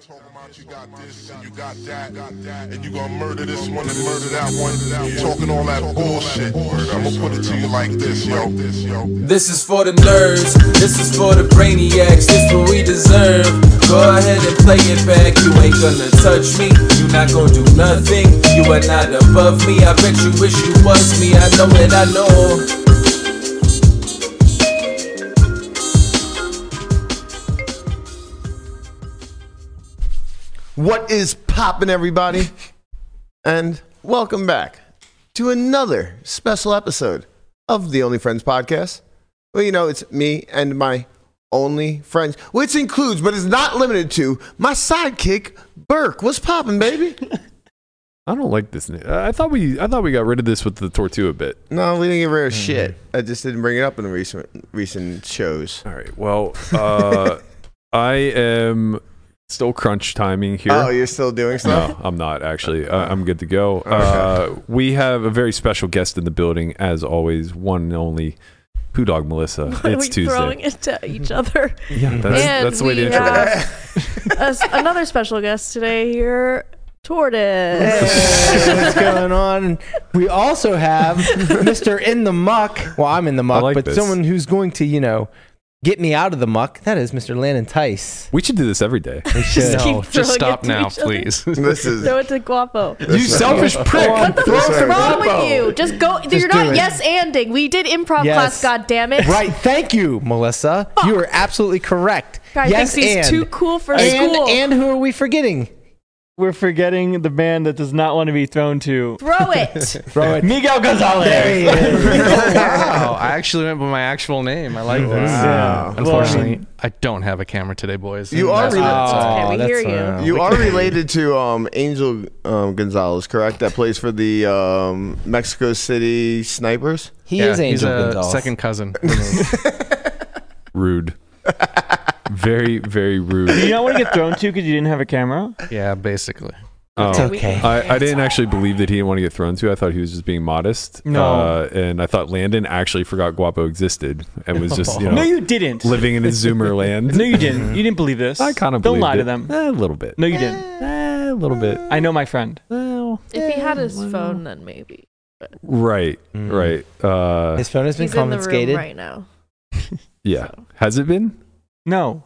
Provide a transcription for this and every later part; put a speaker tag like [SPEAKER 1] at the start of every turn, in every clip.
[SPEAKER 1] talking about you got this and you got that, and you gonna murder this one and murder that one. Talking all that bullshit. I'ma put it to you like this, yo.
[SPEAKER 2] This is for the nerds, this is for the brainiacs, this what we deserve. Go ahead and play it back, you ain't gonna touch me, you not gonna do nothing, you are not above me. I bet you wish you was me, I know it, I know.
[SPEAKER 3] What is poppin', everybody? And welcome back to another special episode of the Only Friends podcast. Well, you know, it's me and my only friends, which includes, but is not limited to, my sidekick, Burke. What's poppin', baby?
[SPEAKER 4] I don't like this. na- I thought we I thought we got rid of this with the tortilla bit.
[SPEAKER 3] no, we didn't give her a shit. I just didn't bring it up in the recent, recent shows.
[SPEAKER 4] All right. Well, uh, I am still crunch timing here.
[SPEAKER 3] Oh, you're still doing stuff?
[SPEAKER 4] no, I'm not actually. Uh, I'm good to go. Uh, we have a very special guest in the building, as always, one and only Poo Dog Melissa.
[SPEAKER 5] Are
[SPEAKER 4] it's
[SPEAKER 5] we
[SPEAKER 4] Tuesday.
[SPEAKER 5] throwing it to each other?
[SPEAKER 4] yeah, that's,
[SPEAKER 5] And
[SPEAKER 4] that's the way to
[SPEAKER 5] we
[SPEAKER 4] intro. it.
[SPEAKER 5] have a s- another special guest today here, Tortoise.
[SPEAKER 6] Hey, what's going on? We also have Mr. In the Muck. Well, I'm in the muck,
[SPEAKER 4] like
[SPEAKER 6] but
[SPEAKER 4] this.
[SPEAKER 6] someone who's going to, you know, get me out of the muck. That is Mr. Landon Tice.
[SPEAKER 4] We should do this every day.
[SPEAKER 5] Just keep
[SPEAKER 7] just
[SPEAKER 5] throwing
[SPEAKER 7] stop
[SPEAKER 5] it to
[SPEAKER 7] now,
[SPEAKER 5] each other.
[SPEAKER 7] please.
[SPEAKER 3] This is.
[SPEAKER 5] Throw it to Guapo.
[SPEAKER 4] you selfish prick.
[SPEAKER 6] What the
[SPEAKER 3] This
[SPEAKER 5] What's
[SPEAKER 3] is-
[SPEAKER 5] wrong with you? Just go. you're
[SPEAKER 6] do
[SPEAKER 5] not
[SPEAKER 6] it.
[SPEAKER 5] yes anding. We did improv class.
[SPEAKER 6] Yes.
[SPEAKER 5] God damn it!
[SPEAKER 6] Right. Thank you, Melissa. You are absolutely correct.
[SPEAKER 5] Guy
[SPEAKER 6] yes,
[SPEAKER 5] thinks he's
[SPEAKER 6] and.
[SPEAKER 5] too cool for
[SPEAKER 6] and,
[SPEAKER 5] school.
[SPEAKER 6] And who are we forgetting?
[SPEAKER 8] We're forgetting the man that does not want to be thrown to.
[SPEAKER 5] Throw it.
[SPEAKER 6] Throw it.
[SPEAKER 8] Miguel
[SPEAKER 6] There
[SPEAKER 8] Gonzalez.
[SPEAKER 6] he is.
[SPEAKER 7] wow, Oh, I actually went by my actual name. I like this.
[SPEAKER 3] Wow.
[SPEAKER 7] Unfortunately,
[SPEAKER 8] Well, I
[SPEAKER 7] I, don't have a camera today, boys.
[SPEAKER 3] You are
[SPEAKER 7] That's
[SPEAKER 3] really-
[SPEAKER 7] what it's all-
[SPEAKER 5] okay, Oh, we
[SPEAKER 6] that's
[SPEAKER 5] hear you.
[SPEAKER 6] fine.
[SPEAKER 3] You are related to um, Angel um, Gonzalez, correct? That plays for the um, Mexico City Snipers.
[SPEAKER 6] He
[SPEAKER 7] yeah,
[SPEAKER 6] is
[SPEAKER 7] he's
[SPEAKER 6] Angel
[SPEAKER 7] a
[SPEAKER 6] Gonzalez.
[SPEAKER 7] second cousin.
[SPEAKER 4] Rude. Very, very
[SPEAKER 8] Do
[SPEAKER 4] rude.
[SPEAKER 8] you not want to get thrown to because you didn't have a camera?
[SPEAKER 7] yeah, basically.
[SPEAKER 6] It's
[SPEAKER 4] Oh.
[SPEAKER 6] okay.
[SPEAKER 4] I, I didn't actually believe that he didn't want to get thrown to. I thought he was just being modest.
[SPEAKER 8] No.
[SPEAKER 4] Uh, and I thought Landon actually forgot Guapo existed and was just, you know,
[SPEAKER 8] No, you didn't.
[SPEAKER 4] living in his Zoomer land.
[SPEAKER 8] No, you didn't. You didn't believe this.
[SPEAKER 4] I kind of
[SPEAKER 8] Don't
[SPEAKER 4] believed
[SPEAKER 8] lie
[SPEAKER 4] it.
[SPEAKER 8] to them.
[SPEAKER 4] Eh, a little bit.
[SPEAKER 8] No, you didn't.
[SPEAKER 4] Eh, a little bit.
[SPEAKER 8] I know my friend.
[SPEAKER 4] Well, eh,
[SPEAKER 5] if he had his phone, then maybe.
[SPEAKER 4] right,
[SPEAKER 8] Mm.
[SPEAKER 4] right. Uh,
[SPEAKER 6] Mm. His phone has been
[SPEAKER 5] He's in the
[SPEAKER 6] confiscated.
[SPEAKER 5] room right now.
[SPEAKER 4] yeah. Has it been?
[SPEAKER 8] No.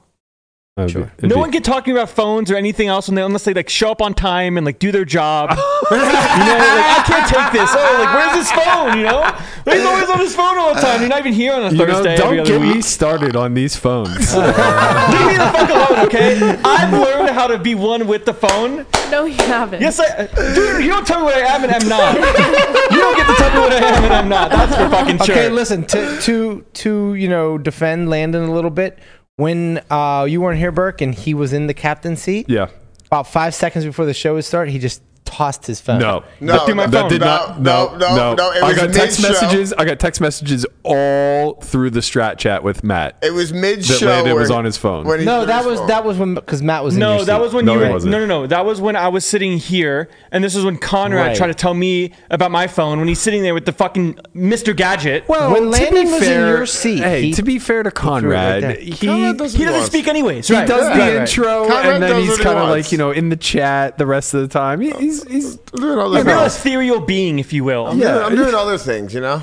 [SPEAKER 4] Uh,
[SPEAKER 7] Sure.
[SPEAKER 4] it'd
[SPEAKER 8] No
[SPEAKER 4] be-
[SPEAKER 8] one can talk to me about phones or anything else when they, unless they like show up on time and like do their job. you know, like I can't take this. Oh, like where's his phone? You know, Like, he's always on his phone all the time. You're not even here on a
[SPEAKER 4] You know,
[SPEAKER 8] Thursday every
[SPEAKER 4] don't
[SPEAKER 8] other
[SPEAKER 4] get
[SPEAKER 8] week.
[SPEAKER 4] me started on these phones.
[SPEAKER 8] Leave me the fuck alone, okay? I've learned how to be one with the phone.
[SPEAKER 5] No, you haven't.
[SPEAKER 8] Yes, I. Dude, you don't tell me what I am and I'm not. You don't get to tell me what I am and I'm not. That's for fucking sure.
[SPEAKER 6] Okay, listen to to to you know defend Landon a little bit. When uh, you weren't here, Burke, and he was in the captain seat,
[SPEAKER 4] yeah.
[SPEAKER 6] about five seconds before the show was started, he just tossed his phone.
[SPEAKER 4] No.
[SPEAKER 3] No,
[SPEAKER 4] That-
[SPEAKER 3] no,
[SPEAKER 4] that did
[SPEAKER 3] no,
[SPEAKER 4] not.
[SPEAKER 3] no,
[SPEAKER 4] No,
[SPEAKER 3] no, no, it
[SPEAKER 4] I
[SPEAKER 3] was
[SPEAKER 4] got text
[SPEAKER 3] mid-show.
[SPEAKER 4] messages. I got text messages all through the Strat chat with Matt.
[SPEAKER 3] It was mid
[SPEAKER 4] That
[SPEAKER 3] show.
[SPEAKER 4] Landon was on his phone.
[SPEAKER 3] when he
[SPEAKER 6] no,
[SPEAKER 3] threw
[SPEAKER 6] that
[SPEAKER 3] his
[SPEAKER 6] was
[SPEAKER 3] phone.
[SPEAKER 6] that was when because Matt was in your
[SPEAKER 8] No,
[SPEAKER 6] seat.
[SPEAKER 8] that was when
[SPEAKER 4] No,
[SPEAKER 8] you
[SPEAKER 4] it
[SPEAKER 8] were.
[SPEAKER 4] wasn't.
[SPEAKER 8] No, no, no. That was when I was sitting here, and this is when Conrad
[SPEAKER 6] Right.
[SPEAKER 8] tried to tell me about my phone when he's sitting there with the fucking Mr. Gadget.
[SPEAKER 6] Well, when Landon was in your seat,
[SPEAKER 4] Hey,
[SPEAKER 6] he-
[SPEAKER 4] to be fair to Conrad,
[SPEAKER 6] there.
[SPEAKER 4] he
[SPEAKER 3] Conrad does what
[SPEAKER 8] he doesn't
[SPEAKER 3] wants.
[SPEAKER 8] speak anyways,
[SPEAKER 4] he
[SPEAKER 8] right?
[SPEAKER 4] does
[SPEAKER 3] yeah,
[SPEAKER 4] the
[SPEAKER 6] right.
[SPEAKER 4] intro
[SPEAKER 3] Conrad
[SPEAKER 4] and then
[SPEAKER 3] does
[SPEAKER 4] he's
[SPEAKER 3] what he
[SPEAKER 4] kind of
[SPEAKER 3] wants.
[SPEAKER 4] like you know in the chat the rest of the time. He- He's he's
[SPEAKER 3] Doing other
[SPEAKER 8] You're an
[SPEAKER 3] things.
[SPEAKER 8] ethereal being, if you will.
[SPEAKER 3] I'm, doing, I'm doing other things, you know?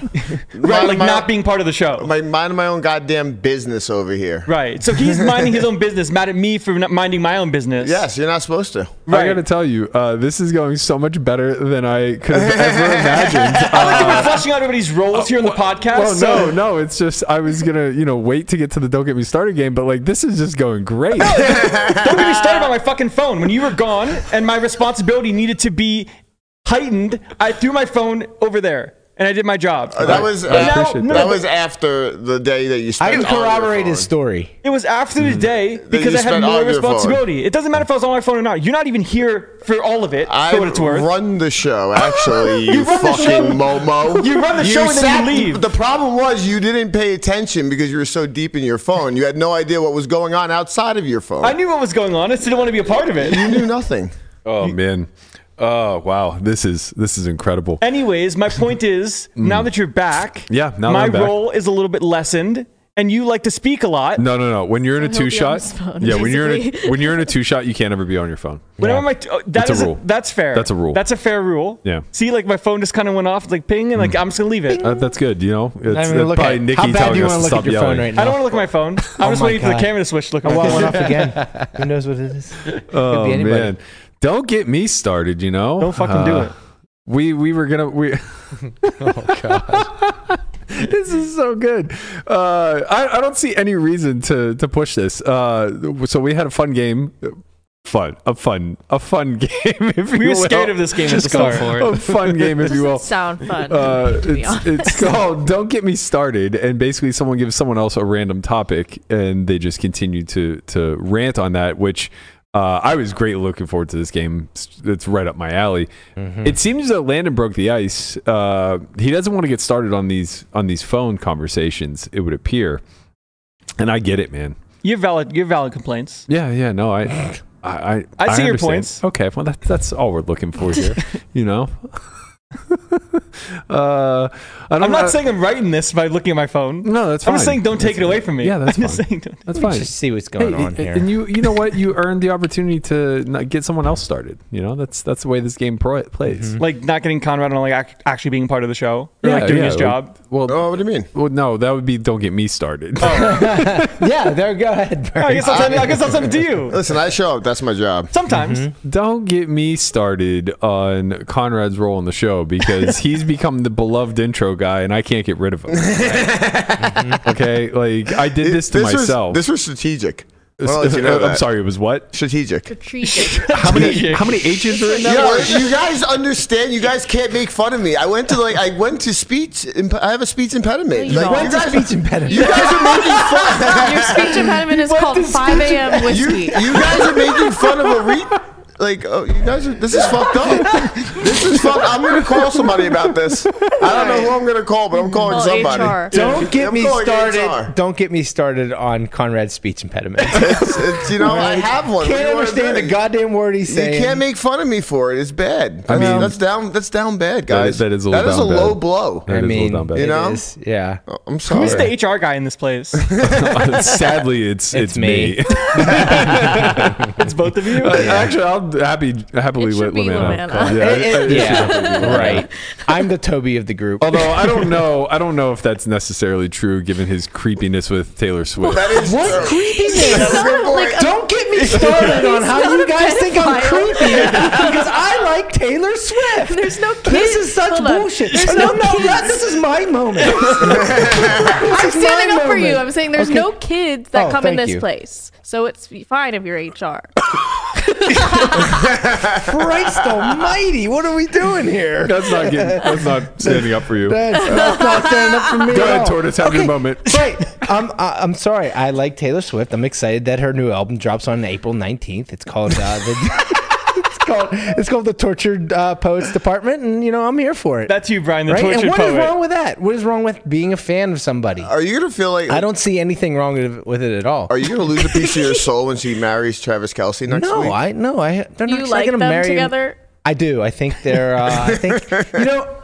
[SPEAKER 8] Right,
[SPEAKER 3] Mind
[SPEAKER 8] like
[SPEAKER 3] my-
[SPEAKER 8] not being part of the show.
[SPEAKER 3] My, minding my own goddamn business over here.
[SPEAKER 8] Right. So he's minding his own business, mad at me for not minding my own business.
[SPEAKER 3] Yes, you're not supposed to.
[SPEAKER 4] I gotta tell you, uh, this is going so much better than I could have ever imagined.
[SPEAKER 8] I like
[SPEAKER 4] Uh,
[SPEAKER 8] that we're fleshing out everybody's roles here in the podcast.
[SPEAKER 4] well,
[SPEAKER 8] so
[SPEAKER 4] no, no, it's just I was gonna you know wait to get to the don't get me started game, but like this is just going great.
[SPEAKER 8] don't get me started on my fucking phone. When you were gone and my responsibility needed to be heightened, I threw my phone over there and I did my job.
[SPEAKER 3] Uh, that was
[SPEAKER 4] I
[SPEAKER 3] af-
[SPEAKER 4] appreciate
[SPEAKER 3] that
[SPEAKER 4] that.
[SPEAKER 3] was after the day that you
[SPEAKER 6] I
[SPEAKER 3] spent.
[SPEAKER 6] can
[SPEAKER 3] on your
[SPEAKER 6] corroborate his
[SPEAKER 3] phone.
[SPEAKER 6] story.
[SPEAKER 8] It was after the day because
[SPEAKER 3] you
[SPEAKER 8] I had
[SPEAKER 3] spent all
[SPEAKER 8] more
[SPEAKER 3] of your phone.
[SPEAKER 8] responsibility. It doesn't matter if I was on my phone or not. You're not even here for all of it,
[SPEAKER 3] I
[SPEAKER 8] for what it's worth.
[SPEAKER 3] run the show, actually, you,
[SPEAKER 8] You run the
[SPEAKER 3] fucking
[SPEAKER 8] show.
[SPEAKER 3] Momo.
[SPEAKER 8] You run the show and then you
[SPEAKER 3] sat-
[SPEAKER 8] leave.
[SPEAKER 3] The problem was you didn't pay attention because you were so deep in your phone. You had no idea what was going on outside of your phone.
[SPEAKER 8] I knew what was going on. I just didn't want to be a part of it.
[SPEAKER 3] you knew nothing.
[SPEAKER 4] oh man, oh wow, this is this is incredible.
[SPEAKER 8] Anyways, my point is now that you're back,
[SPEAKER 4] Yeah, now that
[SPEAKER 8] my
[SPEAKER 4] I'm back.
[SPEAKER 8] role is a little bit lessened. and you like to speak a lot.
[SPEAKER 4] No, no, no. When you're in a
[SPEAKER 5] So he'll be
[SPEAKER 4] two
[SPEAKER 5] on
[SPEAKER 4] shot,
[SPEAKER 5] his phone,
[SPEAKER 4] yeah. When you're in a,
[SPEAKER 5] basically.
[SPEAKER 4] when you're in a two shot, you can't ever be on your phone.
[SPEAKER 8] Whenever
[SPEAKER 6] Yeah.
[SPEAKER 8] my t- oh, that
[SPEAKER 4] That's a
[SPEAKER 8] is a
[SPEAKER 4] rule.
[SPEAKER 8] that's fair.
[SPEAKER 4] That's a rule.
[SPEAKER 8] That's a fair rule.
[SPEAKER 4] Yeah.
[SPEAKER 8] See, like my phone just kind of went off, like ping, and like I'm just gonna leave it.
[SPEAKER 4] Uh, that's good. You know, it's,
[SPEAKER 6] I
[SPEAKER 4] that's
[SPEAKER 6] mean, look
[SPEAKER 4] probably
[SPEAKER 6] at,
[SPEAKER 4] Nikki
[SPEAKER 6] how bad
[SPEAKER 4] telling
[SPEAKER 6] do you
[SPEAKER 4] us
[SPEAKER 6] want
[SPEAKER 4] to
[SPEAKER 6] to
[SPEAKER 4] stop
[SPEAKER 6] look at your
[SPEAKER 4] yelling.
[SPEAKER 6] phone right now?
[SPEAKER 8] I don't want to look at my phone. I'm
[SPEAKER 6] Oh
[SPEAKER 8] just
[SPEAKER 6] my
[SPEAKER 8] waiting for the
[SPEAKER 6] God.
[SPEAKER 8] camera to switch. to Look, at
[SPEAKER 6] I
[SPEAKER 8] my
[SPEAKER 6] want
[SPEAKER 8] phone.
[SPEAKER 6] one off again. Who knows what it is?
[SPEAKER 4] Oh
[SPEAKER 6] be anybody.
[SPEAKER 4] man, don't get me started. You know,
[SPEAKER 8] Don't fucking do
[SPEAKER 4] Uh,
[SPEAKER 8] it.
[SPEAKER 4] We we were gonna we.
[SPEAKER 7] Oh god.
[SPEAKER 4] this is so good. Uh, I, I don't see any reason to to push this. Uh, so we had a fun game, fun a fun a fun game. If
[SPEAKER 8] We
[SPEAKER 4] you
[SPEAKER 8] were scared
[SPEAKER 4] will.
[SPEAKER 8] of this game at the
[SPEAKER 7] Just go
[SPEAKER 8] start.
[SPEAKER 7] for
[SPEAKER 4] A
[SPEAKER 7] it.
[SPEAKER 4] fun game, if you will.
[SPEAKER 5] Doesn't sound fun.
[SPEAKER 4] Uh,
[SPEAKER 5] to be
[SPEAKER 4] it's, it's called "Don't Get Me Started," and basically, someone gives someone else a random topic, and they just continue to to rant on that. Which uh, I was greatly looking forward to this game. It's, it's right up my alley. It seems that Landon broke the ice. Uh, he doesn't want to get started on these on these phone conversations. It would appear, and I get it, man.
[SPEAKER 8] You're valid. You're valid complaints.
[SPEAKER 4] Yeah, yeah, no, I. I, I,
[SPEAKER 8] I see your
[SPEAKER 4] understand.
[SPEAKER 8] points.
[SPEAKER 4] Okay, well, that, that's all we're looking for here, you know. uh, I don't
[SPEAKER 8] I'm
[SPEAKER 4] know-
[SPEAKER 8] not saying I'm writing this by looking at my phone.
[SPEAKER 4] No, that's
[SPEAKER 8] I'm
[SPEAKER 4] fine.
[SPEAKER 8] just saying don't take it away from me.
[SPEAKER 4] Yeah, that's
[SPEAKER 8] I'm just
[SPEAKER 4] fine.
[SPEAKER 8] saying don't.
[SPEAKER 4] That's
[SPEAKER 6] Let's
[SPEAKER 4] fine.
[SPEAKER 6] just see what's going
[SPEAKER 4] Hey,
[SPEAKER 6] on
[SPEAKER 4] and-
[SPEAKER 6] here.
[SPEAKER 4] And you, you know what? You earned the opportunity to not get someone else started. You know, that's that's the way this game pro- plays.
[SPEAKER 8] Like not getting Conrad on like ac- actually being part of the show or like
[SPEAKER 4] Yeah,
[SPEAKER 8] doing
[SPEAKER 4] yeah,
[SPEAKER 8] his job.
[SPEAKER 4] Well,
[SPEAKER 3] Oh, what do you mean?
[SPEAKER 4] well, no, that would be don't get me started.
[SPEAKER 8] Oh.
[SPEAKER 6] yeah, there. Go ahead.
[SPEAKER 8] I
[SPEAKER 6] Bert.
[SPEAKER 8] guess I'll send, I guess I'll send it to you.
[SPEAKER 3] Listen, I show up. That's my job.
[SPEAKER 8] Sometimes
[SPEAKER 4] Mm-hmm. don't get me started on Conrad's role on the show because he's become the beloved intro guy, and I can't get rid of him. okay, like I did this to
[SPEAKER 3] was-
[SPEAKER 4] myself.
[SPEAKER 3] this was strategic. Well, you know
[SPEAKER 4] I'm
[SPEAKER 3] that.
[SPEAKER 4] sorry, it was what?
[SPEAKER 3] Strategic.
[SPEAKER 4] How many how many H's are in that?
[SPEAKER 3] Yo, you guys understand? You guys can't make fun of me. I went to like I went to speech. Imp- I have a speech impediment.
[SPEAKER 5] No, you
[SPEAKER 3] Like,
[SPEAKER 5] don't.
[SPEAKER 3] you guys,
[SPEAKER 6] speech impediment.
[SPEAKER 3] you guys are making fun.
[SPEAKER 5] Your speech impediment is called 5 a.m.
[SPEAKER 3] you,
[SPEAKER 5] whiskey.
[SPEAKER 3] you guys are making fun of a re. Like, oh, you guys are. This is fucked up. This is fucked. I'm gonna call somebody about this. I don't know who I'm gonna call, but I'm calling
[SPEAKER 5] Call
[SPEAKER 3] somebody.
[SPEAKER 5] HR.
[SPEAKER 6] Don't get
[SPEAKER 3] I'm
[SPEAKER 6] me
[SPEAKER 3] calling
[SPEAKER 6] started.
[SPEAKER 3] HR.
[SPEAKER 6] Don't get me started on Conrad's speech impediment.
[SPEAKER 3] It's, it's, you know, I have one. What do
[SPEAKER 6] Can't
[SPEAKER 3] you wanna
[SPEAKER 6] understand
[SPEAKER 3] do?
[SPEAKER 6] a goddamn word he's saying.
[SPEAKER 3] You can't make fun of me for it. It's bad. I
[SPEAKER 4] mean-
[SPEAKER 3] mean, that's down. That's down bad,
[SPEAKER 4] That
[SPEAKER 3] guys.
[SPEAKER 4] is- that is a little
[SPEAKER 3] That is
[SPEAKER 4] down bad.
[SPEAKER 3] low blow.
[SPEAKER 4] That
[SPEAKER 6] I
[SPEAKER 4] is a little
[SPEAKER 6] mean,
[SPEAKER 4] down bad.
[SPEAKER 6] it
[SPEAKER 3] You know?
[SPEAKER 6] is, yeah.
[SPEAKER 3] Oh, I'm sorry.
[SPEAKER 8] who's the HR guy in this place?
[SPEAKER 4] Sadly, it's it's,
[SPEAKER 6] It's
[SPEAKER 4] me.
[SPEAKER 6] me.
[SPEAKER 8] It's both of you.
[SPEAKER 4] Uh, Actually, I'll happy happily
[SPEAKER 5] It
[SPEAKER 4] let
[SPEAKER 5] should be
[SPEAKER 4] Lamanna.
[SPEAKER 5] Lamanna.
[SPEAKER 4] call-
[SPEAKER 6] It-
[SPEAKER 4] it-
[SPEAKER 6] it-
[SPEAKER 4] it should be
[SPEAKER 6] Uh, yeah,
[SPEAKER 4] Lamanna.
[SPEAKER 6] right. I'm the Toby of the group.
[SPEAKER 4] Although I don't know, I don't know if that's necessarily true, given his creepiness with Taylor Swift.
[SPEAKER 3] That is
[SPEAKER 6] What
[SPEAKER 3] true.
[SPEAKER 6] creepiness?
[SPEAKER 3] That's a good point.
[SPEAKER 5] um,
[SPEAKER 6] Don't get me started on how you guys think I'm creepy because I like Taylor Swift.
[SPEAKER 5] There's no kids.
[SPEAKER 6] This is such
[SPEAKER 5] Hold on.
[SPEAKER 6] bullshit.
[SPEAKER 5] There's
[SPEAKER 6] no,
[SPEAKER 5] no,
[SPEAKER 6] no,
[SPEAKER 5] kids.
[SPEAKER 6] that- this is my moment. This
[SPEAKER 5] I'm
[SPEAKER 6] is my
[SPEAKER 5] standing up for you.
[SPEAKER 6] moment.
[SPEAKER 5] I'm saying there's
[SPEAKER 6] Okay.
[SPEAKER 5] no kids that
[SPEAKER 6] Oh,
[SPEAKER 5] come in
[SPEAKER 6] thank
[SPEAKER 5] this
[SPEAKER 6] you.
[SPEAKER 5] place. So it's fine if you're HR.
[SPEAKER 6] Christ Almighty, what are we doing here?
[SPEAKER 4] That's not getting, that's not standing up for you. Go
[SPEAKER 6] That's, that's not standing up for me. at
[SPEAKER 4] ahead,
[SPEAKER 6] all.
[SPEAKER 4] Tortoise, have your moment.
[SPEAKER 6] Right. I'm, I- I'm sorry. I like Taylor Swift. I'm excited that her new album drops on April 19th. It's called uh, the. it's called it's called the Tortured uh, Poets Department, and you know I'm here for it.
[SPEAKER 8] That's you, Brian, the
[SPEAKER 6] right.
[SPEAKER 8] tortured
[SPEAKER 6] and what is
[SPEAKER 8] poet.
[SPEAKER 6] wrong with that? What is wrong with being a fan of somebody?
[SPEAKER 3] Are you gonna feel like?
[SPEAKER 6] I don't see anything wrong with- with it at all.
[SPEAKER 3] Are you gonna lose a piece of your soul when she marries Travis Kelsey next
[SPEAKER 6] no,
[SPEAKER 3] week?
[SPEAKER 6] I no, I.
[SPEAKER 5] Do
[SPEAKER 6] They're not
[SPEAKER 5] you
[SPEAKER 6] actually
[SPEAKER 5] like
[SPEAKER 6] gonna
[SPEAKER 5] them
[SPEAKER 6] marry
[SPEAKER 5] together?
[SPEAKER 6] I do. I think they're. Uh, I think you know.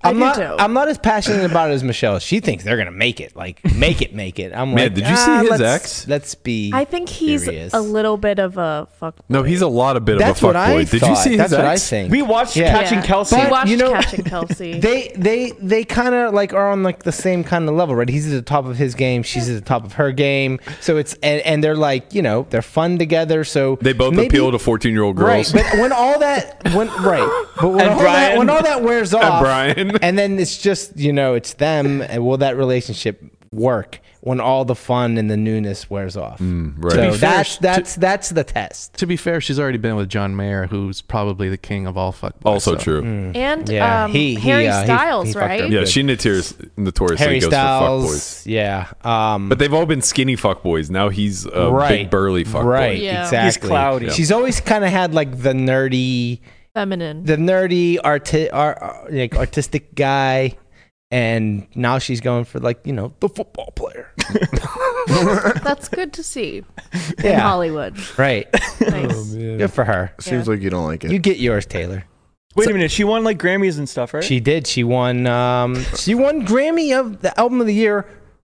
[SPEAKER 6] I'm
[SPEAKER 5] do
[SPEAKER 6] not.
[SPEAKER 5] too.
[SPEAKER 6] I'm not as passionate about it as Michelle. She thinks they're gonna make it. Like make it, make it. I'm
[SPEAKER 4] Man,
[SPEAKER 6] like.
[SPEAKER 4] did you see
[SPEAKER 6] "Ah,
[SPEAKER 4] his
[SPEAKER 6] let's,
[SPEAKER 4] ex?"
[SPEAKER 6] Let's be.
[SPEAKER 5] I think he's
[SPEAKER 6] serious."
[SPEAKER 5] a little bit of a fuck.
[SPEAKER 4] No, he's a lot of bit
[SPEAKER 6] That's
[SPEAKER 4] of a
[SPEAKER 6] what I.
[SPEAKER 4] fuckboy. Did you
[SPEAKER 6] thought.
[SPEAKER 4] see his
[SPEAKER 6] That's what I
[SPEAKER 4] ex?
[SPEAKER 6] think.
[SPEAKER 8] We watched
[SPEAKER 6] Yeah.
[SPEAKER 8] Catching
[SPEAKER 5] Yeah.
[SPEAKER 8] Kelsey.
[SPEAKER 5] We
[SPEAKER 6] But,
[SPEAKER 5] watched
[SPEAKER 6] you know-
[SPEAKER 5] Catching Kelsey.
[SPEAKER 6] They they they kind of like are on like the same kind of level, right? He's at the top of his game. She's at the top of her game. So it's and, and they're like you know they're fun together. So
[SPEAKER 4] They both
[SPEAKER 6] maybe-
[SPEAKER 4] appeal to 14 year old
[SPEAKER 6] Right,
[SPEAKER 4] girls.
[SPEAKER 6] but when all that when right, but when,
[SPEAKER 8] And
[SPEAKER 6] all, that,
[SPEAKER 8] Brian.
[SPEAKER 6] when all that wears off,
[SPEAKER 4] Brian.
[SPEAKER 6] and then it's just you know it's them, and will that relationship work when all the fun and the newness wears off?
[SPEAKER 4] Mm, right. To
[SPEAKER 6] So
[SPEAKER 4] be
[SPEAKER 6] that's
[SPEAKER 7] fair,
[SPEAKER 6] that's that's the test.
[SPEAKER 7] To be fair, she's already been with John Mayer, who's probably the king of all fuck.
[SPEAKER 4] also true.
[SPEAKER 5] and
[SPEAKER 6] Yeah,
[SPEAKER 5] um,
[SPEAKER 6] he- he,
[SPEAKER 5] Harry
[SPEAKER 6] uh, he-
[SPEAKER 5] Styles,
[SPEAKER 6] he fucked up.
[SPEAKER 5] right?
[SPEAKER 4] Yeah,
[SPEAKER 6] mm. Good.
[SPEAKER 4] she notorious, notoriously
[SPEAKER 6] Harry
[SPEAKER 4] goes for fuckboys.
[SPEAKER 6] Styles, yeah, um,
[SPEAKER 4] But they've all been skinny fuckboys. Now he's a big
[SPEAKER 6] Right.
[SPEAKER 4] burly fuckboy.
[SPEAKER 6] right,
[SPEAKER 5] Yeah.
[SPEAKER 6] exactly.
[SPEAKER 8] He's cloudy. Yeah.
[SPEAKER 6] She's always kind of had like the nerdy,
[SPEAKER 5] Feminine.
[SPEAKER 6] the nerdy arti- ar- ar- like artistic guy, and now she's going for like you know the football player.
[SPEAKER 5] That's good to see in
[SPEAKER 6] Yeah. Oh,
[SPEAKER 5] Hollywood.
[SPEAKER 6] Right,
[SPEAKER 5] Nice.
[SPEAKER 6] good for her.
[SPEAKER 3] Seems like you don't like it.
[SPEAKER 6] You get yours, Taylor.
[SPEAKER 8] Wait a minute. She won like Grammys and stuff, right?
[SPEAKER 6] She did. She won. Um, she won Grammy of the album of the year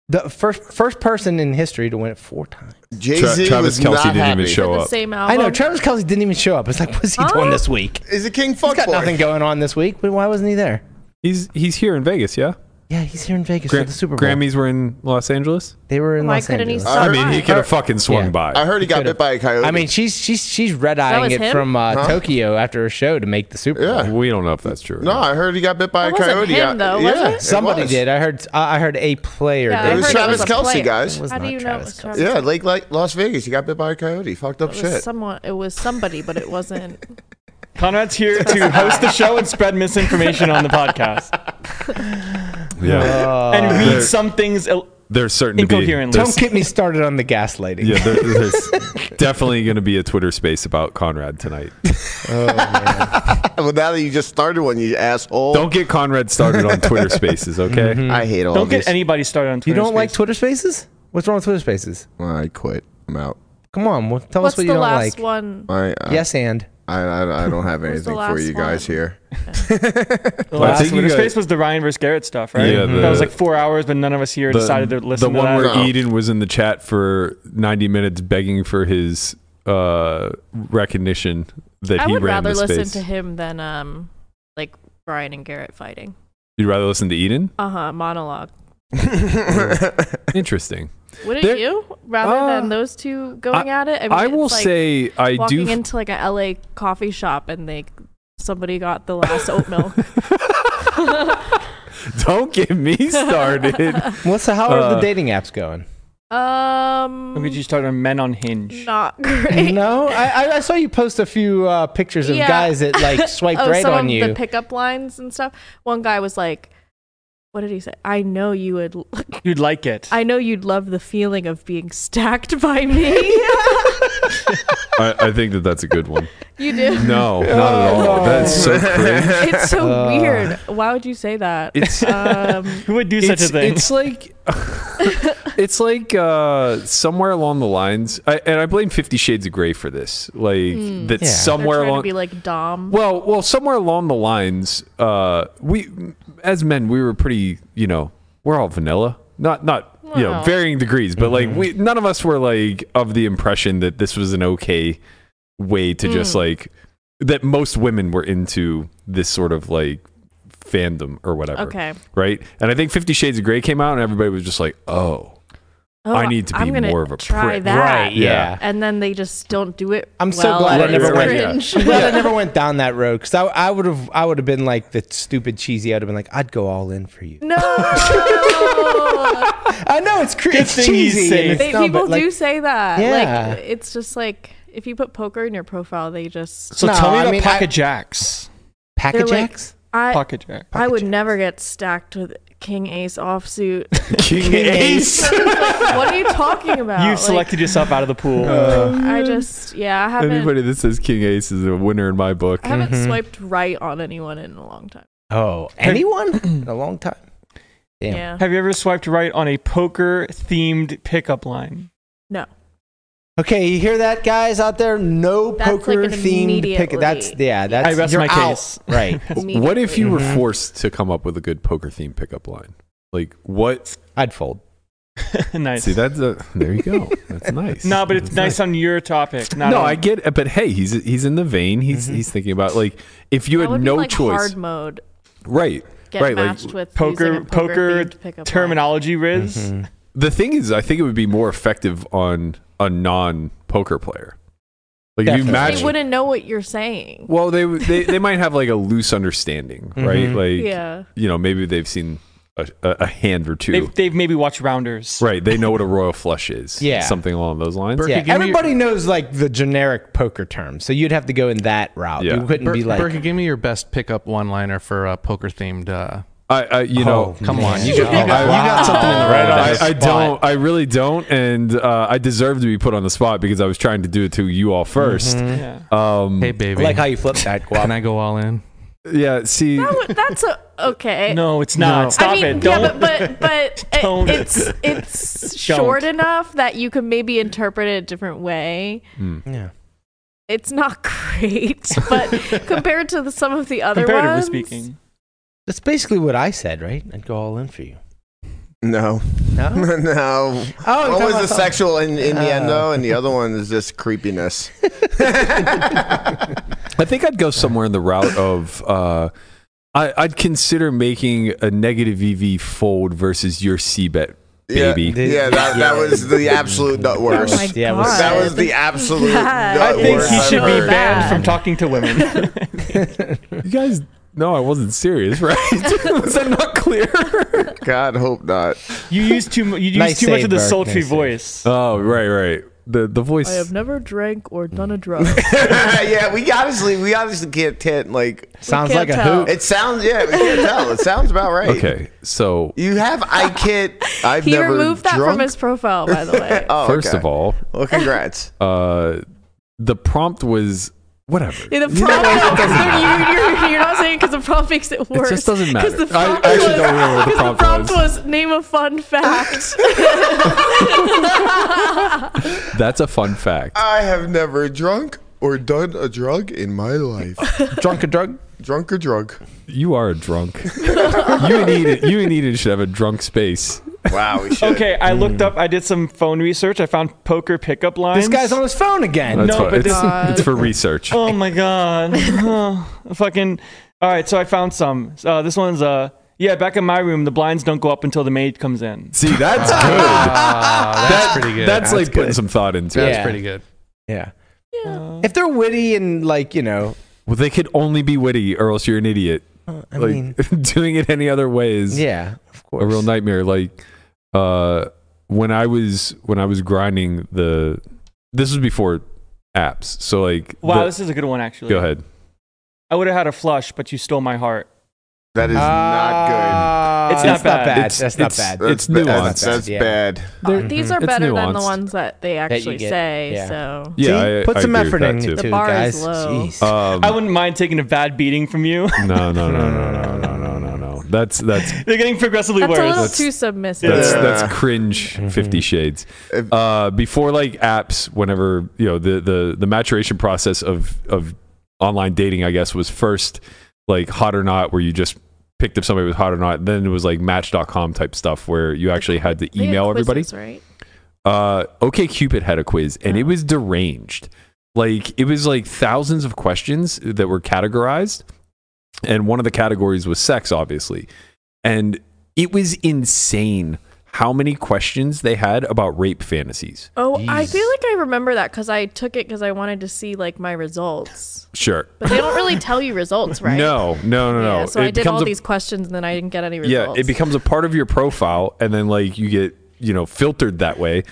[SPEAKER 6] the first first person in history to win it four times.
[SPEAKER 3] Jay
[SPEAKER 4] Tra-
[SPEAKER 3] Z
[SPEAKER 4] Travis
[SPEAKER 3] was
[SPEAKER 4] Kelce
[SPEAKER 3] not
[SPEAKER 4] didn't even
[SPEAKER 3] happy.
[SPEAKER 4] show
[SPEAKER 5] the
[SPEAKER 4] up.
[SPEAKER 5] same
[SPEAKER 6] I
[SPEAKER 5] album.
[SPEAKER 6] know Travis Kelsey didn't even show up. It's like, what's he doing
[SPEAKER 5] Huh?
[SPEAKER 6] this week?
[SPEAKER 3] Is a king
[SPEAKER 6] He's
[SPEAKER 3] fuckboy.
[SPEAKER 6] got nothing going on this week. But why wasn't he there?
[SPEAKER 4] He's he's here in Vegas, yeah.
[SPEAKER 6] Yeah, he's here in Vegas
[SPEAKER 4] Gra-
[SPEAKER 6] for the Super Bowl.
[SPEAKER 4] Grammys were in Los Angeles.
[SPEAKER 6] They were in
[SPEAKER 5] Why
[SPEAKER 6] Los
[SPEAKER 5] couldn't he
[SPEAKER 6] Angeles.
[SPEAKER 3] I
[SPEAKER 5] stop?
[SPEAKER 4] I
[SPEAKER 5] Alright.
[SPEAKER 4] mean, he could have fucking swung
[SPEAKER 6] Yeah.
[SPEAKER 4] by.
[SPEAKER 3] I heard he got bit by a coyote.
[SPEAKER 6] I mean, she's she's she's red
[SPEAKER 5] That
[SPEAKER 6] eyeing
[SPEAKER 5] was
[SPEAKER 6] it
[SPEAKER 5] him?
[SPEAKER 6] from uh,
[SPEAKER 3] Huh?
[SPEAKER 6] Tokyo after her show to make the Super Bowl.
[SPEAKER 3] Yeah.
[SPEAKER 4] we don't know if that's true. or
[SPEAKER 3] no,
[SPEAKER 4] not.
[SPEAKER 3] I heard he got bit by
[SPEAKER 5] That
[SPEAKER 3] a
[SPEAKER 5] wasn't
[SPEAKER 3] coyote.
[SPEAKER 5] him,
[SPEAKER 3] I-
[SPEAKER 5] though, was
[SPEAKER 3] yeah,
[SPEAKER 5] it?
[SPEAKER 3] it
[SPEAKER 6] Somebody
[SPEAKER 3] was.
[SPEAKER 6] did. I heard I I heard a player
[SPEAKER 5] Yeah, I
[SPEAKER 3] It
[SPEAKER 6] did.
[SPEAKER 3] was
[SPEAKER 5] heard it
[SPEAKER 3] Travis
[SPEAKER 5] was a
[SPEAKER 3] Kelsey,
[SPEAKER 5] player.
[SPEAKER 3] guys.
[SPEAKER 6] It was
[SPEAKER 5] How do
[SPEAKER 6] not
[SPEAKER 5] you know it
[SPEAKER 6] Travis
[SPEAKER 5] was
[SPEAKER 6] Kelce.
[SPEAKER 5] Travis
[SPEAKER 3] Yeah, like like Las Vegas, he got bit by a coyote. Fucked up
[SPEAKER 5] It was
[SPEAKER 3] shit.
[SPEAKER 5] someone. It was somebody, but it wasn't.
[SPEAKER 8] Conrad's here to host the show and spread misinformation on the podcast
[SPEAKER 4] Yeah,
[SPEAKER 8] and
[SPEAKER 4] Uh, There-
[SPEAKER 8] read some things. el-
[SPEAKER 4] there's certain to be.
[SPEAKER 8] Incoherently.
[SPEAKER 4] There's,
[SPEAKER 6] Oh. Don't get me started on the gaslighting.
[SPEAKER 4] yeah, there, there's definitely going to be a Twitter space about Conrad tonight.
[SPEAKER 3] Well, now that you just started one, you asshole.
[SPEAKER 4] Don't get Conrad started on Twitter spaces, okay?
[SPEAKER 5] Mm-hmm.
[SPEAKER 3] I hate all
[SPEAKER 8] Don't
[SPEAKER 3] this.
[SPEAKER 8] get anybody started on
[SPEAKER 6] You
[SPEAKER 8] Twitter.
[SPEAKER 6] don't like
[SPEAKER 8] Spaces.
[SPEAKER 6] Twitter Spaces? What's wrong with Twitter Spaces?
[SPEAKER 3] I quit. I'm out.
[SPEAKER 6] Come on, well, tell
[SPEAKER 5] What's
[SPEAKER 6] us what
[SPEAKER 5] the
[SPEAKER 6] you don't
[SPEAKER 5] last
[SPEAKER 6] like.
[SPEAKER 5] one?
[SPEAKER 3] I, I,
[SPEAKER 6] Yes, and
[SPEAKER 3] I, I, I don't have
[SPEAKER 5] Who's the
[SPEAKER 3] anything for
[SPEAKER 5] last
[SPEAKER 3] you guys
[SPEAKER 5] one?
[SPEAKER 3] here.
[SPEAKER 8] The
[SPEAKER 4] Well, I
[SPEAKER 8] last
[SPEAKER 4] think you
[SPEAKER 8] Twitter
[SPEAKER 4] got-
[SPEAKER 8] space was the Ryan versus Garrett stuff, right?
[SPEAKER 4] Yeah,
[SPEAKER 8] that
[SPEAKER 4] the-
[SPEAKER 8] was like four hours, but none of us here decided to
[SPEAKER 4] the
[SPEAKER 8] listen to
[SPEAKER 4] one
[SPEAKER 8] that.
[SPEAKER 4] where
[SPEAKER 3] No.
[SPEAKER 4] Eden was in the chat for 90 minutes begging for his uh, recognition that
[SPEAKER 5] I
[SPEAKER 4] he
[SPEAKER 5] would
[SPEAKER 4] ran
[SPEAKER 5] rather
[SPEAKER 4] the
[SPEAKER 5] listen
[SPEAKER 4] space.
[SPEAKER 5] to him than um, like Brian and Garrett fighting.
[SPEAKER 4] You'd rather listen to Eden?
[SPEAKER 5] Uh huh. Monologue.
[SPEAKER 4] Interesting.
[SPEAKER 5] Wouldn't
[SPEAKER 4] There-
[SPEAKER 5] you? Rather
[SPEAKER 4] Uh,
[SPEAKER 5] than those two going at it. mean,
[SPEAKER 4] I will
[SPEAKER 5] it's like
[SPEAKER 4] say I do.
[SPEAKER 5] walking
[SPEAKER 4] f-
[SPEAKER 5] into like a LA coffee shop and they somebody got the last oat milk.
[SPEAKER 4] don't get me started.
[SPEAKER 6] what's the how are
[SPEAKER 4] Uh,
[SPEAKER 6] the dating apps going?
[SPEAKER 5] Um,
[SPEAKER 8] Look at you started on Men on Hinge.
[SPEAKER 5] not great.
[SPEAKER 6] No, I, I- I saw you post a few uh, pictures of
[SPEAKER 5] Yeah.
[SPEAKER 6] guys that like swiped
[SPEAKER 5] oh,
[SPEAKER 6] right
[SPEAKER 5] some
[SPEAKER 6] on
[SPEAKER 5] of the
[SPEAKER 6] you.
[SPEAKER 5] pickup lines and stuff. One guy was like, "What did he say? I know you would.
[SPEAKER 8] You'd like it.
[SPEAKER 5] I know you'd love the feeling of being stacked by me.
[SPEAKER 4] I, I think that that's a good one.
[SPEAKER 5] you do.
[SPEAKER 4] No, not at all. That's so cringe.
[SPEAKER 5] It's so weird. Why would you say that?
[SPEAKER 4] It's-
[SPEAKER 5] um,
[SPEAKER 8] Who would do such a
[SPEAKER 4] it's,
[SPEAKER 8] thing?
[SPEAKER 4] it's like it's like uh, somewhere along the lines, I, and I blame Fifty Shades of Grey for this. Like that
[SPEAKER 6] Yeah.
[SPEAKER 5] Hmm. they're
[SPEAKER 4] somewhere
[SPEAKER 5] trying
[SPEAKER 4] along
[SPEAKER 5] to be like Dom.
[SPEAKER 4] well, well, somewhere along the lines, uh, we as men we were pretty, you know, we're all vanilla. Not not you know
[SPEAKER 5] Well.
[SPEAKER 4] varying degrees, but like
[SPEAKER 8] Mm-hmm.
[SPEAKER 4] we none of us were like of the impression that this was an okay way to just
[SPEAKER 5] Hmm.
[SPEAKER 4] like that most women were into this sort of like fandom or whatever.
[SPEAKER 5] Okay.
[SPEAKER 4] Right? And I think 50 Shades of Grey came out and everybody was just like, "Oh,
[SPEAKER 5] Oh,
[SPEAKER 4] I need to
[SPEAKER 5] I'm
[SPEAKER 4] be
[SPEAKER 5] gonna
[SPEAKER 4] more of a
[SPEAKER 5] try
[SPEAKER 4] prick.
[SPEAKER 5] that.
[SPEAKER 6] Right, yeah.
[SPEAKER 5] And then they just don't do it.
[SPEAKER 6] I'm so
[SPEAKER 5] well,
[SPEAKER 6] glad I
[SPEAKER 5] and
[SPEAKER 6] never
[SPEAKER 5] it's
[SPEAKER 6] went-
[SPEAKER 5] cringe.
[SPEAKER 6] I'm glad I never went down that road because I, I would have I would have been like the stupid cheesy. I'd have been like, I'd go all in for you.
[SPEAKER 5] No.
[SPEAKER 6] I know it's crazy. It's
[SPEAKER 8] thing he's
[SPEAKER 6] cheesy. and
[SPEAKER 8] safe.
[SPEAKER 6] it's
[SPEAKER 5] they,
[SPEAKER 6] dumb,
[SPEAKER 5] people
[SPEAKER 6] but, like,
[SPEAKER 5] do say that.
[SPEAKER 6] Yeah.
[SPEAKER 5] Like it's just like if you put poker in your profile, they just
[SPEAKER 8] so
[SPEAKER 6] No,
[SPEAKER 8] tell me
[SPEAKER 6] I
[SPEAKER 8] about
[SPEAKER 6] mean,
[SPEAKER 8] Pocket
[SPEAKER 6] I-
[SPEAKER 8] Jacks.
[SPEAKER 5] they're
[SPEAKER 6] package
[SPEAKER 5] like
[SPEAKER 6] X.
[SPEAKER 5] I
[SPEAKER 8] Pocket Jack.
[SPEAKER 5] I would never get stacked with king ace offsuit.
[SPEAKER 4] King Ace."
[SPEAKER 5] what are you talking about? Like,
[SPEAKER 8] You've selected yourself out of the pool.
[SPEAKER 5] I just yeah, I haven't
[SPEAKER 4] Anybody that says King Ace is a winner in my book.
[SPEAKER 5] I haven't swiped right on anyone in a long time.
[SPEAKER 6] Oh, anyone in a long time. Damn.
[SPEAKER 5] Yeah.
[SPEAKER 8] Have you ever swiped right on a poker themed pickup line?
[SPEAKER 5] No.
[SPEAKER 6] Okay, you hear that, guys out there? No
[SPEAKER 5] That's like
[SPEAKER 6] poker
[SPEAKER 5] an
[SPEAKER 6] themed pick. That's
[SPEAKER 5] immediately-
[SPEAKER 6] yeah. That's
[SPEAKER 8] I rest
[SPEAKER 6] you're
[SPEAKER 8] my
[SPEAKER 6] out.
[SPEAKER 8] case.
[SPEAKER 6] Right.
[SPEAKER 4] What if you were
[SPEAKER 8] Mm-hmm.
[SPEAKER 6] Mhm.
[SPEAKER 4] forced to come up with a good poker theme pickup line? Like what?
[SPEAKER 6] I'd fold.
[SPEAKER 8] nice.
[SPEAKER 4] See, that's a, there you go. That's nice.
[SPEAKER 8] No, but it's
[SPEAKER 4] That's
[SPEAKER 8] nice on your topic. Not Mm-hmm.
[SPEAKER 4] No,
[SPEAKER 8] on-
[SPEAKER 4] I get it, but hey, he's he's in the vein. He's he's thinking about like if you
[SPEAKER 5] That would
[SPEAKER 4] had
[SPEAKER 5] be,
[SPEAKER 4] no
[SPEAKER 5] like,
[SPEAKER 4] choice,
[SPEAKER 5] Hard mode.
[SPEAKER 4] right?
[SPEAKER 5] Get
[SPEAKER 4] right, like
[SPEAKER 5] matched with
[SPEAKER 8] poker
[SPEAKER 5] using a poker,
[SPEAKER 8] poker
[SPEAKER 5] themed pickup line.
[SPEAKER 8] terminology, Riz.
[SPEAKER 4] the thing is, I think it would be more effective on a non poker player. Like if you
[SPEAKER 6] Definitely.
[SPEAKER 4] match,
[SPEAKER 5] They wouldn't know what you're saying.
[SPEAKER 4] well, they would- they they might have like a loose understanding, right?
[SPEAKER 8] Mm-hmm.
[SPEAKER 4] Like
[SPEAKER 5] Yeah.
[SPEAKER 4] you know, maybe they've seen a, a, a hand or 2
[SPEAKER 8] They've, they've maybe watched Rounders.
[SPEAKER 4] Right, they know what a royal flush is.
[SPEAKER 6] Yeah.
[SPEAKER 4] something along those lines.
[SPEAKER 6] Yeah,
[SPEAKER 8] give me your-
[SPEAKER 6] everybody knows like the generic poker terms, so you'd have to go in that route.
[SPEAKER 4] Yeah.
[SPEAKER 6] You couldn't
[SPEAKER 7] Bur-
[SPEAKER 6] be like,
[SPEAKER 7] Burke, give me your best pickup one-liner for uh, poker-themed. Uh,
[SPEAKER 4] I, I you know,
[SPEAKER 6] Oh,
[SPEAKER 7] come on, you
[SPEAKER 6] man.
[SPEAKER 7] got, you got, you got something in the
[SPEAKER 6] Right
[SPEAKER 7] right
[SPEAKER 6] on
[SPEAKER 4] I,
[SPEAKER 7] eye.
[SPEAKER 6] the
[SPEAKER 4] I
[SPEAKER 6] spot.
[SPEAKER 4] don't. I really don't, and uh, I deserve to be put on the spot because I was trying to do it to you all 1st
[SPEAKER 8] Yeah.
[SPEAKER 4] Um,
[SPEAKER 7] Hey,
[SPEAKER 8] Mm-hmm.
[SPEAKER 7] baby,
[SPEAKER 6] Mm. like how you flip that.
[SPEAKER 7] can
[SPEAKER 6] guap.
[SPEAKER 7] I go all in?
[SPEAKER 4] yeah. See,
[SPEAKER 5] That would- that's a, okay.
[SPEAKER 8] No, it's not. Stop
[SPEAKER 5] I mean,
[SPEAKER 8] it. Don't.
[SPEAKER 5] yeah, but but, but it-
[SPEAKER 8] Don't.
[SPEAKER 5] it's it's short enough that you can maybe interpret it a different way.
[SPEAKER 4] hmm.
[SPEAKER 6] yeah.
[SPEAKER 5] It's not great, but compared to the, some of the other
[SPEAKER 8] Comparatively
[SPEAKER 5] ones,
[SPEAKER 8] speaking,
[SPEAKER 6] That's basically what I said, right? I'd go all in for you.
[SPEAKER 3] No.
[SPEAKER 6] No.
[SPEAKER 3] no.
[SPEAKER 6] Oh, you're
[SPEAKER 3] one
[SPEAKER 6] talking
[SPEAKER 3] Oh, was
[SPEAKER 6] about
[SPEAKER 3] the Oh.
[SPEAKER 6] something-
[SPEAKER 3] sexual in, innuendo, and the other one is just creepiness.
[SPEAKER 4] I think I'd go somewhere in the route of uh, I, I'd consider making a negative EV fold versus your CBET baby.
[SPEAKER 3] Yeah, yeah that, that was the absolute nut worst.
[SPEAKER 5] Oh my
[SPEAKER 6] Yeah, it was-
[SPEAKER 5] God.
[SPEAKER 3] that was the absolute
[SPEAKER 5] Bad.
[SPEAKER 3] nut
[SPEAKER 8] I think
[SPEAKER 3] worst
[SPEAKER 8] he
[SPEAKER 3] I've
[SPEAKER 8] should be
[SPEAKER 3] heard.
[SPEAKER 8] banned from talking to women.
[SPEAKER 4] You guys know I wasn't serious, right? was that not clear?
[SPEAKER 3] God, hope not.
[SPEAKER 8] you use too mu- you use
[SPEAKER 6] Nice
[SPEAKER 8] too much
[SPEAKER 6] save,
[SPEAKER 8] of the
[SPEAKER 6] Burke.
[SPEAKER 8] sultry
[SPEAKER 6] Nice save.
[SPEAKER 8] voice.
[SPEAKER 4] oh, right, right. The the voice.
[SPEAKER 5] I have never drank or done a drug.
[SPEAKER 3] yeah, we honestly, we honestly can't tent like.
[SPEAKER 6] Sounds like
[SPEAKER 5] can't
[SPEAKER 6] a
[SPEAKER 5] tell.
[SPEAKER 6] hoop.
[SPEAKER 3] It sounds, yeah, we can't tell. It sounds about right.
[SPEAKER 4] okay, so
[SPEAKER 3] You have, I can't. I've
[SPEAKER 5] he
[SPEAKER 3] never
[SPEAKER 5] removed that
[SPEAKER 3] drunk.
[SPEAKER 5] from his profile, by the way.
[SPEAKER 3] Oh,
[SPEAKER 4] first
[SPEAKER 3] okay.
[SPEAKER 4] of all,
[SPEAKER 3] well, congrats.
[SPEAKER 4] uh, the prompt was whatever.
[SPEAKER 5] Yeah, the prompt because you're, you're, you're not saying because the prompt makes it worse.
[SPEAKER 4] just doesn't matter.
[SPEAKER 5] 'Cause The
[SPEAKER 4] I- I
[SPEAKER 5] prompt
[SPEAKER 4] actually
[SPEAKER 5] was,
[SPEAKER 4] don't remember what the
[SPEAKER 5] 'cause
[SPEAKER 4] prompt was.
[SPEAKER 5] was. name a fun fact.
[SPEAKER 4] That's a fun fact.
[SPEAKER 3] I have never drunk or done a drug in my life.
[SPEAKER 6] Drunk a drug?
[SPEAKER 3] drunk or drug.
[SPEAKER 4] You are a drunk. you and Eden, you and Eden should have a drunk space.
[SPEAKER 3] Wow, we should.
[SPEAKER 8] Okay, I looked up. I did some phone research. I found poker pickup lines.
[SPEAKER 6] This guy's on his phone again.
[SPEAKER 4] That's
[SPEAKER 8] No,
[SPEAKER 4] fun.
[SPEAKER 8] but
[SPEAKER 4] it's,
[SPEAKER 5] this-
[SPEAKER 4] it's for research.
[SPEAKER 8] Oh my god. Oh, fucking. All right, so I found some. Uh, this one's uh yeah, back in my room, the blinds don't go up until the maid comes in.
[SPEAKER 4] See, that's good.
[SPEAKER 6] Ah,
[SPEAKER 7] Ah, that's pretty good.
[SPEAKER 4] That's like putting some thought into
[SPEAKER 6] Yeah.
[SPEAKER 4] it.
[SPEAKER 7] that's pretty good.
[SPEAKER 6] Yeah.
[SPEAKER 8] Uh,
[SPEAKER 6] If they're witty and like you know,
[SPEAKER 4] Well, they could only be witty, or else you're an idiot.
[SPEAKER 6] Uh, I
[SPEAKER 4] like
[SPEAKER 6] mean,
[SPEAKER 4] doing it any other way is
[SPEAKER 6] yeah, of course.
[SPEAKER 4] a real nightmare. Like uh, when I was when I was grinding the this was before apps, so like
[SPEAKER 8] Wow,
[SPEAKER 4] the-
[SPEAKER 8] this is a good one actually.
[SPEAKER 4] go ahead.
[SPEAKER 8] I would have had a flush, but you stole my heart.
[SPEAKER 3] That is not
[SPEAKER 6] Ah,
[SPEAKER 8] It's
[SPEAKER 6] that's
[SPEAKER 8] not bad.
[SPEAKER 6] That's, not
[SPEAKER 4] it's-
[SPEAKER 6] bad.
[SPEAKER 3] good. That's
[SPEAKER 4] It's
[SPEAKER 3] ba-
[SPEAKER 4] nuanced.
[SPEAKER 3] That's, that's
[SPEAKER 6] Yeah.
[SPEAKER 3] bad.
[SPEAKER 8] Um,
[SPEAKER 5] These are
[SPEAKER 4] It's
[SPEAKER 5] better than the
[SPEAKER 4] nuanced.
[SPEAKER 5] ones that they
[SPEAKER 6] Mm-hmm. you
[SPEAKER 5] actually
[SPEAKER 6] get.
[SPEAKER 5] say.
[SPEAKER 6] Yeah.
[SPEAKER 5] So
[SPEAKER 4] Yeah,
[SPEAKER 6] See?
[SPEAKER 4] I-
[SPEAKER 6] put
[SPEAKER 4] I
[SPEAKER 6] some
[SPEAKER 4] agree with
[SPEAKER 6] effort
[SPEAKER 4] that
[SPEAKER 6] in
[SPEAKER 4] too.
[SPEAKER 6] it too,
[SPEAKER 5] bar
[SPEAKER 6] guys.
[SPEAKER 5] is low.
[SPEAKER 6] Jeez.
[SPEAKER 4] Um,
[SPEAKER 8] I wouldn't mind taking a bad beating from you.
[SPEAKER 4] no, no, no, no, no, no, no, no, no. That's that's
[SPEAKER 8] They're getting progressively
[SPEAKER 5] that's a
[SPEAKER 8] worse.
[SPEAKER 5] little too submissive.
[SPEAKER 4] that's
[SPEAKER 3] Yeah.
[SPEAKER 4] that's cringe. Fifty Shades. Uh, before like apps, whenever you know the the the maturation process of of online dating, I guess, was first like hot or not, where you just picked if somebody was hot or not. Then it was like Match.com type stuff where you actually had to
[SPEAKER 5] They had
[SPEAKER 4] email everybody.
[SPEAKER 5] quizzes, right?
[SPEAKER 4] Uh, OK Cupid had a quiz, and it was deranged. Like it was like thousands of questions that were categorized, and one of the categories was sex, obviously, and it was insane how many questions they had about rape fantasies.
[SPEAKER 5] Oh, I
[SPEAKER 6] Jeez.
[SPEAKER 5] feel like I remember that because I took it because I wanted to see like my results.
[SPEAKER 4] Sure.
[SPEAKER 5] But they don't really tell you results, right?
[SPEAKER 4] No, no, no, no.
[SPEAKER 5] Yeah, so I did
[SPEAKER 4] becomes
[SPEAKER 5] all
[SPEAKER 4] a-
[SPEAKER 5] these questions and then I didn't get any
[SPEAKER 4] Yeah,
[SPEAKER 5] results.
[SPEAKER 4] it becomes a part of your profile, and then like you get you know filtered that way.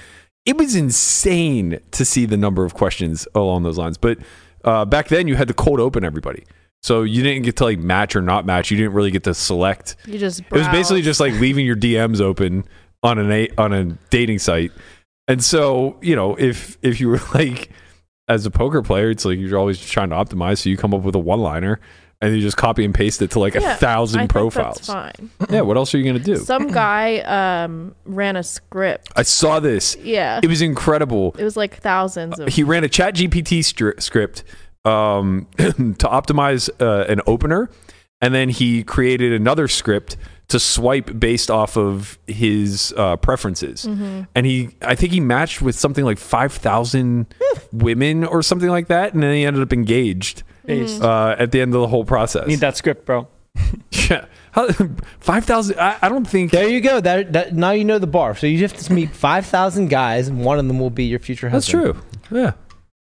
[SPEAKER 4] It was insane to see the number of questions along those lines. But uh, back then, you had to cold open everybody, so you didn't get to like match or not match. You didn't really get to select.
[SPEAKER 5] you just
[SPEAKER 4] It was basically
[SPEAKER 5] browse.
[SPEAKER 4] just like leaving your DMs open on an a- on a dating site. And so, you know, if if you were like as a poker player, it's like you're always trying to optimize, so you come up with a one-liner and you just copy and paste it to like
[SPEAKER 5] Yeah,
[SPEAKER 4] a thousand
[SPEAKER 5] I think
[SPEAKER 4] profiles.
[SPEAKER 5] That's fine.
[SPEAKER 4] Yeah, what else are you going to do?
[SPEAKER 5] Some guy um, ran a script.
[SPEAKER 4] I saw this.
[SPEAKER 5] Yeah.
[SPEAKER 4] It was incredible.
[SPEAKER 5] It was like thousands of.
[SPEAKER 4] He ran a chat GPT stri- script um, to optimize uh, an opener, and then he created another script to swipe based off of his uh, preferences. And he, I think he matched with something like 5,000 women or something like that, and then he ended up engaged
[SPEAKER 8] Based.
[SPEAKER 4] uh, at the end of the whole process.
[SPEAKER 8] Need that script, bro.
[SPEAKER 4] Yeah. How- 5,000, I, I don't think.
[SPEAKER 6] There you go. That, that now you know the bar. So you have to meet five thousand guys, and one of them will be your future
[SPEAKER 4] That's
[SPEAKER 6] husband.
[SPEAKER 4] true. Yeah.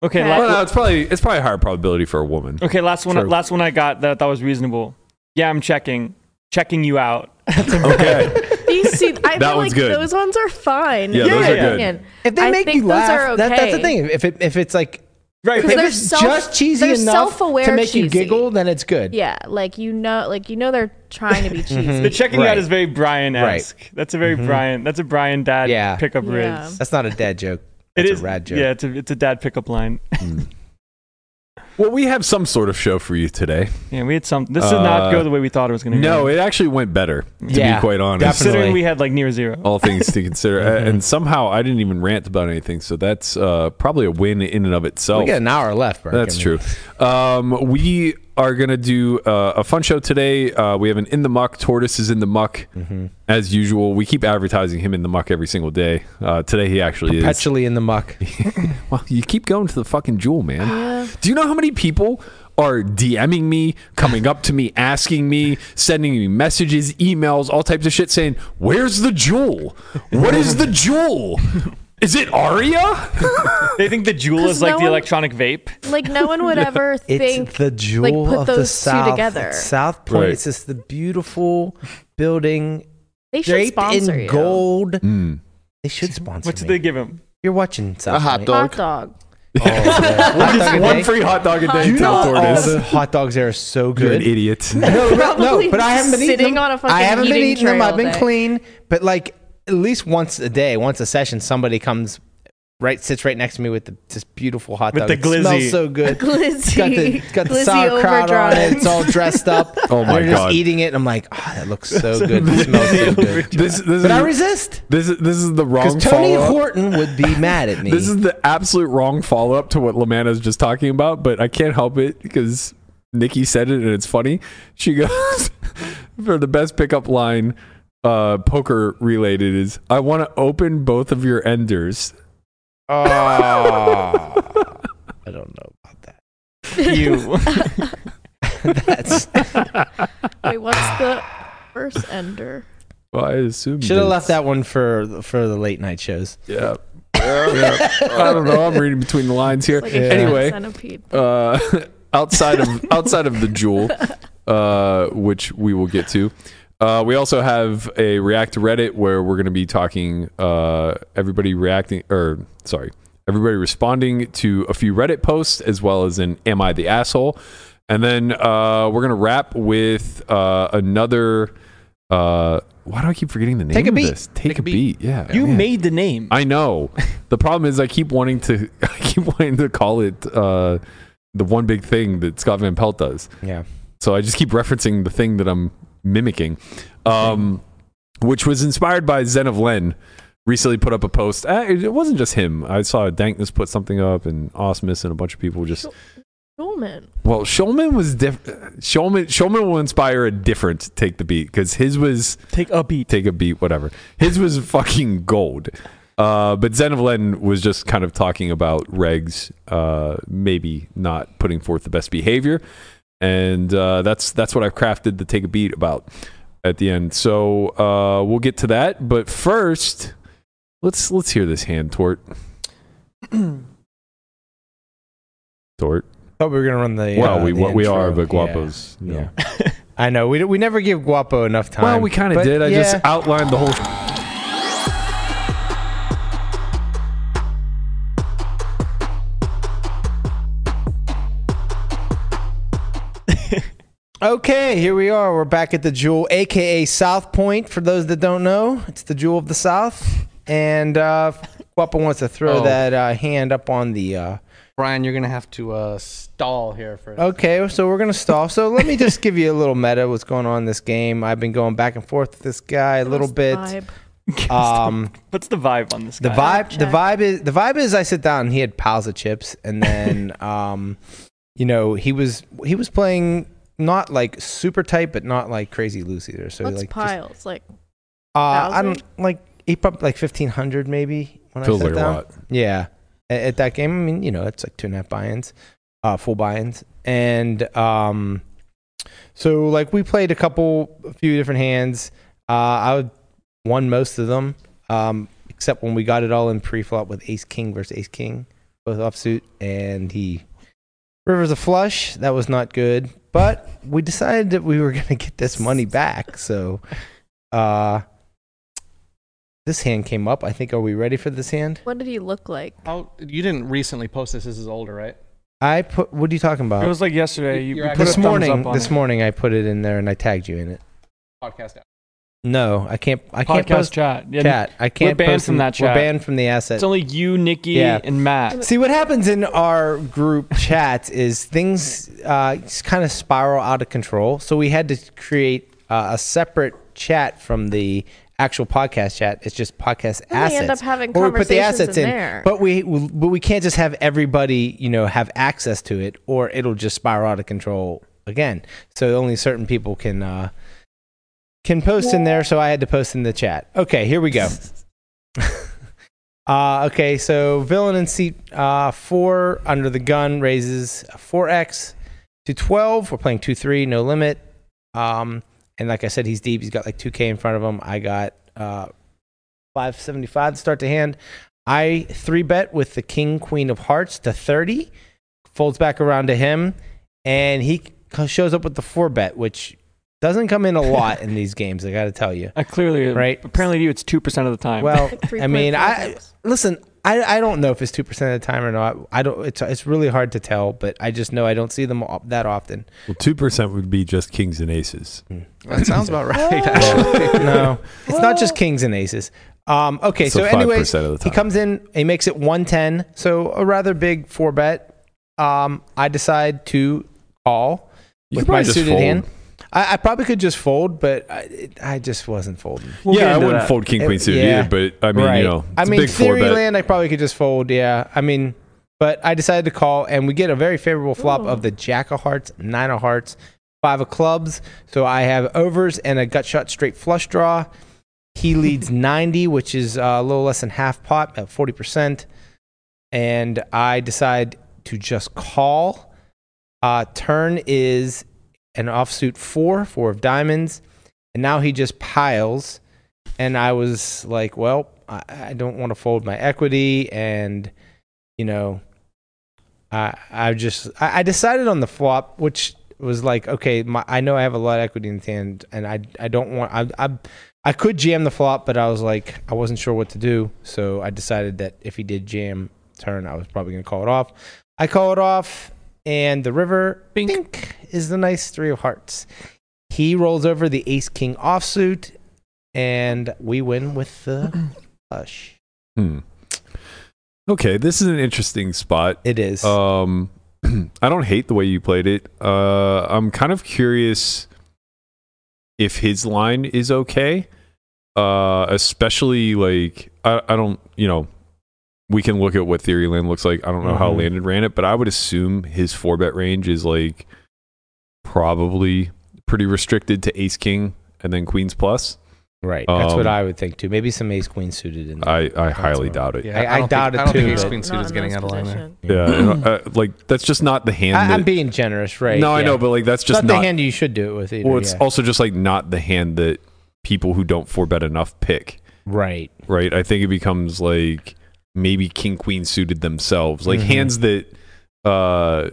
[SPEAKER 8] Okay,
[SPEAKER 5] Okay.
[SPEAKER 8] la-
[SPEAKER 4] Well, no, it's probably it's probably a higher probability for a woman.
[SPEAKER 8] okay. Last one.
[SPEAKER 4] True.
[SPEAKER 8] Last one I got that I thought was reasonable. Yeah, I'm checking, checking you out.
[SPEAKER 4] Okay.
[SPEAKER 5] These see,
[SPEAKER 4] That
[SPEAKER 5] I feel
[SPEAKER 4] one's
[SPEAKER 5] like
[SPEAKER 4] good.
[SPEAKER 5] those ones are fine.
[SPEAKER 4] Yeah,
[SPEAKER 5] in
[SPEAKER 8] those
[SPEAKER 5] my
[SPEAKER 8] are good.
[SPEAKER 5] opinion.
[SPEAKER 6] If they
[SPEAKER 5] I
[SPEAKER 6] make
[SPEAKER 5] think
[SPEAKER 6] you
[SPEAKER 5] those
[SPEAKER 6] laugh,
[SPEAKER 5] are
[SPEAKER 6] that, that's the
[SPEAKER 5] okay.
[SPEAKER 6] thing. If it, if it's like
[SPEAKER 8] Right.
[SPEAKER 6] if
[SPEAKER 5] Because they're
[SPEAKER 6] it's
[SPEAKER 5] self-
[SPEAKER 6] just cheesy
[SPEAKER 5] they're
[SPEAKER 6] enough to
[SPEAKER 5] self-aware
[SPEAKER 6] make you
[SPEAKER 5] cheesy.
[SPEAKER 6] giggle, then it's good.
[SPEAKER 5] Yeah, like you know, like you know, they're trying to be
[SPEAKER 8] The
[SPEAKER 7] Mm-hmm.
[SPEAKER 5] cheesy.
[SPEAKER 8] checking
[SPEAKER 6] Mm, Right. Mm-hmm.
[SPEAKER 8] out is very Brian-esque. That's a very Brian. That's a Brian dad
[SPEAKER 6] Yeah.
[SPEAKER 8] pickup
[SPEAKER 5] Yeah.
[SPEAKER 8] riz.
[SPEAKER 6] That's not a dad joke.
[SPEAKER 8] It
[SPEAKER 6] That's
[SPEAKER 8] is-
[SPEAKER 6] a rad joke.
[SPEAKER 8] Yeah, it's a it's a dad pickup line.
[SPEAKER 4] Hmm. Well, we have some sort of show for you today.
[SPEAKER 8] Yeah, we had some. This did
[SPEAKER 6] Uh,
[SPEAKER 8] not go the way we thought it was going to go.
[SPEAKER 4] No, it actually went better, to
[SPEAKER 6] Yeah,
[SPEAKER 4] be quite honest.
[SPEAKER 6] definitely. Oh. Mm-hmm.
[SPEAKER 8] considering we had like near zero.
[SPEAKER 4] All things to consider. Uh, And somehow I didn't even rant about anything. So that's uh, probably a win in and of itself.
[SPEAKER 6] We got an hour left, Mark.
[SPEAKER 4] That's
[SPEAKER 6] I mean,
[SPEAKER 4] true. Um, we are going to do uh, a fun show today. Uh, we have an In the Muck. Tortoise is in the muck,
[SPEAKER 6] Mm-hmm.
[SPEAKER 4] as usual. We keep advertising him in the muck every single day. Uh, today he actually is.
[SPEAKER 6] Perpetually in the muck.
[SPEAKER 4] Well, you keep going to the fucking jewel, man. Do you know how many people are DMing me, coming up to me, asking me, sending me messages, emails, all types of shit saying, Where's the jewel? What is the jewel? Is it Aria?
[SPEAKER 8] They think the jewel
[SPEAKER 5] 'Cause
[SPEAKER 8] is like
[SPEAKER 5] no
[SPEAKER 8] the
[SPEAKER 5] one-
[SPEAKER 8] electronic vape.
[SPEAKER 5] Like no one would ever think
[SPEAKER 6] It's the jewel
[SPEAKER 5] like put
[SPEAKER 6] of
[SPEAKER 5] those
[SPEAKER 6] the
[SPEAKER 5] two
[SPEAKER 6] South.
[SPEAKER 5] together.
[SPEAKER 6] It's South Point.
[SPEAKER 4] Right.
[SPEAKER 6] It's just the beautiful building
[SPEAKER 5] they should
[SPEAKER 6] draped
[SPEAKER 5] sponsor
[SPEAKER 6] in
[SPEAKER 5] you.
[SPEAKER 6] gold.
[SPEAKER 4] Mm.
[SPEAKER 6] They should sponsor
[SPEAKER 8] What did
[SPEAKER 6] me.
[SPEAKER 8] they give him?
[SPEAKER 6] You're watching South
[SPEAKER 3] A hot
[SPEAKER 6] Point.
[SPEAKER 5] Hot dog.
[SPEAKER 6] Oh, yeah. hot dog a
[SPEAKER 4] One
[SPEAKER 6] day.
[SPEAKER 4] free hot dog a day
[SPEAKER 6] You
[SPEAKER 4] to
[SPEAKER 6] know all
[SPEAKER 4] Tortoise.
[SPEAKER 6] the hot dogs there are so
[SPEAKER 4] You're an
[SPEAKER 6] good.
[SPEAKER 4] idiot.
[SPEAKER 6] No, no,
[SPEAKER 5] Probably
[SPEAKER 6] no, but I haven't been eating
[SPEAKER 5] sitting
[SPEAKER 6] them.
[SPEAKER 5] on a fucking
[SPEAKER 6] I haven't been
[SPEAKER 5] eating
[SPEAKER 6] eating them.
[SPEAKER 5] tray
[SPEAKER 6] I've
[SPEAKER 5] all
[SPEAKER 6] been
[SPEAKER 5] day.
[SPEAKER 6] clean, but like at least once a day, once a session, somebody comes right sits right next to me with the, this beautiful hot dog.
[SPEAKER 8] With the
[SPEAKER 6] It smells
[SPEAKER 8] glizzy.
[SPEAKER 6] so good. It's
[SPEAKER 5] Glizzy.
[SPEAKER 6] got the it's got the
[SPEAKER 5] Glizzy
[SPEAKER 6] sauerkraut on
[SPEAKER 5] overdrive.
[SPEAKER 6] it. It's all dressed up.
[SPEAKER 4] Oh my
[SPEAKER 6] They're just
[SPEAKER 4] God.
[SPEAKER 6] eating it. and I'm like, oh, that looks so good. It smells so good.
[SPEAKER 4] This, this
[SPEAKER 6] But I
[SPEAKER 4] is,
[SPEAKER 6] resist
[SPEAKER 4] this is this is the wrong
[SPEAKER 6] because Tony
[SPEAKER 4] follow up.
[SPEAKER 6] Horton would be mad at me.
[SPEAKER 4] This is the absolute wrong follow up to what Lamanna's just talking about, but I can't help it because Nikki said it and it's funny. She goes for the best pickup line, uh, poker related is I want to open both of your enders.
[SPEAKER 6] I don't know about that.
[SPEAKER 8] You.
[SPEAKER 6] That's
[SPEAKER 5] Wait, what's the first ender?
[SPEAKER 4] Well, I assume
[SPEAKER 6] should have
[SPEAKER 4] it's-
[SPEAKER 6] left that one for for the late night shows.
[SPEAKER 4] Yeah. Yeah. I don't know. I'm reading between the lines here.
[SPEAKER 5] Like a human
[SPEAKER 4] Anyway,
[SPEAKER 5] centipede.
[SPEAKER 4] uh, outside of outside of the jewel, uh, which we will get to. Uh, we also have a React to Reddit where we're going to be talking uh, everybody reacting or sorry, everybody responding to a few Reddit posts as well as an "Am I the asshole?" And then uh, we're going to wrap with uh, another. Uh, why do I keep forgetting the name
[SPEAKER 6] Take a
[SPEAKER 4] of
[SPEAKER 6] beat.
[SPEAKER 4] this? Take, a beat. Yeah,
[SPEAKER 8] You
[SPEAKER 4] man.
[SPEAKER 8] made the name.
[SPEAKER 4] I know. The problem is I keep wanting to I keep wanting to call it uh, the one big thing that Scott Van Pelt does.
[SPEAKER 6] Yeah.
[SPEAKER 4] So I just keep referencing the thing that I'm mimicking. Um, which was inspired by Zen of Len. Recently put up a post. Uh, It it wasn't just him. I saw Dankness put something up and Osmus and a bunch of people just.
[SPEAKER 5] Schulman.
[SPEAKER 4] Well, Shulman was different. Shulman, Shulman will inspire a different take the beat because his was
[SPEAKER 8] Take a beat.
[SPEAKER 4] take a beat, whatever. His was fucking gold. Uh, but Zenovlen was just kind of talking about regs, uh, maybe not putting forth the best behavior, and uh, that's that's what I've crafted the take a beat about at the end. So uh, we'll get to that, but first, let's let's hear this hand tort. tort.
[SPEAKER 6] Thought we were gonna run the.
[SPEAKER 4] well,
[SPEAKER 6] uh,
[SPEAKER 4] we
[SPEAKER 6] the
[SPEAKER 4] what we are,
[SPEAKER 6] intro.
[SPEAKER 4] but guapos. you know.
[SPEAKER 6] Yeah. I know. We, we never give Guapo enough time.
[SPEAKER 4] Well, we kind of
[SPEAKER 6] but
[SPEAKER 4] did. I just
[SPEAKER 6] yeah.
[SPEAKER 4] outlined the whole.
[SPEAKER 6] Okay, here we are. We're back at the Jewel, aka South Point. For those that don't know, it's the Jewel of the South. And uh, Guapo wants to throw
[SPEAKER 7] Oh.
[SPEAKER 6] that uh, hand up on the. Uh,
[SPEAKER 7] Brian, you're gonna have to uh, stall here for.
[SPEAKER 6] okay, so we're gonna stall. So let me just give you a little meta. What's going on in this game? I've been going back and forth with this guy a little bit.
[SPEAKER 5] Vibe.
[SPEAKER 6] Um,
[SPEAKER 8] What's the vibe on this?
[SPEAKER 6] the
[SPEAKER 8] guy?
[SPEAKER 6] vibe the
[SPEAKER 5] check.
[SPEAKER 6] vibe is the vibe is I sit down and he had piles of chips and then um you know he was he was playing not like super tight but not like crazy loose either so he,
[SPEAKER 5] What's
[SPEAKER 6] like just-
[SPEAKER 5] piles? like
[SPEAKER 6] uh, I don't
[SPEAKER 5] 1,000?
[SPEAKER 6] like he probably like 1500 maybe when
[SPEAKER 4] Feels
[SPEAKER 6] I sat
[SPEAKER 4] like a
[SPEAKER 6] down.
[SPEAKER 4] lot.
[SPEAKER 6] Yeah. At, at that game, I mean, you know, it's like two and a half buy-ins, uh, full buy-ins, and um, so like we played a couple, a few different hands. Uh, I would- won most of them, um, except when we got it all in pre-flop with Ace King versus Ace King, both offsuit, and he rivers a flush. That was not good, but we decided that we were gonna get this money back. So, uh, this hand came up. I think. Are we ready for this hand?
[SPEAKER 5] what did he look like?
[SPEAKER 7] How, Oh, you didn't recently post this. This is older, right?
[SPEAKER 6] I put. What are you talking about?
[SPEAKER 8] It was like yesterday. You,
[SPEAKER 7] You're
[SPEAKER 8] you
[SPEAKER 7] actually-
[SPEAKER 8] put a
[SPEAKER 6] this
[SPEAKER 8] thumbs
[SPEAKER 6] morning.
[SPEAKER 8] up on
[SPEAKER 6] This
[SPEAKER 8] it.
[SPEAKER 6] morning, I put it in there and I tagged you in it.
[SPEAKER 7] Podcast.
[SPEAKER 6] No, I can't. I can't
[SPEAKER 8] Podcast
[SPEAKER 6] post
[SPEAKER 8] chat. Yeah,
[SPEAKER 6] chat. I can't.
[SPEAKER 8] banned
[SPEAKER 6] post
[SPEAKER 8] from
[SPEAKER 6] in-
[SPEAKER 8] that
[SPEAKER 6] We're
[SPEAKER 8] chat.
[SPEAKER 6] banned from the asset.
[SPEAKER 8] It's only you, Nikki,
[SPEAKER 6] Yeah.
[SPEAKER 8] and Matt.
[SPEAKER 6] See what happens in our group chat is things uh, kind of spiral out of control. So we had to create uh, a separate chat from the actual podcast chat. It's just podcast
[SPEAKER 5] Then
[SPEAKER 6] assets.
[SPEAKER 5] we end up having
[SPEAKER 6] Or we put the
[SPEAKER 5] conversations
[SPEAKER 6] assets
[SPEAKER 5] in
[SPEAKER 6] in,
[SPEAKER 5] there.
[SPEAKER 6] but we but we can't just have everybody you know have access to it, or it'll just spiral out of control again. So only certain people can uh, can post in there. So I had to post in the chat. Okay, here we go. Uh, okay, so villain in seat uh, four under the gun raises 4x to 12. We're playing 2 3, no limit. Um, and like I said, he's deep. He's got like 2K in front of him. I got uh, 575 to start to hand. I three bet with the king, queen of hearts to 30, folds back around to him, and he c- shows up with the four bet, which doesn't come in a lot in these games, I got to tell you.
[SPEAKER 8] I Uh, clearly,
[SPEAKER 6] Right.
[SPEAKER 8] Apparently, to you, it's two percent of the time.
[SPEAKER 6] Well,
[SPEAKER 5] Three
[SPEAKER 6] I
[SPEAKER 5] point
[SPEAKER 6] mean,
[SPEAKER 5] four
[SPEAKER 6] I
[SPEAKER 5] times.
[SPEAKER 6] listen. I, I don't know if it's two percent of the time or not. I don't. It's it's really hard to tell, but I just know I don't see them o- that often.
[SPEAKER 4] Well, two percent would be just kings and aces.
[SPEAKER 7] That sounds about right.
[SPEAKER 6] no, it's not just kings and aces. Um, okay,
[SPEAKER 4] So
[SPEAKER 6] so, anyways,
[SPEAKER 4] 5% of the
[SPEAKER 6] he
[SPEAKER 4] time.
[SPEAKER 6] comes in, he makes it 110, so a rather big four bet. Um, I decide to call
[SPEAKER 4] You could
[SPEAKER 6] with
[SPEAKER 4] probably
[SPEAKER 6] my
[SPEAKER 4] just
[SPEAKER 6] suited
[SPEAKER 4] fold.
[SPEAKER 6] hand. I, I probably could just fold, but I, it, I just wasn't folding.
[SPEAKER 8] We'll get
[SPEAKER 4] yeah, I
[SPEAKER 8] into
[SPEAKER 4] wouldn't
[SPEAKER 8] that.
[SPEAKER 4] fold king
[SPEAKER 6] It-
[SPEAKER 4] queen suited
[SPEAKER 6] yeah.
[SPEAKER 4] either, but I mean, you know,
[SPEAKER 6] I
[SPEAKER 4] it's
[SPEAKER 6] mean,
[SPEAKER 4] a big four
[SPEAKER 6] theory
[SPEAKER 4] bet.
[SPEAKER 6] land, I probably could just fold. Yeah, I mean, but I decided to call, and we get a very favorable flop of the Jack of Hearts, Nine of Hearts, Five of Clubs. So I have overs and a gut shot straight flush draw. He leads 90, which is uh, a little less than half pot at 40%. And I decide to just call. Uh, turn is an offsuit four, four of diamonds. And now he just piles. And I was like, well, I, I don't want to fold my equity. And, you know, I, I just, I, I decided on the flop, which was like, okay, my, I know I have a lot of equity in the hand and I, I don't want, I, I, I could jam the flop, but I was like, I wasn't sure what to do. So I decided that if he did jam turn, I was probably going to call it off. I call it off, and the river bink. is the nice three of hearts. He rolls over the ace king offsuit, and we win with the flush.
[SPEAKER 4] Hmm. Okay, this is an interesting spot.
[SPEAKER 6] It is.
[SPEAKER 4] Um, I don't hate the way you played it. Uh, I'm kind of curious if his line is okay. Uh, especially like I, I don't, you know, we can look at what theory land looks like. I don't know how
[SPEAKER 6] Mhm.
[SPEAKER 4] Landon ran it, but I would assume his four bet range is like probably pretty restricted to ace king and then queens plus.
[SPEAKER 6] right. That's what
[SPEAKER 4] um,
[SPEAKER 6] I would think too. Maybe some ace queen suited in there.
[SPEAKER 4] I, I highly
[SPEAKER 6] right.
[SPEAKER 4] doubt it.
[SPEAKER 6] I- I
[SPEAKER 7] don't
[SPEAKER 6] doubt it
[SPEAKER 7] think, I don't
[SPEAKER 6] too,
[SPEAKER 7] think ace
[SPEAKER 6] but-
[SPEAKER 7] queen suit
[SPEAKER 5] Not
[SPEAKER 7] is
[SPEAKER 5] in
[SPEAKER 7] getting
[SPEAKER 5] this
[SPEAKER 7] out of line there.
[SPEAKER 5] position.
[SPEAKER 4] Yeah, and, uh, like that's just not the hand.
[SPEAKER 6] I,
[SPEAKER 4] that,
[SPEAKER 6] am being generous, right?
[SPEAKER 4] no, I
[SPEAKER 6] yeah.
[SPEAKER 4] know, but like that's
[SPEAKER 6] It's
[SPEAKER 4] just
[SPEAKER 6] not,
[SPEAKER 4] not
[SPEAKER 6] the hand you should do it with either.
[SPEAKER 4] Well, it's
[SPEAKER 6] yeah.
[SPEAKER 4] also just like not the hand that people who don't four bet enough pick,
[SPEAKER 6] right.
[SPEAKER 4] right? I think it becomes like maybe king queen suited themselves, like
[SPEAKER 6] Mhm.
[SPEAKER 4] hands that uh, uh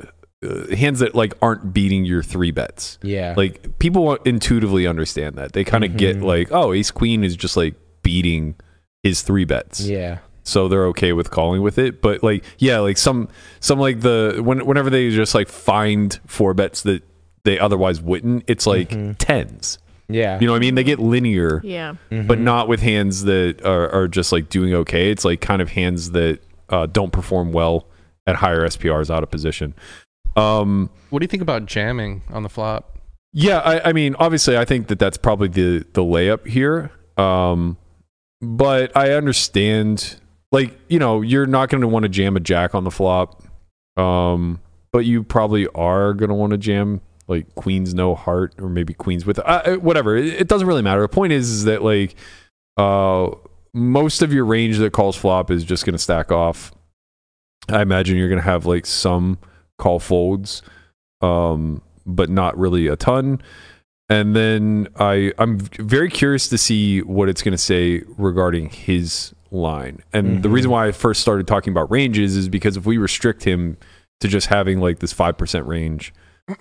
[SPEAKER 4] hands that like aren't beating your three bets.
[SPEAKER 6] Yeah.
[SPEAKER 4] Like people intuitively understand that. They kind of get
[SPEAKER 6] Mhm.
[SPEAKER 4] like, oh, ace queen is just like beating his three bets
[SPEAKER 6] yeah.
[SPEAKER 4] so they're okay with calling with it but like yeah like some some like the when, whenever they just like find four bets that they otherwise wouldn't it's like
[SPEAKER 6] Mhm.
[SPEAKER 4] tens
[SPEAKER 6] Yeah.
[SPEAKER 4] you know what i mean they get linear
[SPEAKER 5] Yeah.
[SPEAKER 4] but
[SPEAKER 6] Mhm.
[SPEAKER 4] not with hands that are, are just like doing okay it's like kind of hands that uh, don't perform well at higher sprs out of position um
[SPEAKER 7] What do you think about jamming on the flop?
[SPEAKER 4] yeah, I, I mean, obviously, I think that that's probably the the layup here. Um, but I understand, like you know, you're not going to want to jam a jack on the flop, um, but you probably are going to want to jam like queens no heart or maybe queens with uh, whatever. It, it doesn't really matter. The point is, is that like uh, most of your range that calls flop is just going to stack off. I imagine you're going to have like some call folds um, but not really a ton. And then I I'm very curious to see what it's going to say regarding his line. And the
[SPEAKER 6] Mhm.
[SPEAKER 4] reason why I first started talking about ranges is because if we restrict him to just having like this five percent range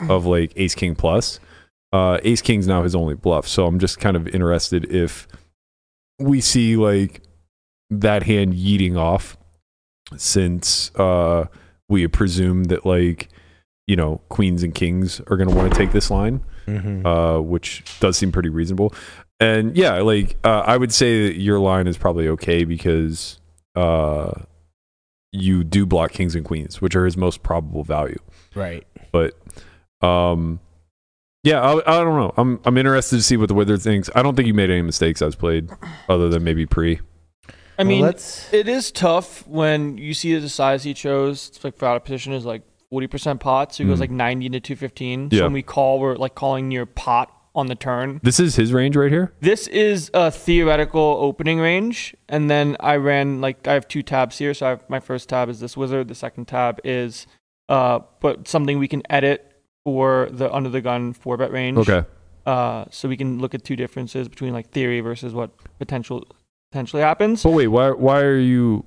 [SPEAKER 4] of like Ace King plus, uh, Ace King's now his only bluff. So I'm just kind of interested if we see like that hand yeeting off since uh we presume that like you know queens and kings are going to want to take this line
[SPEAKER 6] Mhm.
[SPEAKER 4] uh which does seem pretty reasonable And yeah, like uh, I would say that your line is probably okay because uh, you do block kings and queens, which are his most probable value.
[SPEAKER 6] Right.
[SPEAKER 4] But um, yeah, I, I don't know. I'm I'm interested to see what the wither thinks. I don't think you made any mistakes as played, other than maybe pre.
[SPEAKER 8] I mean,
[SPEAKER 6] let's
[SPEAKER 8] it is tough when you see the size he chose. It's like for out of position is like forty percent pot, so he
[SPEAKER 4] Mhm.
[SPEAKER 8] goes like ninety to two fifteen.
[SPEAKER 4] Yeah.
[SPEAKER 8] So when we call, we're like calling near pot on the turn.
[SPEAKER 4] This is his range right here.
[SPEAKER 8] This is a theoretical opening range, and then I ran like I have two tabs here. So I have, my first tab is this wizard. The second tab is, uh, but something we can edit for the under the gun four bet range.
[SPEAKER 4] Okay.
[SPEAKER 8] Uh, so we can look at two differences between like theory versus what potential potentially happens.
[SPEAKER 4] But wait, why why are you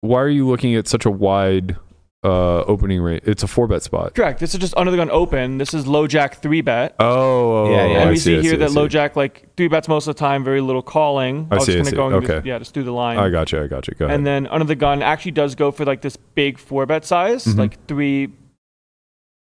[SPEAKER 4] why are you looking at such a wide uh opening rate? It's a four bet spot.
[SPEAKER 8] Correct. This is just under the gun open. This is low jack three bet.
[SPEAKER 4] Oh, oh,
[SPEAKER 6] Yeah,
[SPEAKER 4] oh,
[SPEAKER 6] yeah.
[SPEAKER 4] I
[SPEAKER 8] and we
[SPEAKER 4] I
[SPEAKER 8] see, here
[SPEAKER 4] I
[SPEAKER 8] that
[SPEAKER 4] see.
[SPEAKER 8] low jack like three bets most of the time, very little calling.
[SPEAKER 4] I
[SPEAKER 8] was
[SPEAKER 4] see, I
[SPEAKER 8] just
[SPEAKER 4] see.
[SPEAKER 8] gonna go and
[SPEAKER 4] Okay.
[SPEAKER 8] yeah, just through the line.
[SPEAKER 4] I got you. I got you. Go ahead.
[SPEAKER 8] and then under the gun actually does go for like this big four bet size,
[SPEAKER 4] Mhm.
[SPEAKER 8] like three,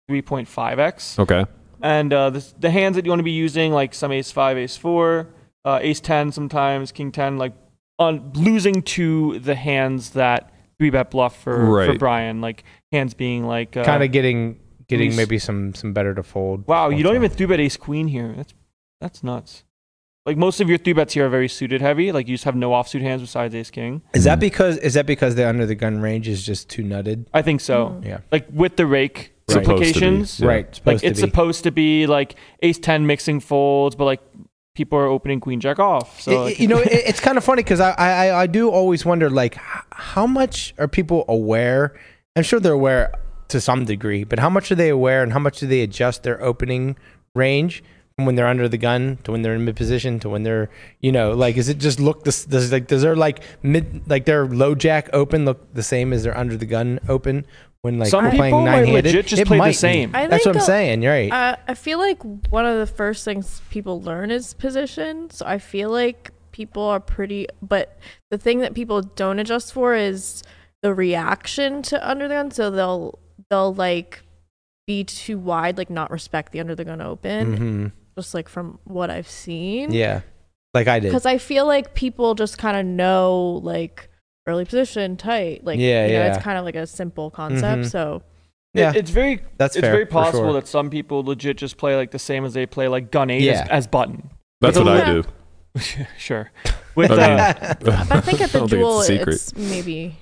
[SPEAKER 8] three point five x.
[SPEAKER 4] okay.
[SPEAKER 8] And uh, this, the hands that you want to be using, like some ace five, ace four, uh, ace ten, sometimes king ten, like on losing to the hands that three bet bluff for for
[SPEAKER 4] Right.
[SPEAKER 8] Brian, like hands being like uh,
[SPEAKER 6] kind of getting getting
[SPEAKER 8] Grease.
[SPEAKER 6] maybe some some better to fold.
[SPEAKER 8] wow, you don't
[SPEAKER 6] Also.
[SPEAKER 8] even three bet ace queen here. That's that's nuts. Like most of your three bets here are very suited heavy. Like you just have no offsuit hands besides ace king.
[SPEAKER 6] Is that because is that because the under the gun range is just too nutted?
[SPEAKER 8] I think
[SPEAKER 5] Mm-hmm.
[SPEAKER 8] so.
[SPEAKER 6] Yeah.
[SPEAKER 8] Like with the rake
[SPEAKER 6] Supposed to be.
[SPEAKER 8] implications.
[SPEAKER 4] Yeah.
[SPEAKER 6] Right.
[SPEAKER 8] like
[SPEAKER 6] Supposed
[SPEAKER 8] it's
[SPEAKER 6] to be.
[SPEAKER 8] supposed to be like ace 10 mixing folds but like people are opening queen jack off so
[SPEAKER 6] Y- y-
[SPEAKER 8] like,
[SPEAKER 6] you know, it, it's kind of funny because I, I I- I do always wonder like h- how much are people aware? I'm sure they're aware to some degree, but how much are they aware and how much do they adjust their opening range from when they're under the gun to when they're in mid position to when they're you know like is it just look this does like does their like mid like their low jack open look the same as their under the gun open when like
[SPEAKER 8] Some
[SPEAKER 6] we're playing
[SPEAKER 8] people might
[SPEAKER 6] nine
[SPEAKER 8] legit
[SPEAKER 6] handed?
[SPEAKER 8] just play the same.
[SPEAKER 5] I
[SPEAKER 6] That's what
[SPEAKER 5] think
[SPEAKER 6] I'm
[SPEAKER 5] a-
[SPEAKER 6] saying. You're
[SPEAKER 8] um,
[SPEAKER 6] right.
[SPEAKER 5] Uh, I feel like one of the first things people learn is position. So I feel like people are pretty, but the thing that people don't adjust for is the reaction to under the gun. So they'll they'll like be too wide, like not respect the under the gun open,
[SPEAKER 6] hmm
[SPEAKER 5] just like from what I've seen.
[SPEAKER 6] Yeah, like I did.
[SPEAKER 5] Because I feel like people just kind of know like early position tight. Like
[SPEAKER 6] Yeah,
[SPEAKER 5] you know,
[SPEAKER 6] yeah.
[SPEAKER 5] it's kind of like a simple concept.
[SPEAKER 6] Mhm.
[SPEAKER 5] So
[SPEAKER 6] Yeah,
[SPEAKER 8] it's very
[SPEAKER 6] that's
[SPEAKER 8] it's
[SPEAKER 6] fair,
[SPEAKER 8] very
[SPEAKER 6] for
[SPEAKER 8] possible
[SPEAKER 6] sure.
[SPEAKER 8] that some people legit just play like the same as they play like gun eight
[SPEAKER 6] Yeah.
[SPEAKER 8] as, as button
[SPEAKER 4] That's
[SPEAKER 8] Yeah.
[SPEAKER 4] what I do.
[SPEAKER 8] sure with
[SPEAKER 4] I mean,
[SPEAKER 8] uh,
[SPEAKER 5] but I think at the
[SPEAKER 4] don't think
[SPEAKER 5] duel
[SPEAKER 4] it's a secret.
[SPEAKER 5] it's maybe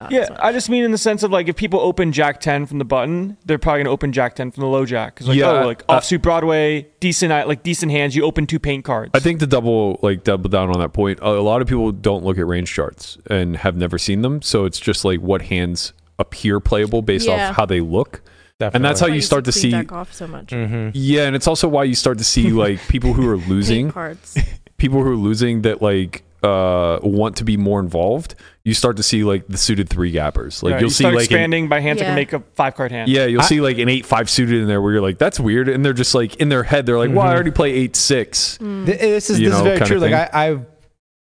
[SPEAKER 5] not as
[SPEAKER 8] yeah
[SPEAKER 5] much.
[SPEAKER 8] i just mean in the sense of like if people open jack 10 from the button they're probably going to open jack 10 from the low jack because like
[SPEAKER 4] Yeah,
[SPEAKER 8] oh like
[SPEAKER 4] uh,
[SPEAKER 8] offsuit broadway decent eye- like decent hands you open two paint cards
[SPEAKER 4] I think to double like double down on that point, a lot of people don't look at range charts and have never seen them, so it's just like what hands appear playable based
[SPEAKER 5] Yeah.
[SPEAKER 4] see how they look. And that's how
[SPEAKER 5] Why
[SPEAKER 4] you
[SPEAKER 5] does
[SPEAKER 4] start
[SPEAKER 5] the
[SPEAKER 4] to
[SPEAKER 5] queen
[SPEAKER 4] see. Mm.
[SPEAKER 5] jack off so much.
[SPEAKER 6] Mm-hmm.
[SPEAKER 4] Yeah, and it's also why you start to see like people who are
[SPEAKER 5] Paint
[SPEAKER 4] losing,
[SPEAKER 5] cards.
[SPEAKER 4] people who are losing that like uh want to be more involved. You start to see like the suited three gappers. Like
[SPEAKER 8] Right,
[SPEAKER 4] you'll
[SPEAKER 8] you
[SPEAKER 4] see
[SPEAKER 8] start
[SPEAKER 4] like an,
[SPEAKER 8] expanding by hands that
[SPEAKER 5] Yeah.
[SPEAKER 8] can make a five card hand
[SPEAKER 4] yeah, you'll see like an eight five suited in there where you're like that's weird, and they're just like in their head they're like, well,
[SPEAKER 8] Mm-hmm.
[SPEAKER 4] I already play eight six.
[SPEAKER 8] Mm.
[SPEAKER 6] Th- this is
[SPEAKER 4] You
[SPEAKER 6] this is
[SPEAKER 4] know,
[SPEAKER 6] very
[SPEAKER 4] kinda
[SPEAKER 6] true. Like
[SPEAKER 4] thing.
[SPEAKER 6] I, I've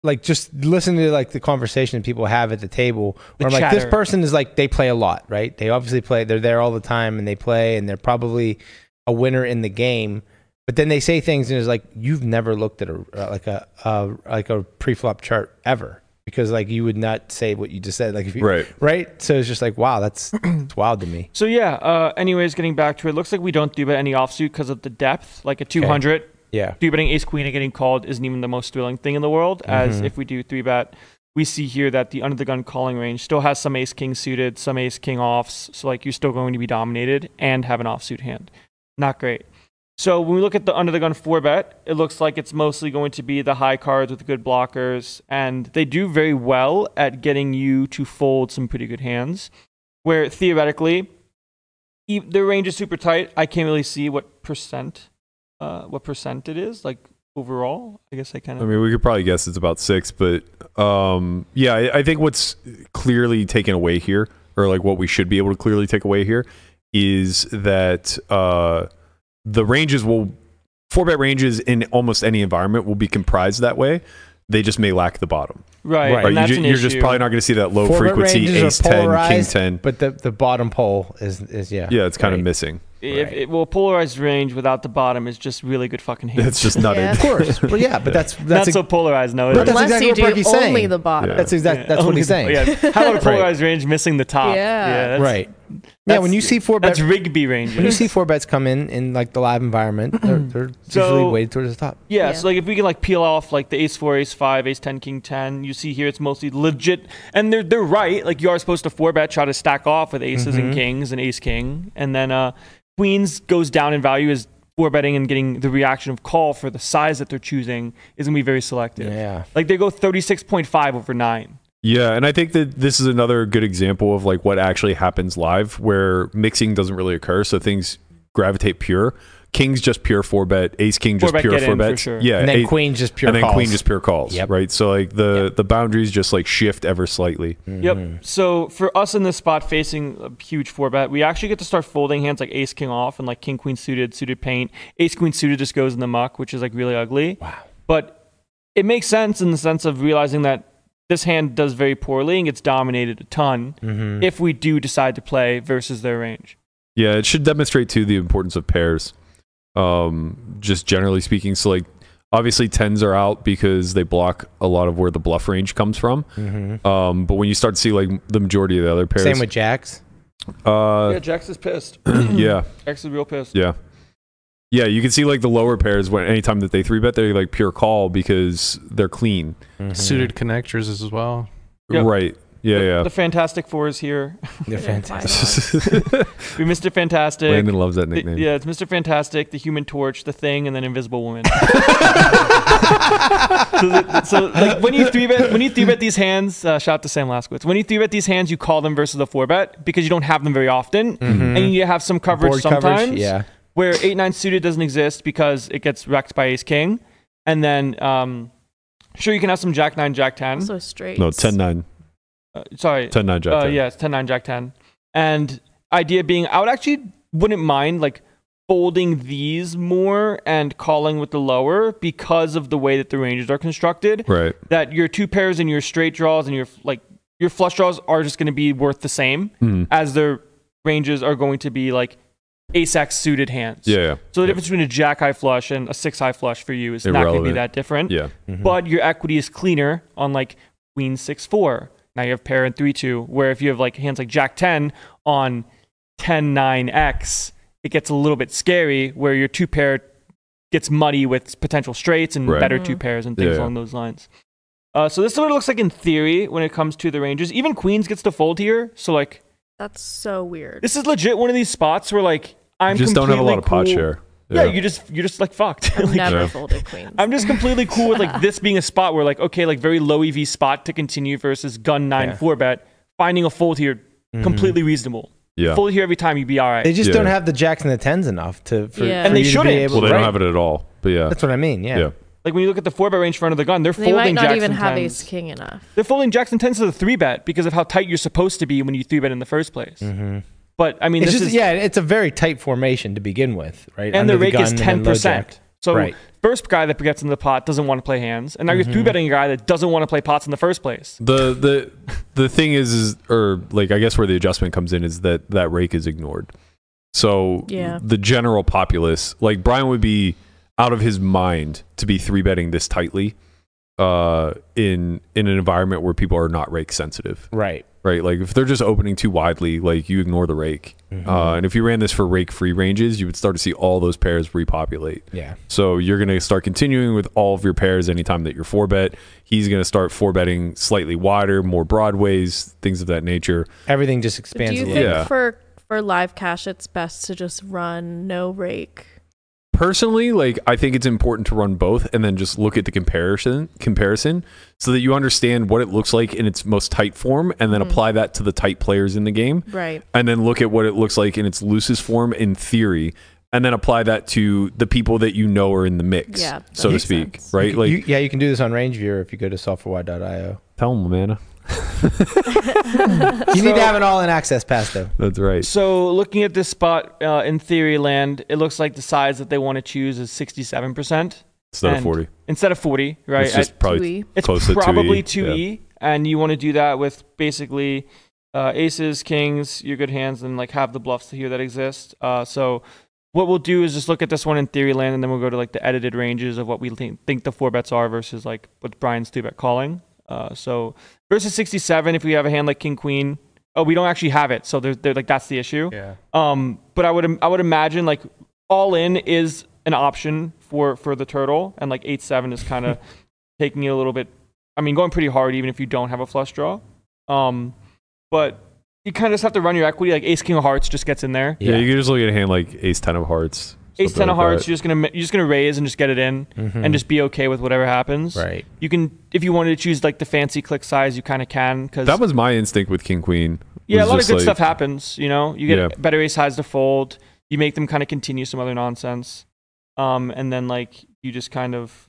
[SPEAKER 6] like just listen to like the conversation people have at the table.
[SPEAKER 8] The
[SPEAKER 6] Where I'm like, this
[SPEAKER 8] chatter.
[SPEAKER 6] person is like they play a lot, right? They obviously play. They're there all the time, and they play, and they're probably a winner in the game. But then they say things, and it's like you've never looked at a uh, like a uh, like a pre-flop chart ever, because like you would not say what you just said, like if you
[SPEAKER 4] Right.
[SPEAKER 6] right. So it's just like wow, that's it's wild to me.
[SPEAKER 8] So yeah. Uh, anyways, getting back to it, looks like we don't do bet any offsuit because of the depth. Like a 200
[SPEAKER 6] Yeah,
[SPEAKER 8] three betting ace queen and getting called isn't even the most thrilling thing in the world. As
[SPEAKER 6] Mhm.
[SPEAKER 8] if we do three bet, we see here that the under the gun calling range still has some ace king suited, some ace king offs. So like you're still going to be dominated and have an offsuit hand. Not great. So when we look at the under the gun four bet, it looks like it's mostly going to be the high cards with good blockers, and they do very well at getting you to fold some pretty good hands. Where theoretically, e- their range is super tight. I can't really see what percent, uh, what percent it is like overall. I guess I kind
[SPEAKER 4] I
[SPEAKER 8] of
[SPEAKER 4] mean, we could probably guess it's about six, but um, yeah, I, I think what's clearly taken away here, or like what we should be able to clearly take away here, is that uh, the ranges will four bet ranges in almost any environment will be comprised that way. They just may lack the bottom.
[SPEAKER 8] right.
[SPEAKER 6] Right.
[SPEAKER 8] And
[SPEAKER 4] Right?
[SPEAKER 8] that's
[SPEAKER 4] You
[SPEAKER 8] an
[SPEAKER 4] are just
[SPEAKER 8] issue.
[SPEAKER 4] probably not going to see that low
[SPEAKER 6] Forward
[SPEAKER 4] frequency
[SPEAKER 6] ranges are
[SPEAKER 4] ace ten, king
[SPEAKER 6] polarized,
[SPEAKER 4] ten.
[SPEAKER 6] but the the bottom pole is is yeah.
[SPEAKER 4] Yeah, it's kind
[SPEAKER 6] right.
[SPEAKER 4] of missing.
[SPEAKER 8] If,
[SPEAKER 6] Right.
[SPEAKER 8] it, well, polarized range without the bottom is just really good fucking hand.
[SPEAKER 4] It's just not
[SPEAKER 5] Yeah.
[SPEAKER 4] it.
[SPEAKER 6] Of course, but yeah, but that's
[SPEAKER 8] not
[SPEAKER 6] that's
[SPEAKER 8] so polarized now.
[SPEAKER 6] But
[SPEAKER 8] is it?
[SPEAKER 6] that's
[SPEAKER 5] Unless
[SPEAKER 6] exactly
[SPEAKER 5] you
[SPEAKER 6] what
[SPEAKER 5] do
[SPEAKER 6] Berkey's
[SPEAKER 5] only
[SPEAKER 6] saying.
[SPEAKER 5] the bottom.
[SPEAKER 6] that's exactly
[SPEAKER 8] Yeah,
[SPEAKER 6] that's what
[SPEAKER 8] only
[SPEAKER 6] he's
[SPEAKER 8] the-
[SPEAKER 6] saying.
[SPEAKER 8] Yeah. How about a
[SPEAKER 6] Right.
[SPEAKER 8] polarized range missing the top?
[SPEAKER 5] Yeah.
[SPEAKER 8] that's,
[SPEAKER 6] right. yeah,
[SPEAKER 8] that's-
[SPEAKER 6] when you see four
[SPEAKER 8] That's
[SPEAKER 6] bets,
[SPEAKER 8] Rigby range.
[SPEAKER 6] when you see four bets come in in like the live environment, they're, they're
[SPEAKER 8] So-
[SPEAKER 6] usually weighted towards the top.
[SPEAKER 8] Yeah,
[SPEAKER 5] Yeah.
[SPEAKER 8] so like if we can like peel off like the ace four, ace five, ace ten, king ten, you see here it's mostly legit, and they're they're right. Like you are supposed to four bet, try to stack off with aces and kings and ace king, and then uh queens goes down in value as four betting and getting the reaction of call for the size that they're choosing is gonna be very selective.
[SPEAKER 6] Yeah.
[SPEAKER 8] Like they go thirty six point five over nine.
[SPEAKER 4] Yeah, and I think that this is another good example of like what actually happens live where mixing doesn't really occur, so things gravitate pure. King's just pure four bet, ace king just
[SPEAKER 8] Four bet
[SPEAKER 4] pure
[SPEAKER 8] get
[SPEAKER 4] four
[SPEAKER 8] in for
[SPEAKER 4] bet.
[SPEAKER 8] sure.
[SPEAKER 4] Yeah,
[SPEAKER 6] And then
[SPEAKER 4] ace-
[SPEAKER 6] queen just pure
[SPEAKER 4] and then
[SPEAKER 6] calls.
[SPEAKER 4] queen just pure calls.
[SPEAKER 6] Yep.
[SPEAKER 4] Right, so like the the boundaries just like shift ever slightly. Mm-hmm.
[SPEAKER 8] Yep. So for us in this spot facing a huge four bet, we actually get to start folding hands like ace king off and like king queen suited, suited paint. Ace queen suited just goes in the muck, which is like really ugly.
[SPEAKER 6] Wow.
[SPEAKER 8] But it makes sense in the sense of realizing that this hand does very poorly and gets dominated a ton
[SPEAKER 4] Mm.
[SPEAKER 6] Mm-hmm.
[SPEAKER 8] if we do decide to play versus their range.
[SPEAKER 4] Yeah, it should demonstrate too the importance of pairs. Um, just generally speaking, so like obviously tens are out because they block a lot of where the bluff range comes from. Um, but when you start to see like the majority of the other pairs,
[SPEAKER 6] Mm-hmm. Same with jacks.
[SPEAKER 4] uh,
[SPEAKER 8] Jax is pissed.
[SPEAKER 4] yeah,
[SPEAKER 8] Jax is real pissed.
[SPEAKER 4] yeah, yeah. You can see like the lower pairs when anytime that they three bet, they like pure call because they're clean,
[SPEAKER 6] Mm-hmm.
[SPEAKER 7] Suited connectors as well.
[SPEAKER 8] Yep.
[SPEAKER 4] right? Yeah,
[SPEAKER 8] The-
[SPEAKER 4] yeah.
[SPEAKER 8] The Fantastic Four is here.
[SPEAKER 6] They're
[SPEAKER 5] Yeah,
[SPEAKER 6] fantastic.
[SPEAKER 8] We Mr. Fantastic.
[SPEAKER 4] Landon loves that
[SPEAKER 8] the-
[SPEAKER 4] nickname.
[SPEAKER 8] yeah, it's Mr. Fantastic, the Human Torch, the Thing, and then Invisible Woman. so, the- so, like when you three bet, when you three bet these hands, uh, shout out to Sam Laskowitz. When you three bet these hands, you call them versus the four bet because you don't have them very often,
[SPEAKER 4] Mm-hmm.
[SPEAKER 8] and you have some coverage
[SPEAKER 6] Mm-hmm. Board
[SPEAKER 8] sometimes.
[SPEAKER 6] coverage, yeah.
[SPEAKER 8] Where eight nine suited doesn't exist because it gets wrecked by Ace King, and then um, sure you can have some Jack nine Jack ten.
[SPEAKER 5] So straight.
[SPEAKER 4] No, 10-9.
[SPEAKER 8] Uh, sorry,
[SPEAKER 4] 10-9 jack.
[SPEAKER 8] uh,
[SPEAKER 4] 10.
[SPEAKER 8] yeah, it's 10 9 Jack 10. And idea being, I would actually wouldn't mind like folding these more and calling with the lower because of the way that the ranges are constructed.
[SPEAKER 4] Right.
[SPEAKER 8] That your two pairs and your straight draws and your like your flush draws are just going to be worth the same
[SPEAKER 4] Mm.
[SPEAKER 8] as their ranges are going to be like ace x suited hands.
[SPEAKER 4] Yeah, yeah.
[SPEAKER 8] So the difference between a jack high flush and a six high flush for you is not going to be
[SPEAKER 4] Irrelevant.
[SPEAKER 8] that different
[SPEAKER 4] Yeah.
[SPEAKER 6] Mm-hmm.
[SPEAKER 8] but your equity is cleaner on like queen six four. Now you have pair and three two. Where if you have like hands like jack ten on ten nine x, it gets a little bit scary. Where your two pair gets muddy with potential straights and
[SPEAKER 4] Right.
[SPEAKER 8] better two pairs and things
[SPEAKER 4] Yeah.
[SPEAKER 8] along those lines. Uh, so this is what it looks like in theory when it comes to the ranges. Even queens gets to fold here. So like
[SPEAKER 5] That's so weird.
[SPEAKER 8] this is legit one of these spots where like I'm
[SPEAKER 4] just don't have a lot of pot
[SPEAKER 8] completely cool-
[SPEAKER 4] share.
[SPEAKER 8] Yeah, you just you're just like fucked.
[SPEAKER 5] I've
[SPEAKER 8] Like,
[SPEAKER 5] never
[SPEAKER 4] Yeah.
[SPEAKER 5] folded queens.
[SPEAKER 8] I'm just completely cool with like this being a spot where like okay, like very low EV spot to continue versus gun nine
[SPEAKER 6] Yeah.
[SPEAKER 8] four bet. Finding a fold here completely reasonable.
[SPEAKER 4] yeah.
[SPEAKER 8] Fold here every time you'd be all right.
[SPEAKER 6] Mm-hmm. They just
[SPEAKER 4] Yeah.
[SPEAKER 6] don't have the jacks and the tens enough to. For,
[SPEAKER 5] Yeah.
[SPEAKER 6] for
[SPEAKER 5] And
[SPEAKER 8] they
[SPEAKER 6] you to be
[SPEAKER 8] shouldn't.
[SPEAKER 6] able-
[SPEAKER 4] Well, they
[SPEAKER 6] right.
[SPEAKER 4] don't have it at all. But yeah,
[SPEAKER 6] That's what I mean. Yeah.
[SPEAKER 4] yeah.
[SPEAKER 8] like when you look at the four bet range front of the gun, they're
[SPEAKER 5] they
[SPEAKER 8] folding
[SPEAKER 5] might not
[SPEAKER 8] jacks
[SPEAKER 5] even
[SPEAKER 8] and
[SPEAKER 5] have
[SPEAKER 8] tens.
[SPEAKER 5] ace king enough.
[SPEAKER 8] They're folding jacks and tens to the three bet because of how tight you're supposed to be when you three bet in the first place. But I
[SPEAKER 6] Mm-hmm. It's
[SPEAKER 8] mean, this
[SPEAKER 6] just
[SPEAKER 8] is
[SPEAKER 6] yeah, it's a very tight formation to begin with, right?
[SPEAKER 8] and
[SPEAKER 6] Under
[SPEAKER 8] the rake
[SPEAKER 6] gun
[SPEAKER 8] is
[SPEAKER 6] and then
[SPEAKER 8] ten
[SPEAKER 6] low jack.
[SPEAKER 8] percent. So
[SPEAKER 6] Right. Mm-hmm.
[SPEAKER 8] first guy that gets in the pot doesn't want to play hands, and now you're three betting a guy that doesn't want to play pots in the first place.
[SPEAKER 4] the the the thing is is or like i guess where the adjustment comes in is that that rake is ignored so
[SPEAKER 5] Yeah.
[SPEAKER 4] the general populace like brian would be out of his mind to be three betting this tightly uh in in an environment where people are not rake sensitive
[SPEAKER 6] Right.
[SPEAKER 4] right like if they're just opening too widely like you ignore the rake uh and if you ran this for rake free ranges you would start to see all those pairs repopulate
[SPEAKER 6] Yeah.
[SPEAKER 4] so you're going to start continuing with all of your pairs anytime that you're four bet. He's going to start four betting slightly wider, more broadways, things of that nature.
[SPEAKER 6] Everything just
[SPEAKER 5] But do
[SPEAKER 6] expands
[SPEAKER 5] you
[SPEAKER 6] a
[SPEAKER 5] think
[SPEAKER 6] little.
[SPEAKER 4] Yeah.
[SPEAKER 5] for for live cash it's best to just run no rake?
[SPEAKER 4] Personally, like I think it's important to run both and then just look at the comparison comparison so that you understand what it looks like in its most tight form and
[SPEAKER 5] Mm-hmm.
[SPEAKER 4] then apply that to the tight players in the game.
[SPEAKER 5] Right.
[SPEAKER 4] and then look at what it looks like in its loosest form in theory and then apply that to the people that you know are in the mix
[SPEAKER 5] Yeah, that
[SPEAKER 4] so to
[SPEAKER 5] makes
[SPEAKER 4] speak
[SPEAKER 5] sense.
[SPEAKER 4] right like
[SPEAKER 6] You- yeah, you can do this on range viewer if you go to softwarewide.io.
[SPEAKER 4] tell them man
[SPEAKER 6] You need to have an all-in access pass though.
[SPEAKER 4] that's right
[SPEAKER 8] So, looking at this spot uh, in theory land, it looks like the size that they want to choose is 67%
[SPEAKER 4] instead of
[SPEAKER 8] and-
[SPEAKER 4] 40
[SPEAKER 8] instead of 40, right?
[SPEAKER 4] it's just
[SPEAKER 8] At-
[SPEAKER 4] probably
[SPEAKER 5] Two E.
[SPEAKER 8] it's
[SPEAKER 4] close to 2E,
[SPEAKER 8] probably
[SPEAKER 4] yeah.
[SPEAKER 8] 2E, and you want to do that with basically uh, aces, kings, your good hands, and like have the bluffs here that exist. Uh, so what we'll do is just look at this one in theory land, and then we'll go to like the edited ranges of what we think, think the four bets are versus like what Brian's three bet calling. Uh, so versus 67, if we have a hand like king queen, oh we don't actually have it, so there's there, like that's the issue.
[SPEAKER 7] Yeah.
[SPEAKER 8] Um, but I would I would imagine like all in is an option for for the turtle, and like eight seven is kind of taking it a little bit. I mean, going pretty hard even if you don't have a flush draw. Um, but you kind of just have to run your equity. Like ace king of hearts just gets in there.
[SPEAKER 4] Yeah, you can just look at a hand like ace ten of hearts.
[SPEAKER 8] Ace
[SPEAKER 4] something
[SPEAKER 8] ten of
[SPEAKER 4] like that.
[SPEAKER 8] hearts,
[SPEAKER 4] Mm-hmm.
[SPEAKER 8] you're just gonna ma- you're just gonna raise and just get it in, and just be okay with whatever happens.
[SPEAKER 6] Right.
[SPEAKER 8] You can if you wanted to choose like the fancy click size, you kind of can because
[SPEAKER 4] That was my instinct with king queen.
[SPEAKER 8] yeah, a
[SPEAKER 4] was
[SPEAKER 8] lot of
[SPEAKER 4] just
[SPEAKER 8] good
[SPEAKER 4] like-
[SPEAKER 8] stuff happens. You know, you get
[SPEAKER 4] Yeah.
[SPEAKER 8] better ace highs to fold. You make them kind of continue some other nonsense, um, and then like you just kind of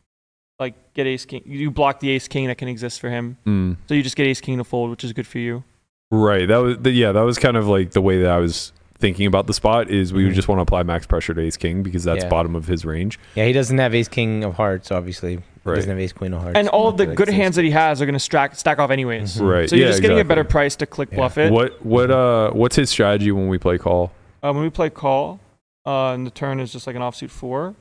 [SPEAKER 8] like get ace king. You block the ace king that can exist for him,
[SPEAKER 4] Mm.
[SPEAKER 8] so you just get ace king to fold, which is good for you.
[SPEAKER 4] Right. That was the, yeah. That was kind of like the way that I was thinking about the spot is we would
[SPEAKER 8] Mm-hmm.
[SPEAKER 6] Mhm.
[SPEAKER 4] just want to apply max pressure to Ace King because that's
[SPEAKER 6] Yeah.
[SPEAKER 4] bottom of his range.
[SPEAKER 6] Yeah, he doesn't have ace king of hearts, obviously. He
[SPEAKER 4] Right.
[SPEAKER 6] doesn't have ace queen of hearts.
[SPEAKER 8] And all of the
[SPEAKER 6] Like,
[SPEAKER 8] good
[SPEAKER 6] it's-
[SPEAKER 8] hands that he has are going to stack stack off anyways.
[SPEAKER 4] Right.
[SPEAKER 6] Mhm.
[SPEAKER 8] Mm-hmm. So you're
[SPEAKER 4] Mm-hmm. yeah,
[SPEAKER 8] just getting a better
[SPEAKER 4] exactly.
[SPEAKER 8] price to click
[SPEAKER 6] Yeah.
[SPEAKER 8] bluff it.
[SPEAKER 4] What what uh what's his strategy when we play call?
[SPEAKER 8] Uh, when we play call, uh, and the turn is just like an offsuit four,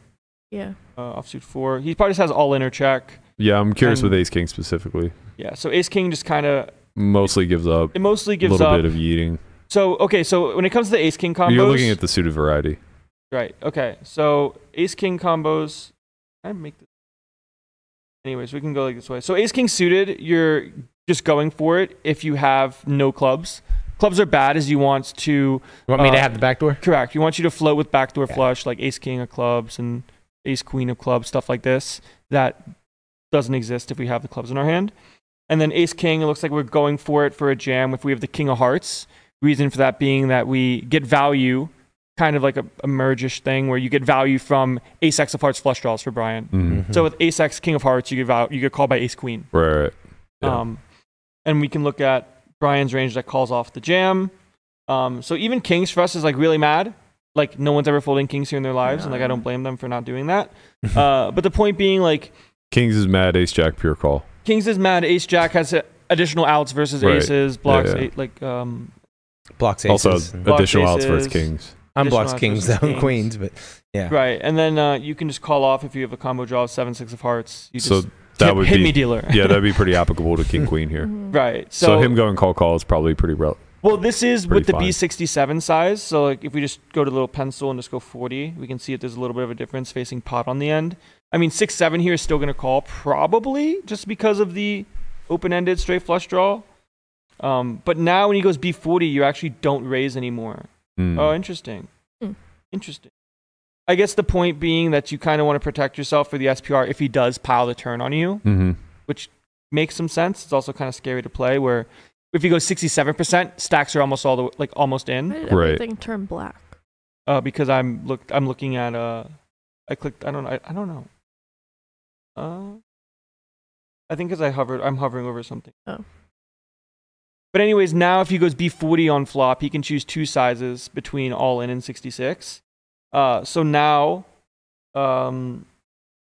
[SPEAKER 5] Yeah.
[SPEAKER 8] uh, offsuit four. He probably just has all in or check.
[SPEAKER 4] Yeah, I'm curious
[SPEAKER 8] Um,
[SPEAKER 4] with Ace King specifically.
[SPEAKER 8] Yeah. So ace king just kind of
[SPEAKER 4] Mostly gives up.
[SPEAKER 8] it mostly
[SPEAKER 4] A
[SPEAKER 8] gives
[SPEAKER 4] little
[SPEAKER 8] up.
[SPEAKER 4] bit of eating.
[SPEAKER 8] so okay. So when it comes to the ace king combos,
[SPEAKER 4] You're looking at the suited variety.
[SPEAKER 8] right. Okay. So ace king combos. I make this. Anyways, we can go like this way. So ace king suited, you're just going for it if you have no clubs. Clubs are bad as you want to
[SPEAKER 6] You want me to
[SPEAKER 8] uh,
[SPEAKER 6] have the back door?
[SPEAKER 8] Correct. You want you to float with backdoor
[SPEAKER 6] Yeah.
[SPEAKER 8] flush, like ace king of clubs and ace queen of clubs, stuff like this. That doesn't exist if we have the clubs in our hand. And then ace king, it looks like we're going for it for a jam if we have the king of hearts. Reason for that being that we get value, kind of like a, a merge-ish thing where you get value from ace x of hearts flush draws for Brian.
[SPEAKER 4] Mm.
[SPEAKER 6] Hmm.
[SPEAKER 8] So with ace x king of hearts, you get val- you get called by ace queen.
[SPEAKER 4] Right. right. Yeah.
[SPEAKER 8] Um, and we can look at Brian's range that calls off the jam. Um, so even kings for us is like really mad. Like no one's ever folding kings here in their lives, and like I don't blame them for not doing that.
[SPEAKER 6] Mm-hmm.
[SPEAKER 8] uh, but the point being, like
[SPEAKER 4] Kings is mad. Ace Jack pure call.
[SPEAKER 8] kings is mad. Ace jack has uh, additional outs versus
[SPEAKER 4] Right.
[SPEAKER 8] aces, blocks
[SPEAKER 4] Yeah, yeah.
[SPEAKER 8] eight, like um,
[SPEAKER 6] blocks aces.
[SPEAKER 4] Also uh,
[SPEAKER 6] and-
[SPEAKER 8] Block
[SPEAKER 4] additional outs for his
[SPEAKER 8] aces.
[SPEAKER 4] kings.
[SPEAKER 6] unblocks
[SPEAKER 8] additional
[SPEAKER 6] kings
[SPEAKER 8] versus
[SPEAKER 6] though,
[SPEAKER 8] kings.
[SPEAKER 6] queens, but yeah.
[SPEAKER 8] right. And then uh, you can just call off if you have a combo draw of seven six of hearts. You just
[SPEAKER 4] So that
[SPEAKER 8] hit,
[SPEAKER 4] would
[SPEAKER 8] hit
[SPEAKER 4] be
[SPEAKER 8] me dealer.
[SPEAKER 4] yeah, that'd be pretty applicable to King Queen here.
[SPEAKER 5] Mhm.
[SPEAKER 8] right.
[SPEAKER 4] So, him going call call is probably pretty rel-
[SPEAKER 8] Well, this is
[SPEAKER 4] Pretty
[SPEAKER 8] with the
[SPEAKER 4] fine.
[SPEAKER 8] B67 size. So, like, if we just go to the little pencil and just go 40, we can see that there's a little bit of a difference facing pot on the end. I mean, six seven here is still going to call, probably just because of the open ended straight flush draw. Um, but now when he goes B40, you actually don't raise anymore.
[SPEAKER 4] Mm.
[SPEAKER 8] Oh, interesting.
[SPEAKER 5] Hmm.
[SPEAKER 8] Interesting. I guess the point being that you kind of want to protect yourself for the SPR if he does pile the turn on you
[SPEAKER 4] Mhm.
[SPEAKER 8] makes some sense. It's also kind of scary to play where if you go 67%, stacks are almost all the like almost
[SPEAKER 5] Why
[SPEAKER 8] in
[SPEAKER 5] did
[SPEAKER 4] Right.
[SPEAKER 5] everything turn black?
[SPEAKER 8] uh, because I'm look I'm looking at uh I clicked I don't I, I don't know. Uh I think as I hovered I'm hovering over something.
[SPEAKER 5] Oh.
[SPEAKER 8] But anyways, now if he goes B40 on flop, he can choose two sizes between all in and 66. Uh so now um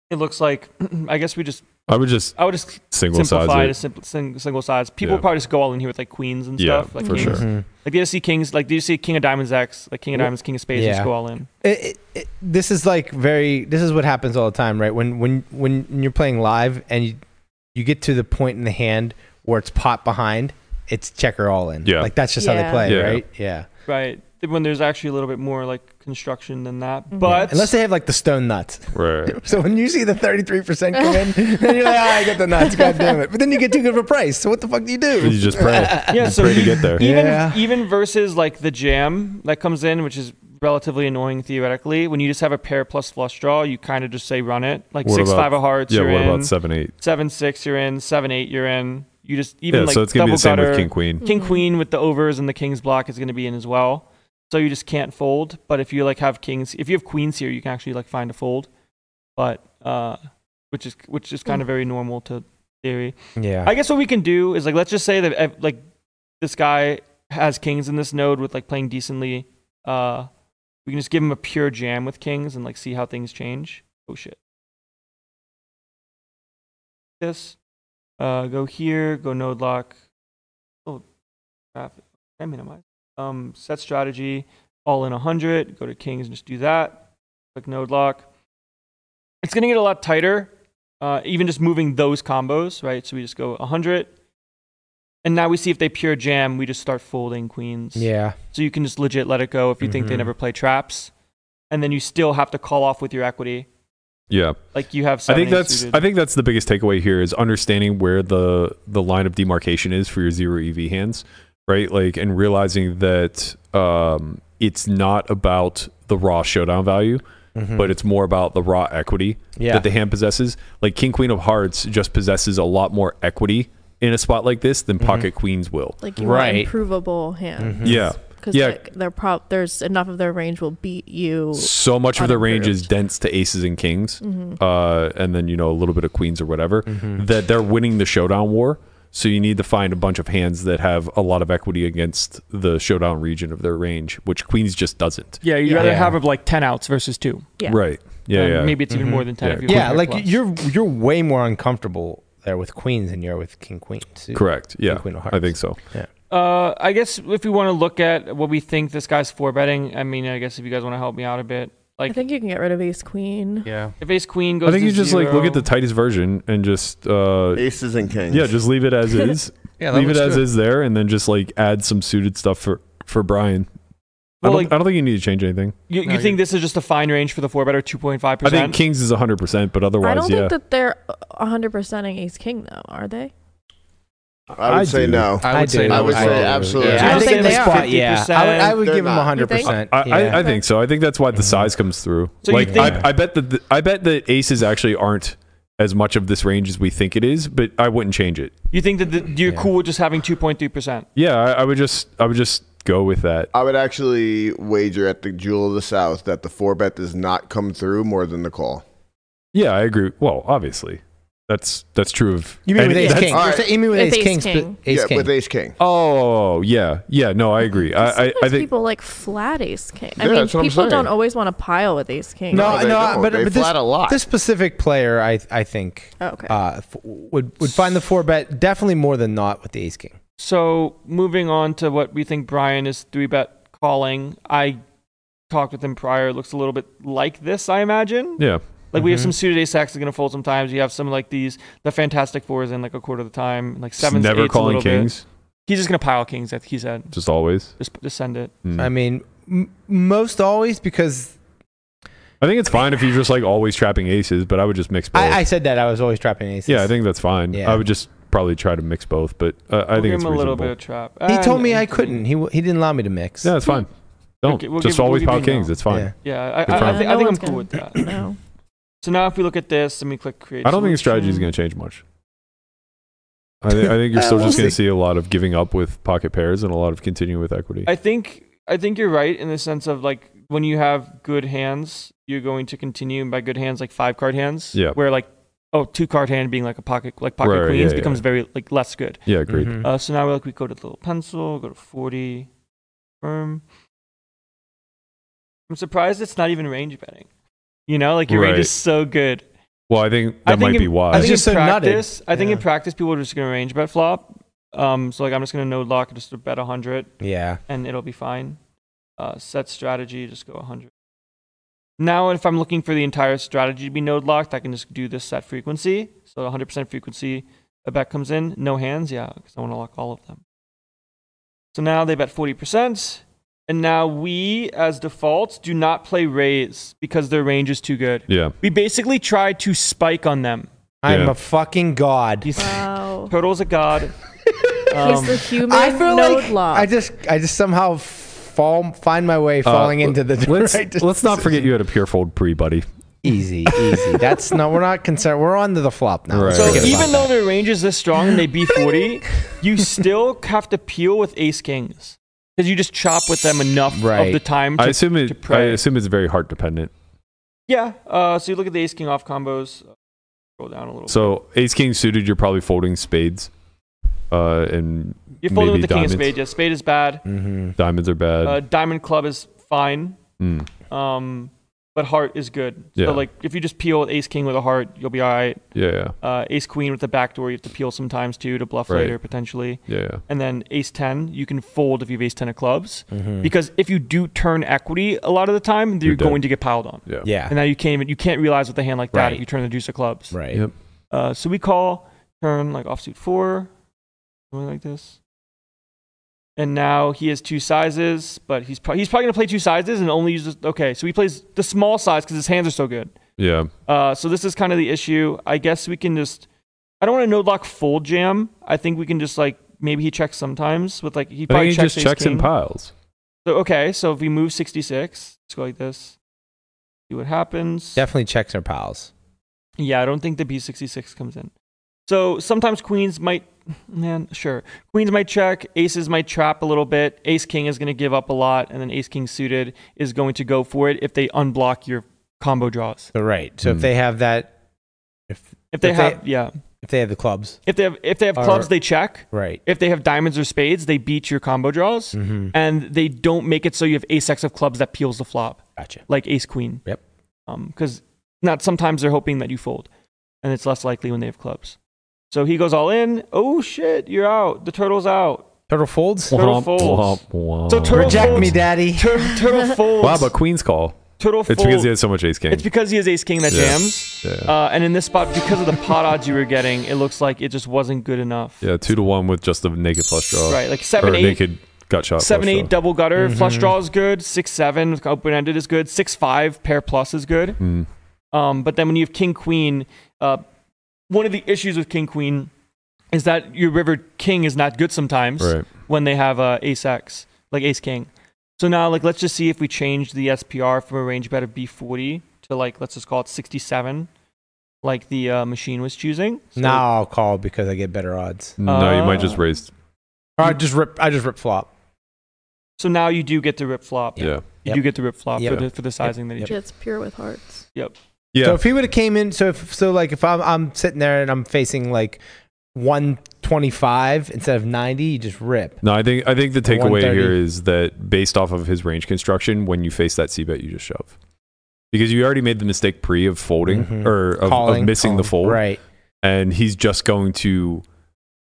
[SPEAKER 8] it looks like I guess we just
[SPEAKER 4] I would just
[SPEAKER 8] I would just
[SPEAKER 4] single size
[SPEAKER 8] simplify
[SPEAKER 4] it.
[SPEAKER 8] to simple, sing, single size. People
[SPEAKER 4] Yeah.
[SPEAKER 8] probably just go all in here with like queens and
[SPEAKER 4] Yeah,
[SPEAKER 8] stuff. like
[SPEAKER 4] for
[SPEAKER 8] kings.
[SPEAKER 4] sure.
[SPEAKER 6] Mhm.
[SPEAKER 8] Like they just see kings, like they just see king of diamonds X, like king of
[SPEAKER 6] Wh-
[SPEAKER 8] diamonds, king of spades, just
[SPEAKER 6] Yeah.
[SPEAKER 8] go all in.
[SPEAKER 6] it, it, it, this is like very this is what happens all the time right when when when you're playing live and you you get to the point in the hand where it's pot behind it's checker all in
[SPEAKER 4] Yeah.
[SPEAKER 6] like that's just how they
[SPEAKER 5] Yeah.
[SPEAKER 6] play
[SPEAKER 4] Yeah.
[SPEAKER 6] right yeah
[SPEAKER 8] Right. When there's actually a little bit more like construction than that.
[SPEAKER 5] Mhm.
[SPEAKER 8] But
[SPEAKER 6] Mm-hmm. unless they have like the stone nuts
[SPEAKER 4] Right.
[SPEAKER 6] so when you see the 33% come in then you're like ah, i get the nuts god damn it but then you get too good of a price so what the fuck do you do
[SPEAKER 4] You just pray.
[SPEAKER 8] yeah, so
[SPEAKER 4] pray to
[SPEAKER 8] e-
[SPEAKER 4] get there.
[SPEAKER 8] even
[SPEAKER 6] Yeah.
[SPEAKER 8] even versus like the jam that comes in, which is relatively annoying theoretically, when you just have a pair plus flush draw, you kind of just say run it. Like
[SPEAKER 4] What
[SPEAKER 8] six
[SPEAKER 4] about-
[SPEAKER 8] five of hearts,
[SPEAKER 4] Yeah.
[SPEAKER 8] you're
[SPEAKER 4] What
[SPEAKER 8] in.
[SPEAKER 4] about seven eight?
[SPEAKER 8] seven six, you're in. Seven eight, you're in. You just even
[SPEAKER 4] Yeah.
[SPEAKER 8] like
[SPEAKER 4] so it's gonna be
[SPEAKER 8] double
[SPEAKER 4] the same
[SPEAKER 8] gutter.
[SPEAKER 4] with King Queen.
[SPEAKER 8] King
[SPEAKER 5] Mhm.
[SPEAKER 8] Queen with the overs and the King's block is going to be in as well. So you just can't fold. But if you like have Kings, if you have Queens here, you can actually like find a fold. But uh, which is which is kind of very normal to theory.
[SPEAKER 6] yeah
[SPEAKER 8] I guess what we can do is like let's just say that uh, like this guy has Kings in this node with like playing decently. Uh, we can just give him a pure jam with Kings and like see how things change. Oh shit. This. Uh, go here. Go node lock. Oh, crap. I minimize. Um, set strategy, all in 100. Go to kings and just do that. Click node lock. It's going to get a lot tighter, uh, even just moving those combos, right? So we just go 100. And now we see if they pure jam, we just start folding queens.
[SPEAKER 6] Yeah.
[SPEAKER 8] So you can just legit let it go if you think they
[SPEAKER 6] Mhm.
[SPEAKER 8] never play traps. And then you still have to call off with your equity.
[SPEAKER 4] Yeah.
[SPEAKER 8] Like you have
[SPEAKER 4] I
[SPEAKER 8] seven
[SPEAKER 4] think
[SPEAKER 8] eight
[SPEAKER 4] that's
[SPEAKER 8] suited.
[SPEAKER 4] I think that's the biggest takeaway here is understanding where the the line of demarcation is for your zero EV hands, right? Like and realizing that um, it's not about the raw showdown value,
[SPEAKER 8] Hmm.
[SPEAKER 4] but it's more about the raw equity
[SPEAKER 6] Mm-hmm. Yeah.
[SPEAKER 4] that the hand possesses. Like King Queen of Hearts just possesses a lot more equity in a spot like this than Pocket Queens will.
[SPEAKER 5] Like you right.
[SPEAKER 6] Right.
[SPEAKER 5] want improvable hands.
[SPEAKER 8] Mm-hmm.
[SPEAKER 4] Yeah.
[SPEAKER 5] Because
[SPEAKER 4] Yeah.
[SPEAKER 5] like, they're prob- there's enough of their range will beat you.
[SPEAKER 4] so much of the range is dense to aces and kings, uh, and then you know a little bit of queens or whatever. That they're winning the showdown war, so you need to find a bunch of hands that have a lot of equity against the showdown region of their range, which queens just doesn't.
[SPEAKER 8] yeah, you'd
[SPEAKER 6] Yeah.
[SPEAKER 8] rather
[SPEAKER 6] Yeah.
[SPEAKER 8] have like 10 outs versus two. Mm-hmm.
[SPEAKER 5] Yeah.
[SPEAKER 4] Right? Yeah,
[SPEAKER 8] And
[SPEAKER 4] yeah.
[SPEAKER 8] Maybe it's even
[SPEAKER 6] Mhm.
[SPEAKER 8] more than 10
[SPEAKER 4] Yeah,
[SPEAKER 8] if you
[SPEAKER 6] yeah,
[SPEAKER 8] play
[SPEAKER 6] like
[SPEAKER 8] plus.
[SPEAKER 6] you're you're way more uncomfortable there with queens than you're with king queen. suit.
[SPEAKER 4] correct. Yeah,
[SPEAKER 6] Queen of
[SPEAKER 4] I
[SPEAKER 6] Hearts.
[SPEAKER 4] think so.
[SPEAKER 8] Uh, I guess if we want to look at what we think this guy's four betting, I mean, I guess if you guys want to help me out a bit,
[SPEAKER 5] I
[SPEAKER 8] like
[SPEAKER 5] think you can get rid of ace queen.
[SPEAKER 7] Yeah.
[SPEAKER 8] if ace queen goes,
[SPEAKER 4] I think
[SPEAKER 8] to
[SPEAKER 4] you just like look
[SPEAKER 8] zero-
[SPEAKER 4] at the tightest version and just uh,
[SPEAKER 3] Aces and kings.
[SPEAKER 4] yeah, just leave it as is.
[SPEAKER 7] Yeah. that
[SPEAKER 4] leave it
[SPEAKER 7] looks
[SPEAKER 4] as
[SPEAKER 7] good.
[SPEAKER 4] is there, and then just like add some suited stuff for for Brian. I
[SPEAKER 8] Well,
[SPEAKER 4] don't,
[SPEAKER 8] like-
[SPEAKER 4] I don't think you need to change anything.
[SPEAKER 8] You, you
[SPEAKER 7] No,
[SPEAKER 8] think this is just a fine range for the four better, two point five
[SPEAKER 4] I
[SPEAKER 8] percent?
[SPEAKER 4] think Kings is 100%, but otherwise,
[SPEAKER 5] I don't
[SPEAKER 4] yeah.
[SPEAKER 5] think that they're 100%ing ace king though, are they?
[SPEAKER 3] I would say
[SPEAKER 4] do.
[SPEAKER 3] no.
[SPEAKER 7] I would
[SPEAKER 6] I
[SPEAKER 7] say
[SPEAKER 6] do.
[SPEAKER 7] no.
[SPEAKER 3] I would say
[SPEAKER 6] I-
[SPEAKER 3] absolutely.
[SPEAKER 5] I
[SPEAKER 6] Yeah, I
[SPEAKER 5] don't
[SPEAKER 6] think
[SPEAKER 5] think
[SPEAKER 6] they
[SPEAKER 5] they
[SPEAKER 6] spot.
[SPEAKER 8] are.
[SPEAKER 6] Yeah, I would, I would
[SPEAKER 3] They're
[SPEAKER 6] give them
[SPEAKER 3] not.
[SPEAKER 6] hundred percent.
[SPEAKER 4] I, I, I
[SPEAKER 6] Yeah.
[SPEAKER 4] think so. I think that's why the
[SPEAKER 6] Mhm.
[SPEAKER 4] size comes through.
[SPEAKER 8] So you
[SPEAKER 4] like
[SPEAKER 8] think-
[SPEAKER 4] I, I bet that the, I bet that aces actually aren't as much of this range as we think it is, but I wouldn't change it.
[SPEAKER 8] you think that the, you're
[SPEAKER 6] Yeah.
[SPEAKER 8] cool with just having two point three percent?
[SPEAKER 4] Yeah, I, I would just I would just go with that.
[SPEAKER 3] I would actually wager at the Jewel of the South that the four bet does not come through more than the call.
[SPEAKER 4] Yeah, I agree. Well, obviously, that's that's true of
[SPEAKER 6] You mean
[SPEAKER 4] any-
[SPEAKER 6] with ace
[SPEAKER 4] that's-
[SPEAKER 6] king?
[SPEAKER 3] All right.
[SPEAKER 6] You mean with
[SPEAKER 5] With
[SPEAKER 6] ace
[SPEAKER 5] ace
[SPEAKER 6] king? spe-
[SPEAKER 5] king.
[SPEAKER 6] Ace
[SPEAKER 3] yeah,
[SPEAKER 6] king.
[SPEAKER 3] with ace king.
[SPEAKER 4] Oh yeah, yeah. No, I agree. I I, I
[SPEAKER 5] Sometimes
[SPEAKER 4] think
[SPEAKER 5] people like flat ace king. I
[SPEAKER 3] Yeah,
[SPEAKER 5] mean,
[SPEAKER 3] that's what I'm
[SPEAKER 5] people
[SPEAKER 3] saying.
[SPEAKER 5] don't always want to pile with ace king.
[SPEAKER 6] No,
[SPEAKER 5] Like,
[SPEAKER 3] they
[SPEAKER 6] no,
[SPEAKER 3] don't.
[SPEAKER 6] but-
[SPEAKER 3] they
[SPEAKER 6] but this-
[SPEAKER 3] flat a lot.
[SPEAKER 6] This specific player, I I think,
[SPEAKER 5] oh, okay.
[SPEAKER 6] uh, f- would would find the four bet definitely more than not with the ace king.
[SPEAKER 8] So moving on to what we think Brian is three bet calling. I talked with him prior. It looks a little bit like this, I imagine.
[SPEAKER 4] yeah.
[SPEAKER 8] Like we have
[SPEAKER 6] Mhm.
[SPEAKER 4] Mm-hmm.
[SPEAKER 8] some suited ace X is gonna fold sometimes. You have some like these the fantastic fours in like a quarter of the time, like
[SPEAKER 4] Just
[SPEAKER 8] sevens,
[SPEAKER 4] never
[SPEAKER 8] eights a
[SPEAKER 4] calling
[SPEAKER 8] little
[SPEAKER 4] kings,
[SPEAKER 8] Bit. He's just gonna pile kings. I think he said
[SPEAKER 4] just always.
[SPEAKER 8] just just send it.
[SPEAKER 4] Mm.
[SPEAKER 6] I mean, m- most always because
[SPEAKER 4] I think it's fine if you're just like always trapping aces, but I would just mix both.
[SPEAKER 6] I, I said that I was always trapping aces.
[SPEAKER 4] yeah, I think that's fine.
[SPEAKER 6] Yeah.
[SPEAKER 4] I would just probably try to mix both, but uh, I
[SPEAKER 8] We'll
[SPEAKER 4] think
[SPEAKER 8] give
[SPEAKER 4] it's
[SPEAKER 8] him a
[SPEAKER 4] reasonable.
[SPEAKER 8] little bit of trap.
[SPEAKER 6] he
[SPEAKER 8] And
[SPEAKER 6] told me I
[SPEAKER 8] Anthony.
[SPEAKER 6] couldn't. He w- he didn't allow me to mix.
[SPEAKER 4] Yeah, it's fine.
[SPEAKER 8] We'll
[SPEAKER 4] Don't
[SPEAKER 8] gi- we'll
[SPEAKER 4] just
[SPEAKER 8] give- we'll
[SPEAKER 4] always
[SPEAKER 8] give
[SPEAKER 4] pile
[SPEAKER 8] you no.
[SPEAKER 4] kings. It's fine.
[SPEAKER 6] Yeah.
[SPEAKER 8] Yeah, I, I,
[SPEAKER 4] Good
[SPEAKER 8] I,
[SPEAKER 4] find.
[SPEAKER 8] thi-
[SPEAKER 5] Yeah,
[SPEAKER 8] I
[SPEAKER 5] no
[SPEAKER 8] think I'm
[SPEAKER 5] one's
[SPEAKER 8] cool with
[SPEAKER 5] gonna-
[SPEAKER 8] that.
[SPEAKER 5] No.
[SPEAKER 8] So now if we look at this and we click create.
[SPEAKER 4] I don't think the strategy is
[SPEAKER 8] solution-
[SPEAKER 4] going to change much. I, thi- I think you're still
[SPEAKER 6] We'll
[SPEAKER 4] just going to
[SPEAKER 6] see.
[SPEAKER 4] see a lot of giving up with pocket pairs and a lot of continuing with equity.
[SPEAKER 8] I think I think you're right in the sense of like when you have good hands, you're going to continue and by good hands like five card hands.
[SPEAKER 4] Yeah.
[SPEAKER 8] Where like oh two card hand being like a pocket like pocket
[SPEAKER 4] Right, right,
[SPEAKER 8] queens
[SPEAKER 4] yeah, Mm-hmm.
[SPEAKER 8] becomes
[SPEAKER 4] yeah.
[SPEAKER 8] very like less good.
[SPEAKER 4] yeah, agreed.
[SPEAKER 6] Mhm.
[SPEAKER 8] Uh, so now we like we go to the little pencil, go to forty, firm. I'm surprised it's not even range betting. You know, like your range
[SPEAKER 4] Right.
[SPEAKER 8] is so good.
[SPEAKER 4] Well, I think
[SPEAKER 8] I
[SPEAKER 4] that
[SPEAKER 8] think
[SPEAKER 4] might
[SPEAKER 8] in-
[SPEAKER 4] be
[SPEAKER 8] I
[SPEAKER 4] wise.
[SPEAKER 8] think
[SPEAKER 6] It's just
[SPEAKER 8] in
[SPEAKER 6] so nutted.
[SPEAKER 8] practice, I think in
[SPEAKER 6] Yeah.
[SPEAKER 8] practice people are just gonna range bet flop. Um, so like I'm just gonna node lock just to bet hundred
[SPEAKER 6] Yeah.
[SPEAKER 8] and it'll be fine. Uh, set strategy, just go 100. Now, if I'm looking for the entire strategy to be node locked, I can just do this set frequency. So 100% frequency, a bet comes in, no hands, yeah, because I want to lock all of them. So now they bet 40%, and now we, as default, do not play raise because their range is too good.
[SPEAKER 4] yeah.
[SPEAKER 8] We basically try to spike on them.
[SPEAKER 6] I'm
[SPEAKER 4] Yeah.
[SPEAKER 6] a fucking god.
[SPEAKER 8] He's,
[SPEAKER 5] Wow.
[SPEAKER 8] Turtle's a god.
[SPEAKER 5] He's
[SPEAKER 8] Um,
[SPEAKER 5] the human
[SPEAKER 6] I feel
[SPEAKER 5] node
[SPEAKER 6] like
[SPEAKER 5] lock.
[SPEAKER 6] I just I just somehow fall find my way falling
[SPEAKER 4] Uh,
[SPEAKER 6] into the
[SPEAKER 4] let's,
[SPEAKER 6] right
[SPEAKER 4] let's not forget you had a pure fold pre, buddy.
[SPEAKER 6] easy easy. That's no, we're not concerned. We're on to the flop now. Let's
[SPEAKER 4] Right,
[SPEAKER 8] So
[SPEAKER 4] right.
[SPEAKER 6] forget about
[SPEAKER 8] even though
[SPEAKER 6] that.
[SPEAKER 8] their range is this strong and they B40, you still have to peel with ace kings because you just chop with them enough of
[SPEAKER 6] Right.
[SPEAKER 8] the time. To,
[SPEAKER 4] I assume
[SPEAKER 8] to
[SPEAKER 4] it. I
[SPEAKER 8] pray.
[SPEAKER 4] assume it's very heart dependent.
[SPEAKER 8] yeah. Uh, so you look at the ace king off combos. Scroll down a little.
[SPEAKER 4] So ace king suited, you're probably folding spades, uh, and
[SPEAKER 8] bit. you're folding with
[SPEAKER 4] maybe
[SPEAKER 8] the king of
[SPEAKER 4] diamonds.
[SPEAKER 8] spade. Yeah, spade is bad.
[SPEAKER 6] Mhm.
[SPEAKER 4] diamonds are bad. Hmm.
[SPEAKER 8] Uh, diamond club is fine.
[SPEAKER 4] Mm.
[SPEAKER 8] Um, but heart is good.
[SPEAKER 4] Yeah.
[SPEAKER 8] So like if you just peel with ace king with a heart, you'll be all right.
[SPEAKER 4] Yeah, yeah,
[SPEAKER 8] Uh, ace queen with the backdoor, you have to peel sometimes too to bluff
[SPEAKER 4] Right.
[SPEAKER 8] later potentially.
[SPEAKER 4] yeah, yeah.
[SPEAKER 8] And then ace ten, you can fold if you have ace ten of clubs
[SPEAKER 6] Mhm.
[SPEAKER 8] because if you do turn equity a lot of the time, you're,
[SPEAKER 4] You're dead.
[SPEAKER 8] going to get piled on.
[SPEAKER 4] yeah.
[SPEAKER 6] yeah.
[SPEAKER 8] And now you can't even you can't realize with a hand like that
[SPEAKER 6] Right.
[SPEAKER 8] if you turn the deuce of clubs.
[SPEAKER 6] right.
[SPEAKER 4] Yep.
[SPEAKER 8] Uh, so we call turn like offsuit four, something like this. And now he has two sizes, but he's pro- he's probably gonna play two sizes and only uses okay. So he plays the small size because his hands are so good.
[SPEAKER 4] yeah.
[SPEAKER 8] Uh, so this is kind of the issue. I guess we can just. I don't want to no lock full jam. I think we can just like maybe he checks sometimes with like he
[SPEAKER 4] I
[SPEAKER 8] probably
[SPEAKER 4] think he
[SPEAKER 8] checks
[SPEAKER 4] just checks
[SPEAKER 8] ace-king.
[SPEAKER 4] and piles.
[SPEAKER 8] So okay, so if we move 66, let's go like this. See what happens.
[SPEAKER 6] Definitely checks our pals.
[SPEAKER 8] Yeah, I don't think the B66 comes in. So sometimes queens might, man, sure. Queens might check, aces might trap a little bit, ace king is going to give up a lot, and then ace king suited is going to go for it if they unblock your combo draws.
[SPEAKER 6] So right. So
[SPEAKER 4] Mm.
[SPEAKER 6] if they have that, if
[SPEAKER 8] If they
[SPEAKER 6] If they-
[SPEAKER 8] have, yeah.
[SPEAKER 6] if they have the clubs,
[SPEAKER 8] If they have, if they have clubs,
[SPEAKER 6] Are-
[SPEAKER 8] they check.
[SPEAKER 6] right.
[SPEAKER 8] If they have diamonds or spades, they beat your combo draws,
[SPEAKER 4] Mm.
[SPEAKER 6] Mm-hmm.
[SPEAKER 8] and they don't make it so you have ace x of clubs that peels the flop.
[SPEAKER 6] Gotcha.
[SPEAKER 8] like ace queen.
[SPEAKER 6] Yep.
[SPEAKER 8] Because not sometimes they're hoping that you fold, and it's less likely when they have clubs. So he goes all in. Oh shit, you're out. The turtle's out.
[SPEAKER 6] Turtle folds.
[SPEAKER 8] Turtle folds. So turtle folds.
[SPEAKER 6] daddy.
[SPEAKER 8] Tur- turtle folds.
[SPEAKER 4] Wow, but queen's call.
[SPEAKER 8] turtle
[SPEAKER 4] It's
[SPEAKER 8] folds.
[SPEAKER 4] because he has so much ace king.
[SPEAKER 8] It's because he has ace king that
[SPEAKER 4] Yeah.
[SPEAKER 8] jams.
[SPEAKER 4] yeah.
[SPEAKER 8] Uh, and in this spot, because of the pot odds you were getting, it looks like it just wasn't good enough.
[SPEAKER 4] yeah, two to one with just the naked flush draw.
[SPEAKER 8] Right, like
[SPEAKER 4] Or
[SPEAKER 8] seven eight.
[SPEAKER 4] naked gut shot.
[SPEAKER 8] Seven
[SPEAKER 4] flush
[SPEAKER 8] eight
[SPEAKER 4] draw.
[SPEAKER 8] double gutter flush
[SPEAKER 6] Mhm.
[SPEAKER 8] draw is good. Six seven open ended is good. Six five pair plus is good.
[SPEAKER 4] Mm.
[SPEAKER 8] Um, but then when you have king queen, uh, one of the issues with king queen is that your river king is not good sometimes
[SPEAKER 4] Right.
[SPEAKER 8] when they have uh, ace x like ace king. So now like let's just see if we change the SPR from a range bet of b40 to like let's just call it 67, like the uh, machine was choosing. So-
[SPEAKER 6] Now I'll call because I get better odds.
[SPEAKER 4] No, you might just
[SPEAKER 8] Uh,
[SPEAKER 4] raise.
[SPEAKER 6] Or I just rip. I just rip flop.
[SPEAKER 8] So now you do get the rip flop.
[SPEAKER 4] Yeah.
[SPEAKER 8] You
[SPEAKER 6] Yep.
[SPEAKER 8] do get the rip flop
[SPEAKER 6] Yep.
[SPEAKER 8] for, the, for the sizing that he
[SPEAKER 6] Yep.
[SPEAKER 5] It's pure with hearts.
[SPEAKER 4] Yeah.
[SPEAKER 6] So if he would have came in, so if so, like if I'm I'm sitting there and I'm facing like 125 instead of 90, you just rip.
[SPEAKER 4] no, I think I think the
[SPEAKER 6] The
[SPEAKER 4] takeaway
[SPEAKER 6] 130.
[SPEAKER 4] here is that based off of his range construction, when you face that C bet, you just shove. Because you already made the mistake pre of folding
[SPEAKER 6] Mhm.
[SPEAKER 4] or of,
[SPEAKER 6] Calling,
[SPEAKER 4] of missing the
[SPEAKER 6] calling.
[SPEAKER 4] fold.
[SPEAKER 6] Right.
[SPEAKER 4] and he's just going to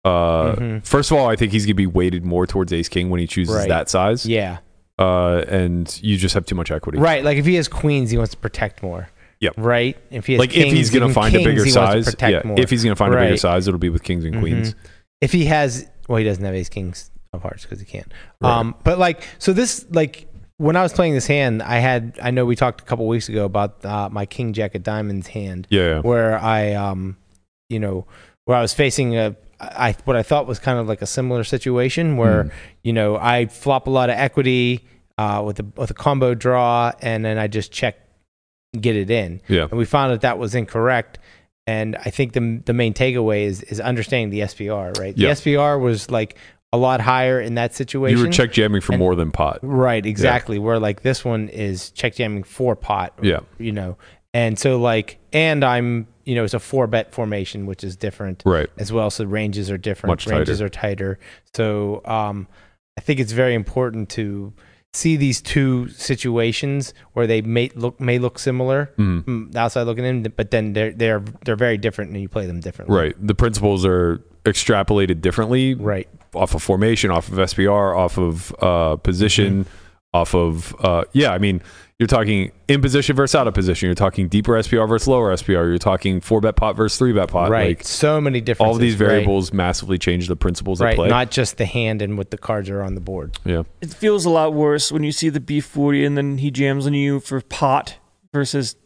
[SPEAKER 4] uh
[SPEAKER 6] Mhm.
[SPEAKER 4] first of all i think he's going to be weighted more towards ace king when he chooses
[SPEAKER 6] Right.
[SPEAKER 4] that size
[SPEAKER 6] Yeah.
[SPEAKER 4] uh and you just have too much equity
[SPEAKER 6] Right. Like if he has queens, he wants to protect more.
[SPEAKER 4] Yep.
[SPEAKER 6] Right. If he has
[SPEAKER 4] like if
[SPEAKER 6] kings,
[SPEAKER 4] he's going to
[SPEAKER 6] even
[SPEAKER 4] find
[SPEAKER 6] kings,
[SPEAKER 4] a bigger
[SPEAKER 6] he wants to
[SPEAKER 4] size
[SPEAKER 6] protect
[SPEAKER 4] yeah
[SPEAKER 6] more.
[SPEAKER 4] if he's going to find a bigger
[SPEAKER 6] Right.
[SPEAKER 4] size it'll be with kings and
[SPEAKER 6] Mhm.
[SPEAKER 4] queens
[SPEAKER 6] if he has well he doesn't have ace kings of hearts because he can't
[SPEAKER 4] Right.
[SPEAKER 6] um but like so this like when i was playing this hand i had i know we talked a couple weeks ago about uh, my king jack of diamonds hand
[SPEAKER 4] yeah
[SPEAKER 6] where i um you know where i was facing a I what I thought was kind of like a similar situation where
[SPEAKER 4] Mm.
[SPEAKER 6] you know I flop a lot of equity uh, with a with a combo draw and then I just check get it in
[SPEAKER 4] yeah
[SPEAKER 6] and we found that that was incorrect. And I think the the main takeaway is is understanding the SPR, right?
[SPEAKER 4] Yeah.
[SPEAKER 6] The SPR was like a lot higher in that situation.
[SPEAKER 4] you were check jamming for
[SPEAKER 6] And-
[SPEAKER 4] more than pot
[SPEAKER 6] right? Exactly. Where like this one is check jamming four pot,
[SPEAKER 4] yeah
[SPEAKER 6] you know, and so like, and I'm you know it's a four bet formation, which is different
[SPEAKER 4] right
[SPEAKER 6] as well. So ranges are different.
[SPEAKER 4] Much
[SPEAKER 6] ranges
[SPEAKER 4] tighter.
[SPEAKER 6] are tighter. So um, I think it's very important to see these two situations where they may look may look similar
[SPEAKER 4] Mhm.
[SPEAKER 6] from the outside looking in, but then they're they're they're very different, and you play them differently.
[SPEAKER 4] right the principles are extrapolated differently
[SPEAKER 6] Right.
[SPEAKER 4] off of formation, off of SPR, off of uh, position,
[SPEAKER 6] Mm-hmm.
[SPEAKER 4] off of uh, yeah. I mean, you're talking in position versus out of position. You're talking deeper SPR versus lower SPR. You're talking four bet pot versus three bet pot.
[SPEAKER 6] right.
[SPEAKER 4] Like
[SPEAKER 6] so many different.
[SPEAKER 4] all of these variables massively change the principles
[SPEAKER 6] Right.
[SPEAKER 4] at play.
[SPEAKER 6] Not just the hand and what the cards are on the board.
[SPEAKER 4] yeah,
[SPEAKER 8] it feels a lot worse when you see the B40 and then he jams on you for pot versus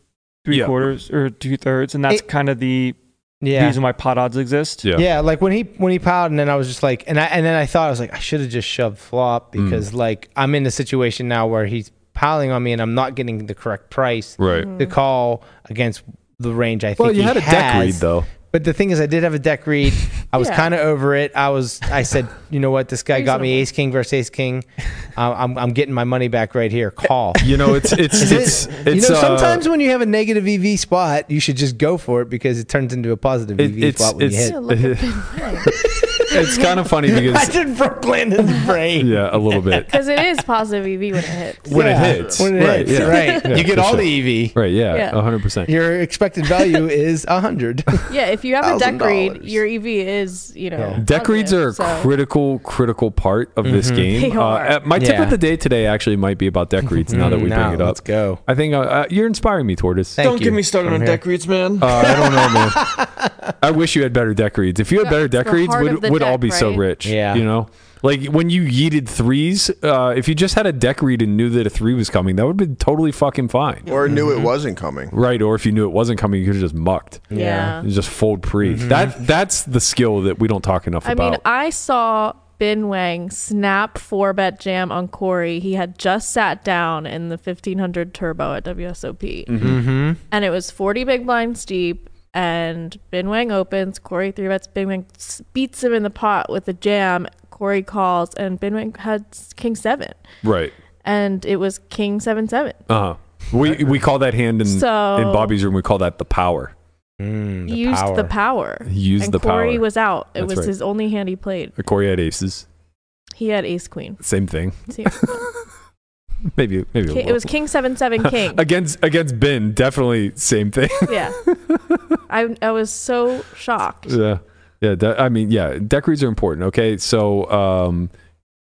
[SPEAKER 8] three
[SPEAKER 4] Yeah.
[SPEAKER 8] quarters or two thirds, and that's
[SPEAKER 6] It-
[SPEAKER 8] kind of the
[SPEAKER 6] Yeah.
[SPEAKER 8] reason why pot odds exist.
[SPEAKER 4] yeah,
[SPEAKER 6] yeah. like when he when he piled, and then I was just like, and I and then I thought I was like, I should have just shoved flop
[SPEAKER 4] Mm.
[SPEAKER 6] because like I'm in a situation now where he's piling on me, and I'm not getting the correct price
[SPEAKER 4] Right.
[SPEAKER 6] to call against the range. I think
[SPEAKER 4] Well, you
[SPEAKER 6] he
[SPEAKER 4] had a deck
[SPEAKER 6] has.
[SPEAKER 4] read though.
[SPEAKER 6] But the thing is, I did have a deck read. I was
[SPEAKER 5] Yeah.
[SPEAKER 6] kind of over it. I was. I said, you know what? This guy got me
[SPEAKER 5] Reasonable.
[SPEAKER 6] ace king versus ace king. Uh, I'm I'm getting my money back right here. Call.
[SPEAKER 4] You know, it's it's
[SPEAKER 6] Is
[SPEAKER 4] it's
[SPEAKER 6] it-
[SPEAKER 4] it's
[SPEAKER 6] you know,
[SPEAKER 4] uh,
[SPEAKER 6] sometimes when you have a negative E EV spot, you should just go for it because it turns into a positive
[SPEAKER 4] It-
[SPEAKER 6] EV
[SPEAKER 4] it's-
[SPEAKER 6] spot when you
[SPEAKER 4] it's-
[SPEAKER 5] Yeah, look at
[SPEAKER 6] hit.
[SPEAKER 5] Big Leg.
[SPEAKER 4] it's kind of funny
[SPEAKER 6] I
[SPEAKER 4] because
[SPEAKER 6] did broke Landon's brain.
[SPEAKER 4] yeah, a little bit
[SPEAKER 5] because it is positive EV when it hits.
[SPEAKER 4] when
[SPEAKER 6] Yeah.
[SPEAKER 4] it hits.
[SPEAKER 6] When it
[SPEAKER 4] right,
[SPEAKER 6] hits,
[SPEAKER 4] yeah.
[SPEAKER 6] right.
[SPEAKER 4] Yeah,
[SPEAKER 6] you get
[SPEAKER 4] for
[SPEAKER 6] all
[SPEAKER 4] sure.
[SPEAKER 6] the E EV.
[SPEAKER 4] Right, yeah,
[SPEAKER 5] Yeah.
[SPEAKER 4] hundred percent.
[SPEAKER 6] Your expected value is a hundred.
[SPEAKER 5] Yeah, if you have a deck read,
[SPEAKER 6] $1,000.
[SPEAKER 5] your EV is you know.
[SPEAKER 6] Yeah.
[SPEAKER 4] Deck reads are a
[SPEAKER 5] positive, so-
[SPEAKER 4] critical, critical part of this game.
[SPEAKER 5] They
[SPEAKER 4] Uh,
[SPEAKER 5] are.
[SPEAKER 4] uh, my tip
[SPEAKER 6] Mm-hmm. Yeah. Mm-hmm.
[SPEAKER 4] of the day today actually might be about deck reads. now that we bring it up,
[SPEAKER 6] let's go.
[SPEAKER 4] I think uh, uh, you're inspiring me, Tortoise.
[SPEAKER 6] Thank
[SPEAKER 8] Don't
[SPEAKER 6] you.
[SPEAKER 8] get me started
[SPEAKER 6] I'm
[SPEAKER 8] on
[SPEAKER 6] here.
[SPEAKER 8] deck reads, man.
[SPEAKER 4] Uh, I don't know, man. I wish you had better deck reads. If you had
[SPEAKER 5] Yeah,
[SPEAKER 4] better
[SPEAKER 5] it's
[SPEAKER 4] deck
[SPEAKER 5] the
[SPEAKER 4] reads,
[SPEAKER 5] heart
[SPEAKER 4] would
[SPEAKER 5] of the
[SPEAKER 4] would all
[SPEAKER 5] deck,
[SPEAKER 4] be so
[SPEAKER 5] right?
[SPEAKER 4] rich.
[SPEAKER 6] Yeah.
[SPEAKER 4] you know, like when you yeeted threes. Uh, if you just had a deck read and knew that a three was coming, that would have been totally fucking fine.
[SPEAKER 3] Or knew it wasn't coming.
[SPEAKER 4] Right, or if you knew it wasn't coming, you could have just mucked.
[SPEAKER 5] Yeah.
[SPEAKER 4] You just fold pre.
[SPEAKER 6] Mm-hmm.
[SPEAKER 4] That that's the skill that we don't talk enough
[SPEAKER 5] I
[SPEAKER 4] about.
[SPEAKER 5] mean, I saw Bin Wang snap four bet jam on Corey. He had just sat down in the 1500 turbo at WSOP.
[SPEAKER 4] Mm-hmm.
[SPEAKER 5] And it was 40 big blinds deep. And Bin Wang opens. Corey three bets. Bin Wang s- beats him in the pot with a jam. Corey calls. And Bin Wang had s- king seven.
[SPEAKER 4] right.
[SPEAKER 5] And it was king seven seven.
[SPEAKER 4] Uh huh. We we call that hand in
[SPEAKER 5] So-
[SPEAKER 4] in Bobby's room. We call that the power.
[SPEAKER 6] Mm, the
[SPEAKER 5] used
[SPEAKER 6] power.
[SPEAKER 5] the power.
[SPEAKER 4] He used
[SPEAKER 5] and
[SPEAKER 4] the
[SPEAKER 5] Corey
[SPEAKER 4] power.
[SPEAKER 5] was out. It
[SPEAKER 4] That's
[SPEAKER 5] was
[SPEAKER 4] right.
[SPEAKER 5] his only hand he played.
[SPEAKER 4] Corey had aces.
[SPEAKER 5] He had ace queen.
[SPEAKER 4] Same thing.
[SPEAKER 5] See,
[SPEAKER 4] Maybe maybe a
[SPEAKER 5] Ki- it was
[SPEAKER 4] little-
[SPEAKER 5] king seven seven king.
[SPEAKER 4] against against Ben. Definitely same thing.
[SPEAKER 5] yeah. I I was so shocked.
[SPEAKER 4] yeah yeah de- i mean yeah deck reads are important okay so um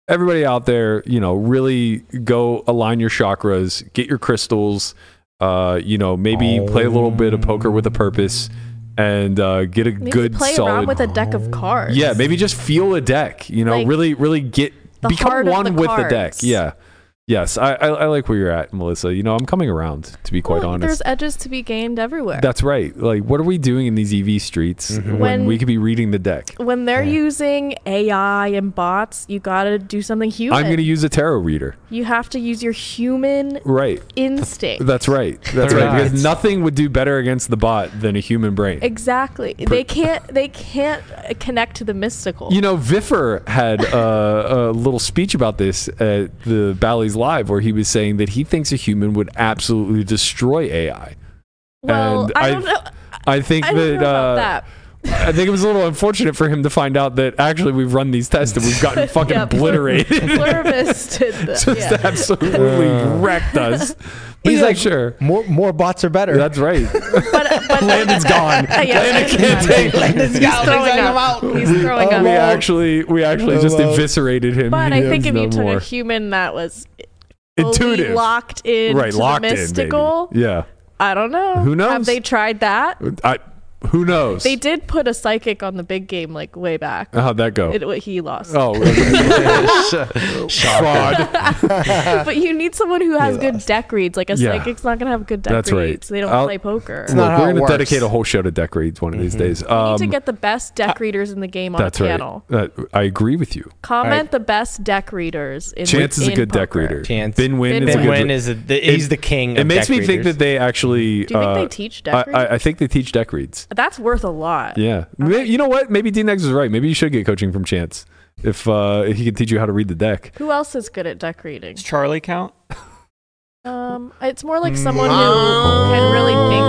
[SPEAKER 4] everybody out there you know really go align your chakras get your crystals uh you know maybe play a little bit of poker with a purpose and uh get a
[SPEAKER 5] Maybe
[SPEAKER 4] good
[SPEAKER 5] play
[SPEAKER 4] solid Oh.
[SPEAKER 5] around with a deck of cards.
[SPEAKER 4] yeah maybe just feel a deck you know
[SPEAKER 5] Like,
[SPEAKER 4] really really get
[SPEAKER 5] the
[SPEAKER 4] become
[SPEAKER 5] heart of
[SPEAKER 4] one
[SPEAKER 5] the
[SPEAKER 4] with the deck
[SPEAKER 5] cards.
[SPEAKER 4] yeah yes I, I i like where you're at melissa you know i'm coming around to be quite
[SPEAKER 5] Well,
[SPEAKER 4] honest
[SPEAKER 5] There's edges to be gained everywhere.
[SPEAKER 4] that's right like what are we doing in these ev streets when,
[SPEAKER 5] When-
[SPEAKER 4] we could be reading the deck
[SPEAKER 5] when they're using AI and bots, you gotta do something human.
[SPEAKER 4] I'm going to use a tarot reader.
[SPEAKER 5] you have to use your human
[SPEAKER 4] Right.
[SPEAKER 5] instinct.
[SPEAKER 4] That's right. That's
[SPEAKER 7] Third
[SPEAKER 4] right.
[SPEAKER 7] eye.
[SPEAKER 4] Because nothing would do better against the bot than a human brain.
[SPEAKER 5] exactly. they can't. They can't uh, connect to the mystical.
[SPEAKER 4] You know, Viffer had uh, a little speech about this at the Bally's Live where he was saying that he thinks a human would absolutely destroy AI.
[SPEAKER 5] well,
[SPEAKER 4] and
[SPEAKER 5] I
[SPEAKER 4] I-
[SPEAKER 5] don't know.
[SPEAKER 4] I think
[SPEAKER 5] I don't
[SPEAKER 4] that,
[SPEAKER 5] know about
[SPEAKER 4] uh,
[SPEAKER 5] that.
[SPEAKER 4] I think it was a little unfortunate for him to find out that actually we've run these tests and we've gotten fucking
[SPEAKER 5] Yeah, plur-
[SPEAKER 4] obliterated.
[SPEAKER 5] Pluribus did that.
[SPEAKER 4] Just
[SPEAKER 5] yeah.
[SPEAKER 4] absolutely wrecked us. But
[SPEAKER 6] He's
[SPEAKER 4] yeah,
[SPEAKER 6] like,
[SPEAKER 4] sure.
[SPEAKER 6] More more bots are better.
[SPEAKER 4] That's right.
[SPEAKER 5] But, but
[SPEAKER 4] Landon's gone.
[SPEAKER 5] yeah.
[SPEAKER 4] Landon can't take
[SPEAKER 6] Landon's got
[SPEAKER 5] throwing
[SPEAKER 6] him
[SPEAKER 5] up.
[SPEAKER 6] out.
[SPEAKER 5] He's throwing
[SPEAKER 4] Oh,
[SPEAKER 5] up.
[SPEAKER 4] we actually we actually just
[SPEAKER 6] Hello.
[SPEAKER 4] eviscerated him.
[SPEAKER 5] but
[SPEAKER 4] He
[SPEAKER 5] I
[SPEAKER 4] knows
[SPEAKER 5] think if
[SPEAKER 4] no
[SPEAKER 5] you took
[SPEAKER 4] more.
[SPEAKER 5] a human that was fully
[SPEAKER 4] intuitive,
[SPEAKER 5] locked in,
[SPEAKER 4] right?
[SPEAKER 5] to
[SPEAKER 4] Locked
[SPEAKER 5] the
[SPEAKER 4] in, baby.
[SPEAKER 5] mystical.
[SPEAKER 4] Yeah.
[SPEAKER 5] I don't know.
[SPEAKER 4] Who knows?
[SPEAKER 5] Have they tried that?
[SPEAKER 4] I, who knows? Uh,
[SPEAKER 5] They did put a psychic on the big game like way back.
[SPEAKER 4] How'd that go?
[SPEAKER 5] It, what he lost.
[SPEAKER 4] oh, okay. fraud.
[SPEAKER 5] but you need someone who has good deck reads. Like a
[SPEAKER 4] Yeah.
[SPEAKER 5] psychic's not gonna have good deck
[SPEAKER 4] That's right.
[SPEAKER 5] reads. They don't
[SPEAKER 4] I'll-
[SPEAKER 5] play poker.
[SPEAKER 6] not
[SPEAKER 4] Look,
[SPEAKER 6] how it
[SPEAKER 4] we're gonna
[SPEAKER 6] works.
[SPEAKER 4] dedicate a whole show to deck reads one of these days.
[SPEAKER 5] you need to
[SPEAKER 4] Um,
[SPEAKER 5] get the best deck readers in the game on
[SPEAKER 4] that's
[SPEAKER 5] a
[SPEAKER 4] right.
[SPEAKER 5] panel.
[SPEAKER 4] That- I agree with you.
[SPEAKER 5] Comment
[SPEAKER 6] Alright.
[SPEAKER 5] the best deck readers in
[SPEAKER 4] Chance is a
[SPEAKER 5] in
[SPEAKER 4] good deck
[SPEAKER 5] poker.
[SPEAKER 4] reader.
[SPEAKER 6] Chance.
[SPEAKER 4] Ben Win
[SPEAKER 5] Ben
[SPEAKER 4] is a
[SPEAKER 6] Ben
[SPEAKER 4] good.
[SPEAKER 6] Wynn is a, the, he's the king.
[SPEAKER 4] it
[SPEAKER 6] of
[SPEAKER 4] makes
[SPEAKER 6] deck
[SPEAKER 4] me think
[SPEAKER 6] readers.
[SPEAKER 4] that they actually.
[SPEAKER 5] Do you think
[SPEAKER 4] uh,
[SPEAKER 5] they teach deck
[SPEAKER 4] I, I, I
[SPEAKER 5] reads?
[SPEAKER 4] think they teach deck reads.
[SPEAKER 5] That's worth a lot.
[SPEAKER 4] Yeah. May- You know what? Maybe D Nex is right. Maybe you should get coaching from Chance if uh, he can teach you how to read the deck.
[SPEAKER 5] Who else is good at deck reading?
[SPEAKER 8] Does Charlie count?
[SPEAKER 4] Oh,
[SPEAKER 5] Um, it's more like someone who can really think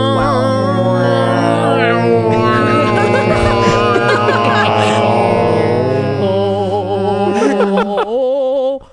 [SPEAKER 5] well.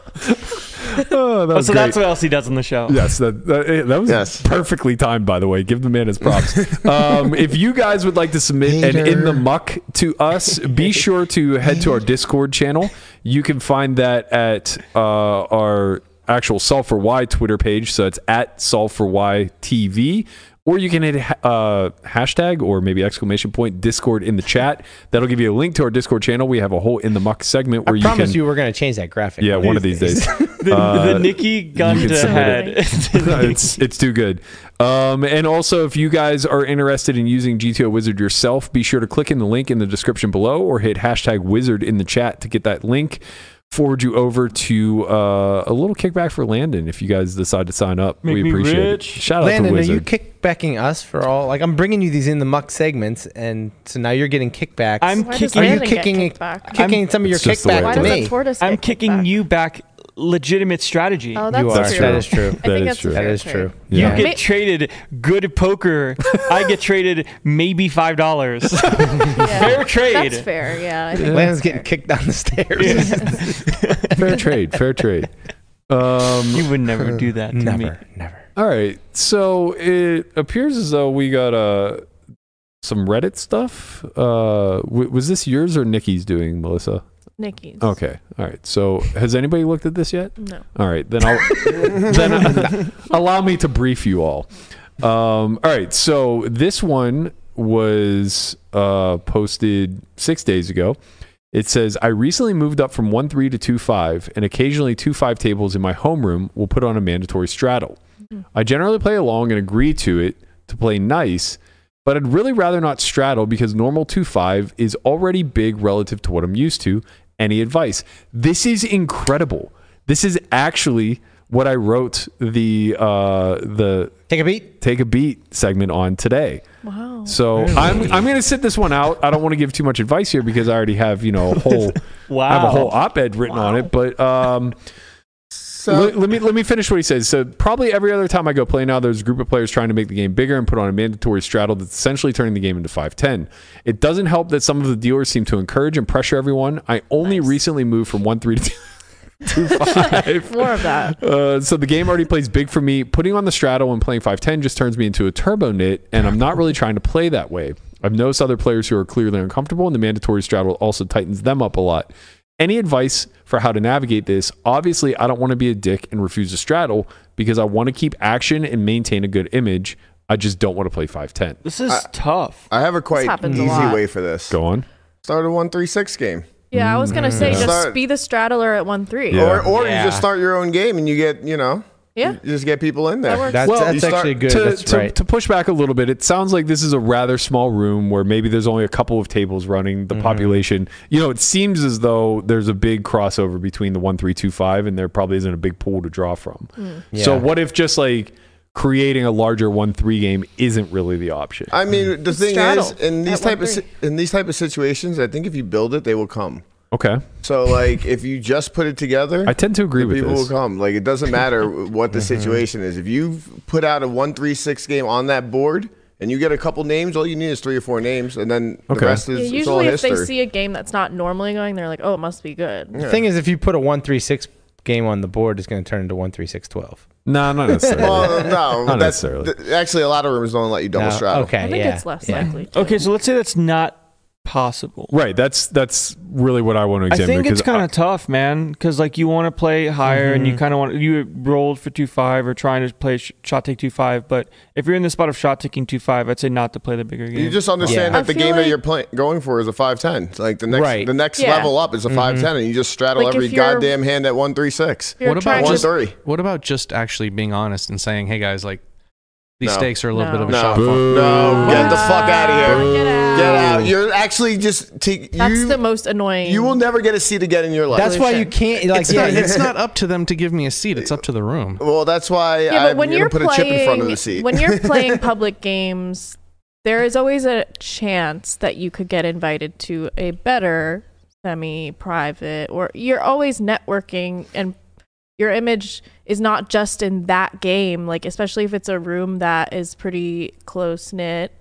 [SPEAKER 4] Oh, that
[SPEAKER 8] Oh,
[SPEAKER 4] was
[SPEAKER 8] so
[SPEAKER 4] great.
[SPEAKER 8] that's what else he does on the show.
[SPEAKER 4] Yes, that that, eh, that was
[SPEAKER 3] Yes.
[SPEAKER 4] perfectly timed. By the way, give the man his props. um, if you guys would like to submit an in the muck to us, be sure to head to our Discord channel. You can find that at uh, our actual Solve for Y Twitter page. So it's at Solve for Y TV. Or you can hit uh, hashtag or maybe exclamation point Discord in the chat. That'll give you a link to our Discord channel. We have a whole in the muck segment where
[SPEAKER 6] I
[SPEAKER 4] you
[SPEAKER 6] promise
[SPEAKER 4] can.
[SPEAKER 6] you, we're gonna change that graphic.
[SPEAKER 4] yeah, one of these days.
[SPEAKER 8] The,
[SPEAKER 4] Uh,
[SPEAKER 8] the Nikki gun
[SPEAKER 4] can
[SPEAKER 8] to
[SPEAKER 4] submit
[SPEAKER 8] head.
[SPEAKER 5] it.
[SPEAKER 4] it's it's too good. Um, and also, if you guys are interested in using GTO Wizard yourself, be sure to click in the link in the description below or hit hashtag Wizard in the chat to get that link. Forward you over to uh, a little kickback for Landon if you guys decide to sign up.
[SPEAKER 8] Make
[SPEAKER 4] we
[SPEAKER 8] me
[SPEAKER 4] appreciate it.
[SPEAKER 8] rich.
[SPEAKER 4] Shout out
[SPEAKER 6] Landon,
[SPEAKER 4] to
[SPEAKER 6] are you
[SPEAKER 4] Wizard.
[SPEAKER 6] kickbacking us for all? Like, I'm bringing you these in the muck segments, and so now you're getting kickbacks.
[SPEAKER 8] I'm
[SPEAKER 5] Why does
[SPEAKER 8] kicking.
[SPEAKER 6] are you
[SPEAKER 5] Landon get
[SPEAKER 6] kicking
[SPEAKER 5] kickback?
[SPEAKER 6] kicking some of your
[SPEAKER 4] It's just the way
[SPEAKER 6] kickback
[SPEAKER 5] Why
[SPEAKER 4] it
[SPEAKER 6] to
[SPEAKER 5] does
[SPEAKER 4] is.
[SPEAKER 5] a
[SPEAKER 6] me?
[SPEAKER 5] tortoise
[SPEAKER 8] I'm
[SPEAKER 5] get
[SPEAKER 8] kicking
[SPEAKER 5] kickback?
[SPEAKER 8] you back legitimate strategy.
[SPEAKER 5] Oh,
[SPEAKER 6] you
[SPEAKER 5] that's
[SPEAKER 6] are.
[SPEAKER 5] true.
[SPEAKER 6] That is true.
[SPEAKER 5] I think
[SPEAKER 4] is
[SPEAKER 5] that's
[SPEAKER 4] true.
[SPEAKER 5] a
[SPEAKER 6] That
[SPEAKER 5] fair
[SPEAKER 6] is
[SPEAKER 5] trade.
[SPEAKER 6] true.
[SPEAKER 4] You
[SPEAKER 8] You
[SPEAKER 6] Yeah.
[SPEAKER 8] get
[SPEAKER 5] Ma-
[SPEAKER 8] traded good poker. I get traded maybe five dollars.
[SPEAKER 5] Yeah.
[SPEAKER 8] Fair trade.
[SPEAKER 5] That's fair. Yeah. I think
[SPEAKER 6] Landon's
[SPEAKER 5] that's
[SPEAKER 6] getting
[SPEAKER 5] fair.
[SPEAKER 6] kicked down the stairs.
[SPEAKER 4] fair trade, fair trade. Um,
[SPEAKER 8] You would never do that to me.
[SPEAKER 6] never, never.
[SPEAKER 4] All right. So it appears as though we got uh, some Reddit stuff. Uh, w- was this yours or Nikki's doing, Melissa?
[SPEAKER 5] Nikki's.
[SPEAKER 4] Okay. All right. So has anybody looked at this yet?
[SPEAKER 5] No.
[SPEAKER 4] All right. Then I'll then uh, allow me to brief you all. Um, all right. So this one was uh, posted six days ago. It says, I recently moved up from 1-3 to 2-5, and occasionally 2-5 tables in my homeroom will put on a mandatory straddle. I generally play along and agree to it to play nice, but I'd really rather not straddle because normal 2-5 is already big relative to what I'm used to. Any advice? This is incredible. This is actually what I wrote the uh, the
[SPEAKER 6] Take a beat.
[SPEAKER 4] take a beat segment on today.
[SPEAKER 5] Wow.
[SPEAKER 4] So I'm I'm going to sit this one out. I don't want to give too much advice here because I already have you know a whole I have a
[SPEAKER 8] Wow.
[SPEAKER 4] whole op-ed written on it. But um,
[SPEAKER 3] So
[SPEAKER 4] let, let me let me finish what he says. So probably every other time I go play now, there's a group of players trying to make the game bigger and put on a mandatory straddle that's essentially turning the game into five ten. It doesn't help that some of the dealers seem to encourage and pressure everyone. I only recently moved from one three to two, two five.
[SPEAKER 5] More of that.
[SPEAKER 4] Uh, so the game already plays big for me. Putting on the straddle when playing 510 just turns me into a turbo nit, and I'm not really trying to play that way. I've noticed other players who are clearly uncomfortable, and the mandatory straddle also tightens them up a lot. Any advice for how to navigate this? Obviously, I don't want to be a dick and refuse to straddle because I want to keep action and maintain a good image. I just don't want to play 510.
[SPEAKER 8] This is
[SPEAKER 3] I-
[SPEAKER 8] tough.
[SPEAKER 3] I have a quite
[SPEAKER 5] happens a
[SPEAKER 3] easy
[SPEAKER 5] lot.
[SPEAKER 3] way for this.
[SPEAKER 4] Go on.
[SPEAKER 3] Start a one three six game,
[SPEAKER 5] Yeah, I was gonna say
[SPEAKER 3] Yeah.
[SPEAKER 5] just
[SPEAKER 3] Start-
[SPEAKER 5] be the straddler at one three.
[SPEAKER 4] Yeah.
[SPEAKER 3] or or
[SPEAKER 7] Yeah.
[SPEAKER 3] you just start your own game and you get you know
[SPEAKER 5] Yeah.
[SPEAKER 3] you just get people in there.
[SPEAKER 5] That works.
[SPEAKER 6] That's,
[SPEAKER 4] Well,
[SPEAKER 6] that's
[SPEAKER 3] you start-
[SPEAKER 6] actually good.
[SPEAKER 4] to,
[SPEAKER 6] that's
[SPEAKER 4] to,
[SPEAKER 6] right.
[SPEAKER 4] to push back a little bit, it sounds like this is a rather small room where maybe there's only a couple of tables running the population. You know, it seems as though there's a big crossover between the one three two five, and there probably isn't a big pool to draw from. So,
[SPEAKER 6] Yeah.
[SPEAKER 4] what if just like creating a larger one three game isn't really the option?
[SPEAKER 3] I mean, the thing
[SPEAKER 5] Straddle
[SPEAKER 3] is, in these
[SPEAKER 5] at
[SPEAKER 3] type of
[SPEAKER 5] 1-3.
[SPEAKER 3] si- in these type of situations, I think if you build it, they will come.
[SPEAKER 4] okay,
[SPEAKER 3] So like, if you just put it together,
[SPEAKER 4] I tend to agree
[SPEAKER 3] the
[SPEAKER 4] with
[SPEAKER 3] people
[SPEAKER 4] this. Mm-hmm.
[SPEAKER 3] will come. Like, it doesn't matter what the situation is. If you put out a one three six game on that board and you get a couple names, all you need is three or four names, and then
[SPEAKER 4] Okay.
[SPEAKER 3] the rest is
[SPEAKER 5] Yeah,
[SPEAKER 3] it's all
[SPEAKER 5] usually, if
[SPEAKER 3] history.
[SPEAKER 5] they see a game that's not normally going, they're like, "Oh, it must be good."
[SPEAKER 6] The thing is, if you put a one three six game on the board, it's going to turn into one three six twelve.
[SPEAKER 4] No, not necessarily.
[SPEAKER 3] well, um, no,
[SPEAKER 4] Not
[SPEAKER 3] that's,
[SPEAKER 4] necessarily.
[SPEAKER 3] th- actually a lot of rooms don't let you double straddle.
[SPEAKER 6] Okay,
[SPEAKER 5] I think
[SPEAKER 6] yeah,
[SPEAKER 5] it's less
[SPEAKER 6] yeah.
[SPEAKER 5] likely. to.
[SPEAKER 8] Okay, so let's say that's not possible.
[SPEAKER 4] right. That's that's really what I want to
[SPEAKER 8] I
[SPEAKER 4] examine.
[SPEAKER 8] think it's
[SPEAKER 4] because
[SPEAKER 8] kind of tough, man, because like you want to play higher and you
[SPEAKER 6] Mm-hmm.
[SPEAKER 8] kind of want you rolled for two five or trying to play sh- shot take two five, but if you're in the spot of shot taking two five, I'd say not to play the bigger game.
[SPEAKER 3] You just understand
[SPEAKER 6] Yeah.
[SPEAKER 3] that the
[SPEAKER 5] I feel
[SPEAKER 3] game that
[SPEAKER 5] like-
[SPEAKER 3] you're playing going for is a five ten. Like the next
[SPEAKER 6] Right.
[SPEAKER 3] the next
[SPEAKER 5] Yeah.
[SPEAKER 3] level up is a five ten, and you just straddle
[SPEAKER 5] Like,
[SPEAKER 3] every
[SPEAKER 5] if you're-
[SPEAKER 3] goddamn hand at one three six.
[SPEAKER 5] If you're
[SPEAKER 7] What about
[SPEAKER 5] trying
[SPEAKER 3] One
[SPEAKER 5] to-
[SPEAKER 7] just-
[SPEAKER 3] three.
[SPEAKER 7] What about just actually being honest and saying, "Hey guys, like these
[SPEAKER 3] No.
[SPEAKER 7] stakes are a little
[SPEAKER 5] No.
[SPEAKER 7] bit of a
[SPEAKER 3] No.
[SPEAKER 7] shot."
[SPEAKER 4] Boo.
[SPEAKER 7] fuck.
[SPEAKER 3] No, get the fuck out of here.
[SPEAKER 5] Ah, Get out.
[SPEAKER 3] Get out. You're actually just take
[SPEAKER 5] That's
[SPEAKER 3] you.
[SPEAKER 5] the most annoying.
[SPEAKER 3] you will never get a seat again in your life.
[SPEAKER 6] That's why you
[SPEAKER 5] Solution.
[SPEAKER 6] can't. Like,
[SPEAKER 7] It's,
[SPEAKER 6] yeah,
[SPEAKER 7] not,
[SPEAKER 6] you-
[SPEAKER 7] it's not up to them to give me a seat. It's up to the room.
[SPEAKER 3] well, that's why
[SPEAKER 5] yeah,
[SPEAKER 3] I'm
[SPEAKER 5] but when
[SPEAKER 3] gonna
[SPEAKER 5] you're
[SPEAKER 3] put
[SPEAKER 5] playing,
[SPEAKER 3] a chip in front of the seat.
[SPEAKER 5] when you're playing public games, there is always a chance that you could get invited to a better semi-private, or you're always networking, and your image is not just in that game. Like, especially if it's a room that is pretty close knit.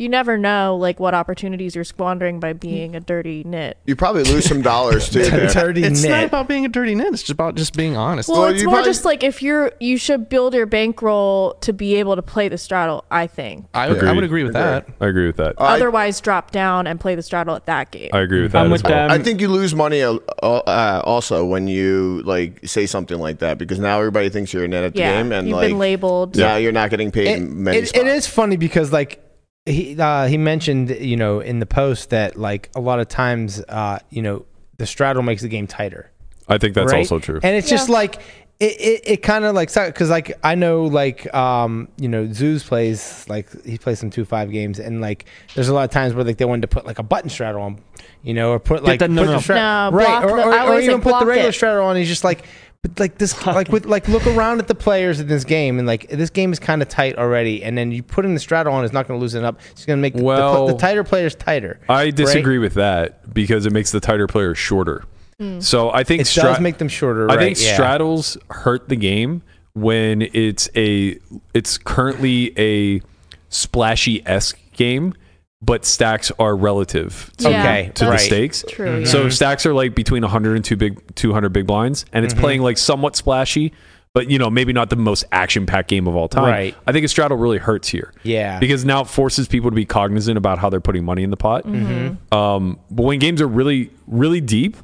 [SPEAKER 5] You never know, like what opportunities you're squandering
[SPEAKER 3] Hmm.
[SPEAKER 5] by being a dirty nit.
[SPEAKER 3] you probably lose some dollars too. there.
[SPEAKER 6] dirty
[SPEAKER 7] It's not
[SPEAKER 6] net.
[SPEAKER 7] about being a dirty net. It's just about just being honest.
[SPEAKER 5] Well,
[SPEAKER 3] Well,
[SPEAKER 5] it's
[SPEAKER 3] you
[SPEAKER 5] more
[SPEAKER 3] probably-
[SPEAKER 5] just like if you're, you should build your bankroll to be able to play the straddle. I think.
[SPEAKER 7] I, I
[SPEAKER 4] Agreed.
[SPEAKER 7] would agree with that.
[SPEAKER 4] I agree with that.
[SPEAKER 3] I-
[SPEAKER 5] otherwise drop down and play the straddle at that game.
[SPEAKER 4] I agree with that.
[SPEAKER 8] I'm
[SPEAKER 4] as
[SPEAKER 8] with
[SPEAKER 4] well.
[SPEAKER 3] I
[SPEAKER 8] them.
[SPEAKER 3] think you lose money uh, uh, also when you like say something like that because now everybody thinks you're in it at the
[SPEAKER 5] yeah,
[SPEAKER 3] game and
[SPEAKER 5] you've
[SPEAKER 3] like
[SPEAKER 5] been labeled.
[SPEAKER 3] now you're not getting paid.
[SPEAKER 6] It-
[SPEAKER 3] in many
[SPEAKER 6] it- it
[SPEAKER 3] spots.
[SPEAKER 6] is funny because like he uh, he mentioned you know in the post that like a lot of times uh, you know the straddle makes the game tighter.
[SPEAKER 4] I think that's
[SPEAKER 6] right?
[SPEAKER 4] also true.
[SPEAKER 6] And it's just like it it, it kind of like because like I know like um you know Zeus plays like he plays some two five games and like there's a lot of times where like they wanted to put like a button straddle on you know or put like
[SPEAKER 8] that- no,
[SPEAKER 6] put
[SPEAKER 8] no,
[SPEAKER 6] the
[SPEAKER 8] no.
[SPEAKER 6] stra-
[SPEAKER 5] No,
[SPEAKER 6] right
[SPEAKER 5] block
[SPEAKER 6] or,
[SPEAKER 5] the-
[SPEAKER 6] or,
[SPEAKER 5] I
[SPEAKER 6] or
[SPEAKER 5] always
[SPEAKER 6] even
[SPEAKER 5] say
[SPEAKER 6] put the
[SPEAKER 5] block
[SPEAKER 6] regular
[SPEAKER 5] it.
[SPEAKER 6] straddle on. He's just like. But like this, like with like look around at the players in this game, and like this game is kind of tight already. And then you put in the straddle on is not going to loosen it up. It's going to make the- the,
[SPEAKER 4] Well-
[SPEAKER 6] the tighter players tighter.
[SPEAKER 4] I disagree with that because it makes the tighter player shorter.
[SPEAKER 5] Hmm.
[SPEAKER 4] So I think
[SPEAKER 6] It
[SPEAKER 4] stra-
[SPEAKER 6] does make them shorter. Right?
[SPEAKER 4] I think
[SPEAKER 6] yeah.
[SPEAKER 4] straddles hurt the game when it's a it's currently a splashy esque game, but stacks are relative to,
[SPEAKER 5] Yeah,
[SPEAKER 6] Okay,
[SPEAKER 4] to the
[SPEAKER 6] right. Mm-hmm.
[SPEAKER 4] stakes.
[SPEAKER 5] True. Yeah.
[SPEAKER 4] So if stacks are like between 100 and two big 200 big blinds, and
[SPEAKER 6] Mm-hmm.
[SPEAKER 4] it's playing like somewhat splashy, but you know maybe not the most action packed game of all time.
[SPEAKER 6] Right.
[SPEAKER 4] I think a straddle really hurts here
[SPEAKER 6] Yeah.
[SPEAKER 4] because now it forces people to be cognizant about how they're putting money in the pot.
[SPEAKER 6] Mm-hmm.
[SPEAKER 4] Um, but when games are really, really deep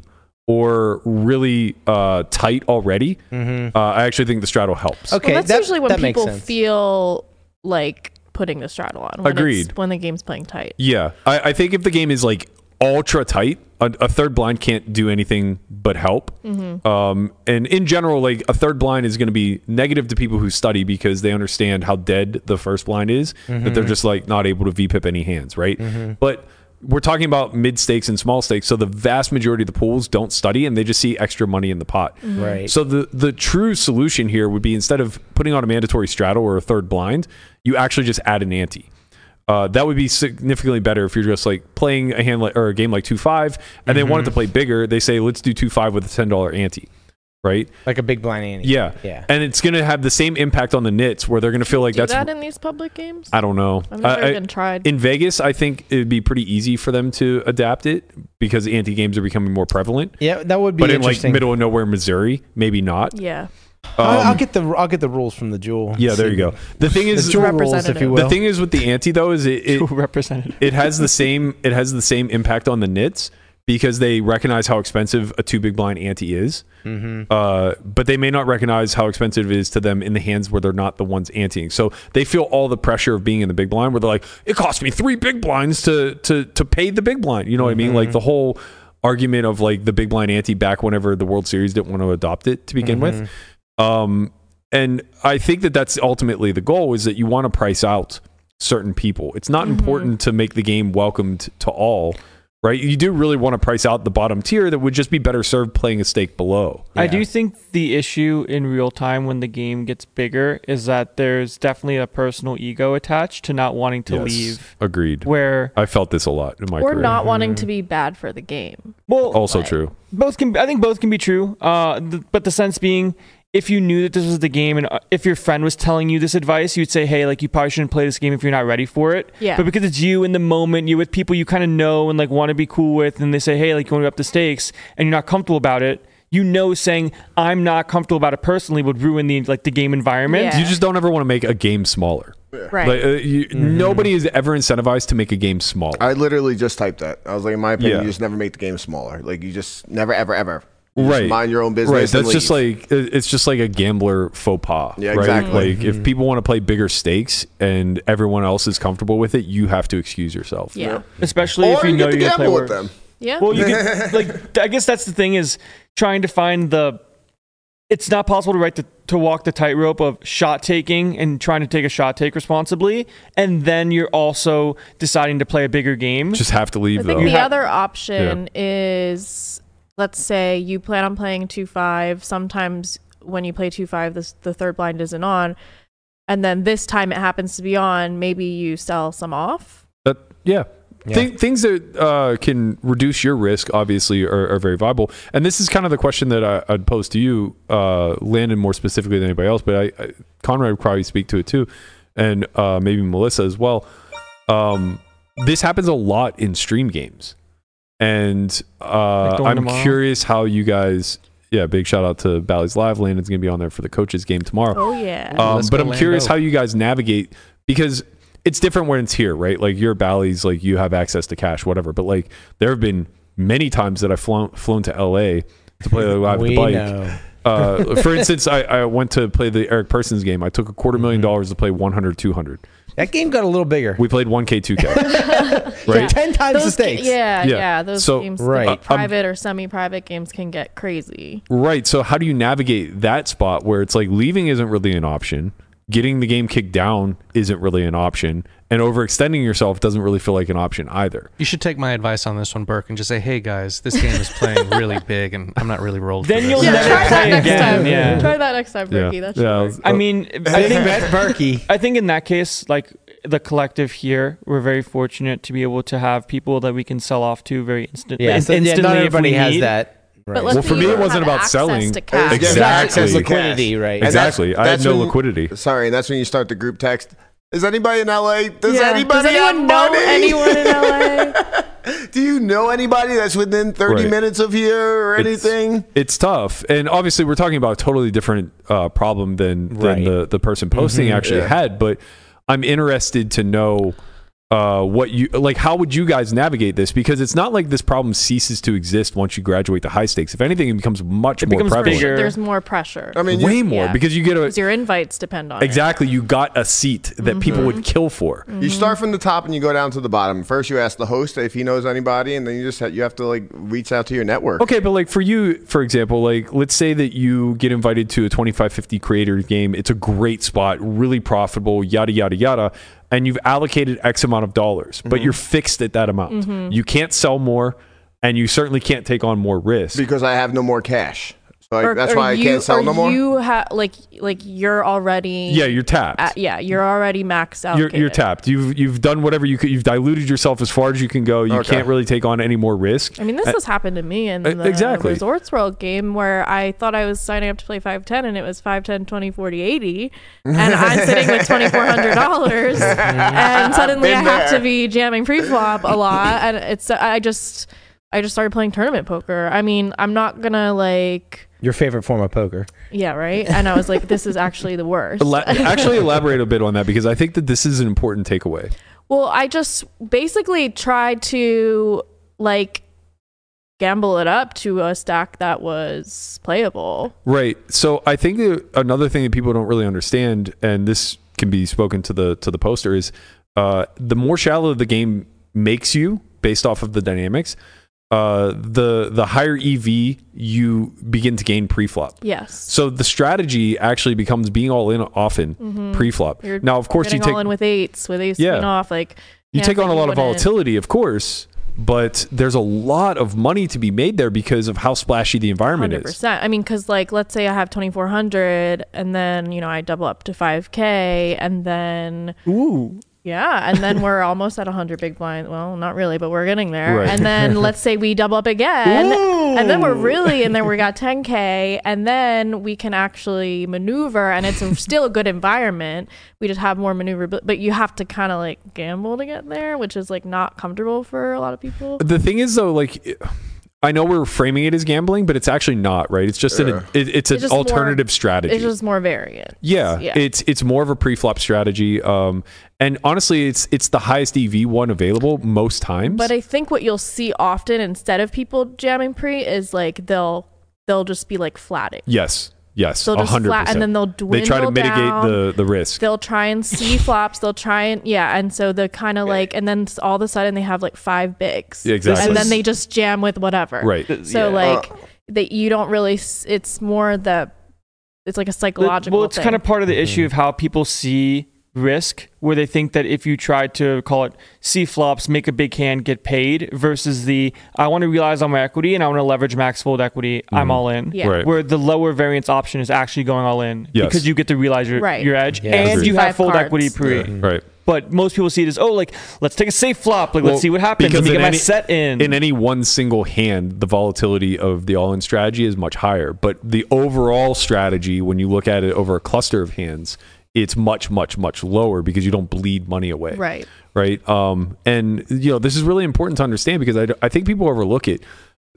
[SPEAKER 4] or really uh, tight already, uh, I actually think the straddle helps.
[SPEAKER 6] okay,
[SPEAKER 5] well, that's
[SPEAKER 6] that-
[SPEAKER 5] usually when
[SPEAKER 6] that makes
[SPEAKER 5] people
[SPEAKER 6] sense.
[SPEAKER 5] feel like putting the straddle on. When it's-
[SPEAKER 4] Agreed.
[SPEAKER 5] When the game's playing tight.
[SPEAKER 4] Yeah, I, I think if the game is like ultra tight, a, a third blind can't do anything but help. Um, and in general, like a third blind is going to be negative to people who study because they understand how dead the first blind is that they're just like not able to VPIP any hands, right? But we're talking about mid stakes and small stakes, so the vast majority of the pools don't study and they just see extra money in the pot.
[SPEAKER 6] Right.
[SPEAKER 4] So the the true solution here would be instead of putting on a mandatory straddle or a third blind, you actually just add an ante. Uh, that would be significantly better if you're just like playing a hand like, or a game like two five, and they wanted to
[SPEAKER 6] Mm-hmm.
[SPEAKER 4] play bigger. They say let's do two five with a ten dollar ante, right?
[SPEAKER 6] like a big blind ante.
[SPEAKER 4] Yeah,
[SPEAKER 6] Yeah.
[SPEAKER 4] And it's gonna have the same impact on the nits where they're gonna feel like
[SPEAKER 5] Do
[SPEAKER 4] that's
[SPEAKER 5] that in these public games.
[SPEAKER 4] I don't know.
[SPEAKER 5] I've never
[SPEAKER 4] I- I-
[SPEAKER 5] even tried.
[SPEAKER 4] in Vegas, I think it'd be pretty easy for them to adapt it because anti games are becoming more prevalent.
[SPEAKER 6] Yeah, that would be
[SPEAKER 4] But in like
[SPEAKER 6] interesting.
[SPEAKER 4] middle of nowhere, Missouri, maybe not.
[SPEAKER 5] yeah.
[SPEAKER 6] I'll, I'll
[SPEAKER 4] Um,
[SPEAKER 6] get the I'll get the rules from the jewel.
[SPEAKER 4] yeah, there you go. The thing
[SPEAKER 6] The
[SPEAKER 4] is,
[SPEAKER 6] jewel rules, if
[SPEAKER 5] Representative.
[SPEAKER 6] you will.
[SPEAKER 4] The thing is with the anti though is it it,
[SPEAKER 8] represented.
[SPEAKER 4] it has the same it has the same impact on the nits because they recognize how expensive a two big blind ante is. Uh, but they may not recognize how expensive it is to them in the hands where they're not the ones anteing. So they feel all the pressure of being in the big blind where they're like, it cost me three big blinds to to to pay the big blind. You know what I mean? Like the whole argument of like the big blind ante back whenever the World Series didn't want to adopt it to begin with. Um, and I think that that's ultimately the goal is that you want to price out certain people. It's not
[SPEAKER 5] Mm-hmm.
[SPEAKER 4] important to make the game welcomed to all, right? You do really want to price out the bottom tier that would just be better served playing a stake below.
[SPEAKER 8] I do think the issue in real time when the game gets bigger is that there's definitely a personal ego attached to not wanting to
[SPEAKER 4] Yes.
[SPEAKER 8] leave.
[SPEAKER 4] Agreed.
[SPEAKER 8] Where
[SPEAKER 4] I felt this a lot in my
[SPEAKER 5] Or
[SPEAKER 4] career.
[SPEAKER 5] not
[SPEAKER 6] Mm-hmm.
[SPEAKER 5] wanting to be bad for the game.
[SPEAKER 8] well,
[SPEAKER 4] also
[SPEAKER 5] Right.
[SPEAKER 4] true.
[SPEAKER 8] both can I think both can be true. Uh, th- but the sense being, if you knew that this was the game, and uh, if your friend was telling you this advice, you'd say, "Hey, like you probably shouldn't play this game if you're not ready for it."
[SPEAKER 5] Yeah.
[SPEAKER 8] But because it's you in the moment, you're with people you kind of know and like want to be cool with, and they say, "Hey, like you want to up the stakes," and you're not comfortable about it. You know, saying I'm not comfortable about it personally would ruin the like the game environment.
[SPEAKER 5] Yeah.
[SPEAKER 4] You just don't ever want to make a game smaller.
[SPEAKER 5] Right.
[SPEAKER 4] Like, uh, you, Nobody is ever incentivized to make a game smaller.
[SPEAKER 3] Mm-hmm. I literally just typed that. I was like, in my opinion,
[SPEAKER 4] Yeah.
[SPEAKER 3] you just never make the game smaller. Like you just never, ever, ever. You just
[SPEAKER 4] right.
[SPEAKER 3] mind your own business.
[SPEAKER 4] Right, that's
[SPEAKER 3] and
[SPEAKER 4] just
[SPEAKER 3] leave.
[SPEAKER 4] like it- it's just like a gambler faux pas.
[SPEAKER 3] Yeah,
[SPEAKER 4] right?
[SPEAKER 3] exactly. Mm-hmm.
[SPEAKER 4] Like if people want to play bigger stakes and everyone else is comfortable with it, you have to excuse yourself.
[SPEAKER 5] yeah.
[SPEAKER 8] Especially if
[SPEAKER 3] or
[SPEAKER 8] you,
[SPEAKER 3] you
[SPEAKER 8] know
[SPEAKER 3] get to
[SPEAKER 8] you're gonna play
[SPEAKER 3] gamble with
[SPEAKER 8] worse.
[SPEAKER 3] them.
[SPEAKER 5] Yeah.
[SPEAKER 8] Well, you can like I guess that's the thing is trying to find the. It's not possible to write the, to walk the tightrope of shot taking and trying to take a shot take responsibly, and then you're also deciding to play a bigger game.
[SPEAKER 4] Just have to leave
[SPEAKER 5] I
[SPEAKER 4] though.
[SPEAKER 5] think the
[SPEAKER 8] have-
[SPEAKER 5] other option is let's say you plan on playing 2 5. Sometimes when you play 2 5, this, the third blind isn't on. And then this time it happens to be on. Maybe you sell some off.
[SPEAKER 4] That yeah.
[SPEAKER 6] Yeah.
[SPEAKER 4] Thi- things that uh, can reduce your risk, obviously, are, are very viable. And this is kind of the question that I, I'd pose to you, uh, Landon, more specifically than anybody else, but I, I, Conrad would probably speak to it too, and uh, maybe Melissa as well. Um, this happens a lot in stream games. And uh,
[SPEAKER 8] Like the one
[SPEAKER 4] I'm
[SPEAKER 8] tomorrow?
[SPEAKER 4] curious how you guys, yeah, big shout out to Bally's Live. Landon's going to be on there for the coaches game tomorrow.
[SPEAKER 5] Oh, yeah.
[SPEAKER 4] Um,
[SPEAKER 7] Let's
[SPEAKER 4] but
[SPEAKER 7] go
[SPEAKER 4] I'm
[SPEAKER 7] Lando.
[SPEAKER 4] curious how you guys navigate because it's different when it's here, right? Like your Bally's, like you have access to cash, whatever. But like there have been many times that I've flown flown to LA to play live with
[SPEAKER 6] we
[SPEAKER 4] oh, the bike.
[SPEAKER 6] know.
[SPEAKER 4] Uh, for instance, I, I went to play the Eric Persons game. I took a quarter million dollars to play 100, 200.
[SPEAKER 6] That game got a little bigger.
[SPEAKER 4] We played 1K, 2K.
[SPEAKER 6] Like
[SPEAKER 4] right?
[SPEAKER 6] ten times the
[SPEAKER 5] Those ga-
[SPEAKER 6] stakes.
[SPEAKER 5] yeah,
[SPEAKER 4] Yeah.
[SPEAKER 5] yeah, Those
[SPEAKER 4] So-
[SPEAKER 5] games,
[SPEAKER 6] Right.
[SPEAKER 5] right?
[SPEAKER 6] Um,
[SPEAKER 5] private or semi-private games can get crazy.
[SPEAKER 4] Right. So how do you navigate that spot where it's like leaving isn't really an option, getting the game kicked down isn't really an option, and overextending yourself doesn't really feel like an option either.
[SPEAKER 7] You should take my advice on this one, Burke, and just say, "Hey guys, this game is playing really big, and I'm not really rolled."
[SPEAKER 8] Then
[SPEAKER 7] for
[SPEAKER 8] you'll
[SPEAKER 7] this.
[SPEAKER 5] Yeah,
[SPEAKER 8] never
[SPEAKER 5] try
[SPEAKER 8] play
[SPEAKER 5] that next
[SPEAKER 8] again.
[SPEAKER 5] time.
[SPEAKER 8] Yeah.
[SPEAKER 5] Try that next time, Ricky. That's yeah.
[SPEAKER 4] Yeah.
[SPEAKER 8] I mean, I
[SPEAKER 6] Big
[SPEAKER 8] think
[SPEAKER 6] Bet Berkey.
[SPEAKER 8] I think in that case, like the collective here, we're very fortunate to be able to have people that we can sell off to very instant-
[SPEAKER 6] Yeah,
[SPEAKER 8] in-
[SPEAKER 6] so, yeah,
[SPEAKER 8] instantly.
[SPEAKER 6] not
[SPEAKER 8] if
[SPEAKER 6] everybody
[SPEAKER 8] we
[SPEAKER 6] has
[SPEAKER 8] need.
[SPEAKER 6] that.
[SPEAKER 5] But
[SPEAKER 4] Well,
[SPEAKER 5] let's
[SPEAKER 4] for
[SPEAKER 5] say
[SPEAKER 4] me,
[SPEAKER 5] you
[SPEAKER 4] it
[SPEAKER 5] don't
[SPEAKER 4] wasn't
[SPEAKER 5] have
[SPEAKER 4] about
[SPEAKER 5] access
[SPEAKER 4] selling.
[SPEAKER 5] To cash.
[SPEAKER 4] Exactly.
[SPEAKER 6] Access liquidity, right?
[SPEAKER 3] And that's-
[SPEAKER 4] Exactly. I had
[SPEAKER 3] that's
[SPEAKER 4] no
[SPEAKER 3] when-
[SPEAKER 4] liquidity.
[SPEAKER 3] Sorry, and that's when you start the group text. Is anybody in LA? Does
[SPEAKER 5] Yeah.
[SPEAKER 3] anybody
[SPEAKER 5] Does anyone
[SPEAKER 3] have
[SPEAKER 5] know
[SPEAKER 3] money?
[SPEAKER 5] anyone in LA?
[SPEAKER 3] Do you know anybody that's within 30
[SPEAKER 4] Right.
[SPEAKER 3] minutes of here or
[SPEAKER 4] It's-
[SPEAKER 3] anything?
[SPEAKER 4] It's tough, and obviously we're talking about a totally different uh, problem than than
[SPEAKER 6] Right.
[SPEAKER 4] the the person posting actually
[SPEAKER 3] Yeah.
[SPEAKER 4] had. But I'm interested to know uh, what you like. How would you guys navigate this? Because it's not like this problem ceases to exist once you graduate to high stakes. If anything, it becomes much
[SPEAKER 8] It
[SPEAKER 4] more
[SPEAKER 8] becomes
[SPEAKER 4] prevalent,
[SPEAKER 8] bigger.
[SPEAKER 5] There's more pressure.
[SPEAKER 3] I mean, you-
[SPEAKER 4] way more
[SPEAKER 5] Yeah.
[SPEAKER 4] because you get a
[SPEAKER 5] 'Cause your invites depend on it.
[SPEAKER 4] exactly you got a seat that
[SPEAKER 5] Mm-hmm.
[SPEAKER 4] people would kill for.
[SPEAKER 3] You start from the top and you go down to the bottom. First, you ask the host if he knows anybody, and then you just have, you have to like reach out to your network.
[SPEAKER 4] Okay, but like for you, for example, like let's say that you get invited to a 2550 creator game. It's a great spot, really profitable, yada, yada, yada. And you've allocated X amount of dollars, but
[SPEAKER 3] Mm-hmm.
[SPEAKER 4] you're fixed at that amount. You can't sell more and you certainly can't take on more risk.
[SPEAKER 3] Because I have no more cash, so I,
[SPEAKER 5] Or-
[SPEAKER 3] that's
[SPEAKER 5] or
[SPEAKER 3] why I
[SPEAKER 5] you-
[SPEAKER 3] can't sell
[SPEAKER 5] or
[SPEAKER 3] no more.
[SPEAKER 5] You have like like you're already
[SPEAKER 4] yeah, you're tapped.
[SPEAKER 3] Uh,
[SPEAKER 5] at- yeah you're already maxed out.
[SPEAKER 4] you're, you're tapped. You've you've done whatever you could. You've diluted yourself as far as you can go. You
[SPEAKER 3] Okay.
[SPEAKER 4] can't really take on any more risk.
[SPEAKER 5] I mean, this
[SPEAKER 4] Uh,
[SPEAKER 5] has happened to me in
[SPEAKER 4] uh,
[SPEAKER 5] the
[SPEAKER 4] exactly.
[SPEAKER 5] Resorts World game where I thought I was signing up to play 510 and it was 510, 20, 40, 80. And I'm sitting with $2,400. and suddenly I
[SPEAKER 3] Been
[SPEAKER 5] have
[SPEAKER 3] there.
[SPEAKER 5] to be jamming pre-flop a lot. And it's, I just, I just started playing tournament poker. I mean, I'm not going to like,
[SPEAKER 6] Your favorite form of poker.
[SPEAKER 5] yeah, right. And I was like, this is actually the worst.
[SPEAKER 4] Ela- actually, elaborate a bit on that because I think that this is an important takeaway.
[SPEAKER 5] Well, I just basically tried to like gamble it up to a stack that was playable.
[SPEAKER 4] Right. So I think that another thing that people don't really understand, and this can be spoken to the to the poster, is uh, the more shallow the game makes you based off of the dynamics, uh, the the higher EV you begin to gain preflop.
[SPEAKER 5] Yes.
[SPEAKER 4] So the strategy actually becomes being all in often preflop.
[SPEAKER 5] Mm-hmm. You're
[SPEAKER 4] now, of course, you
[SPEAKER 5] Getting
[SPEAKER 4] take
[SPEAKER 5] all in with eights, with ace
[SPEAKER 4] Yeah.
[SPEAKER 5] queen off, like
[SPEAKER 4] you
[SPEAKER 5] hands
[SPEAKER 4] take on
[SPEAKER 5] that
[SPEAKER 4] a
[SPEAKER 5] you
[SPEAKER 4] lot of
[SPEAKER 5] wouldn't-
[SPEAKER 4] volatility, of course, but there's a lot of money to be made there because of how splashy the environment
[SPEAKER 5] Hundred
[SPEAKER 4] is.
[SPEAKER 5] percent. I mean, because like, let's say I have twenty four hundred, and then you know I double up to five k, and then
[SPEAKER 8] Ooh.
[SPEAKER 5] yeah, and then we're almost at hundred big blind. Well, not really, but we're getting there.
[SPEAKER 4] Right.
[SPEAKER 5] And then let's say we double up again, and then we're really, and then we got ten k, and then we can actually maneuver, and it's a- still a good environment. We just have more maneuver, but, but you have to kind of like gamble to get there, which is like not comfortable for a lot of people.
[SPEAKER 4] the thing is though like i know we're framing it as gambling but it's actually not right it's just an it, it's an
[SPEAKER 5] It's just more-
[SPEAKER 4] alternative strategy
[SPEAKER 5] It's just more variant.
[SPEAKER 4] yeah,
[SPEAKER 5] yeah.
[SPEAKER 4] it's it's more of a pre-flop strategy um and honestly it's it's the highest ev one available most times
[SPEAKER 5] But I think what you'll see often instead of people jamming pre is like they'll they'll just be like flatting.
[SPEAKER 4] yes yes
[SPEAKER 5] They'll just
[SPEAKER 4] 100%
[SPEAKER 5] flat- and then they'll
[SPEAKER 4] they try to
[SPEAKER 5] dwindle
[SPEAKER 4] mitigate
[SPEAKER 5] down.
[SPEAKER 4] the the risk
[SPEAKER 5] They'll try and see flops. They'll try and yeah, and so they're kind of like, and then s- all of a sudden they have like five bigs,
[SPEAKER 4] Yeah, exactly.
[SPEAKER 5] and
[SPEAKER 4] This is-
[SPEAKER 5] then they just jam with whatever,
[SPEAKER 4] right
[SPEAKER 5] So
[SPEAKER 8] Yeah.
[SPEAKER 5] like that you don't really. s- It's more the, it's like a psychological.
[SPEAKER 8] Well, it's
[SPEAKER 5] thing.
[SPEAKER 8] kind of part of the
[SPEAKER 4] Mm-hmm.
[SPEAKER 8] issue of how people see risk, where they think that if you try to call it C flops, make a big hand, get paid, versus the I want to realize on my equity and I want to leverage max fold equity, I'm all in.
[SPEAKER 5] Yeah.
[SPEAKER 4] Mm-hmm. right
[SPEAKER 8] Where the lower variance option is actually going all in
[SPEAKER 4] Yes.
[SPEAKER 8] because you get to realize your,
[SPEAKER 5] Right.
[SPEAKER 8] your edge
[SPEAKER 6] Yeah.
[SPEAKER 8] and
[SPEAKER 4] Agreed. Mm-hmm.
[SPEAKER 8] you have
[SPEAKER 5] Five
[SPEAKER 8] fold
[SPEAKER 5] cards.
[SPEAKER 8] equity pre.
[SPEAKER 4] right
[SPEAKER 8] But most people see it as oh, like let's take a safe flop, like
[SPEAKER 4] Well,
[SPEAKER 8] let's see what happens.
[SPEAKER 4] because
[SPEAKER 8] Let me
[SPEAKER 4] in
[SPEAKER 8] get my
[SPEAKER 4] any-
[SPEAKER 8] set in.
[SPEAKER 4] in any one single hand, the volatility of the all-in strategy is much higher. But the overall strategy, when you look at it over a cluster of hands, it's much, much, much lower because you don't bleed money away
[SPEAKER 5] right.
[SPEAKER 4] right? Um, and you know, this is really important to understand because I, I think people overlook it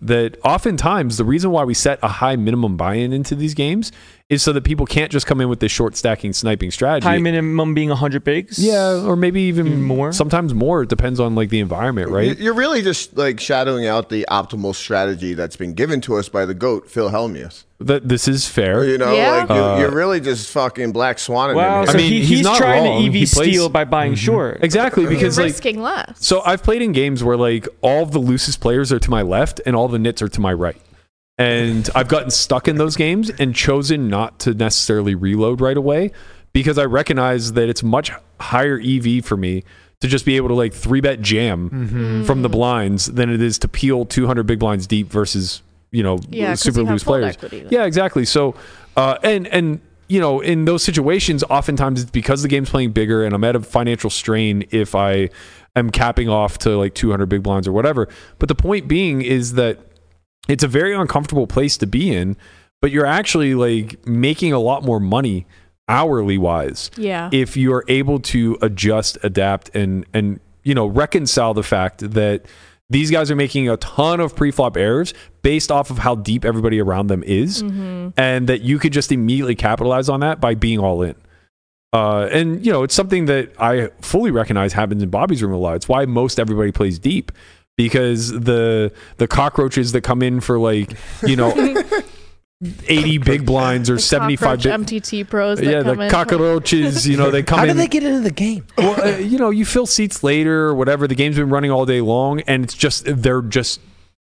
[SPEAKER 4] that oftentimes the reason why we set a high minimum buy-in into these games is so that people can't just come in with this short stacking sniping strategy.
[SPEAKER 8] High minimum being 100 bigs.
[SPEAKER 4] yeah, or maybe even
[SPEAKER 8] Even more?
[SPEAKER 4] Sometimes more. It depends on like the environment, right?
[SPEAKER 3] You- You're really just like shadowing out the optimal strategy that's been given to us by the goat Phil Hellmuth.
[SPEAKER 4] That this is fair.
[SPEAKER 3] You know,
[SPEAKER 5] Oh, Yeah.
[SPEAKER 3] like you,
[SPEAKER 4] Uh,
[SPEAKER 3] you're really just fucking black swanning. him
[SPEAKER 8] Wow.
[SPEAKER 3] here.
[SPEAKER 8] So
[SPEAKER 4] I mean,
[SPEAKER 8] he,
[SPEAKER 4] he's
[SPEAKER 8] he's,
[SPEAKER 4] not
[SPEAKER 8] trying
[SPEAKER 4] wrong.
[SPEAKER 8] to EV
[SPEAKER 4] He plays- Mm-hmm.
[SPEAKER 8] steal by buying short.
[SPEAKER 4] Exactly,
[SPEAKER 5] You're
[SPEAKER 4] because like
[SPEAKER 5] risking less.
[SPEAKER 4] So I've played in games where like all the loosest players are to my left and all the nits are to my right. And I've gotten stuck in those games and chosen not to necessarily reload right away because I recognize that it's much higher EV for me to just be able to like three bet jam
[SPEAKER 5] Mm-hmm.
[SPEAKER 4] from the blinds than it is to peel 200 big blinds deep versus, you know,
[SPEAKER 5] Yeah, 'cause
[SPEAKER 4] super
[SPEAKER 5] you have
[SPEAKER 4] loose
[SPEAKER 5] fold
[SPEAKER 4] players.
[SPEAKER 5] equity then.
[SPEAKER 4] yeah, exactly. So, uh, and, and, you know, in those situations, oftentimes it's because the game's playing bigger and I'm at a financial strain if I am capping off to like 200 big blinds or whatever. But the point being is that it's a very uncomfortable place to be in, but you're actually like making a lot more money hourly wise
[SPEAKER 5] Yeah.
[SPEAKER 4] if you are able to adjust, adapt, and and you know reconcile the fact that these guys are making a ton of pre-flop errors based off of how deep everybody around them is,
[SPEAKER 5] Mm-hmm.
[SPEAKER 4] and that you could just immediately capitalize on that by being all in. Uh, and you know it's something that I fully recognize happens in Bobby's room a lot. It's why most everybody plays deep because the the cockroaches that come in for like you know. 80 big blinds or
[SPEAKER 5] The
[SPEAKER 4] 75
[SPEAKER 5] cockroach
[SPEAKER 4] big
[SPEAKER 5] MTT pros. That
[SPEAKER 4] yeah,
[SPEAKER 5] come
[SPEAKER 4] the
[SPEAKER 5] in.
[SPEAKER 4] cockroaches, you know, they come
[SPEAKER 6] How
[SPEAKER 4] in.
[SPEAKER 6] did they get into the game?
[SPEAKER 4] well, uh, you know, you fill seats later or whatever. The game's been running all day long, and it's just they're just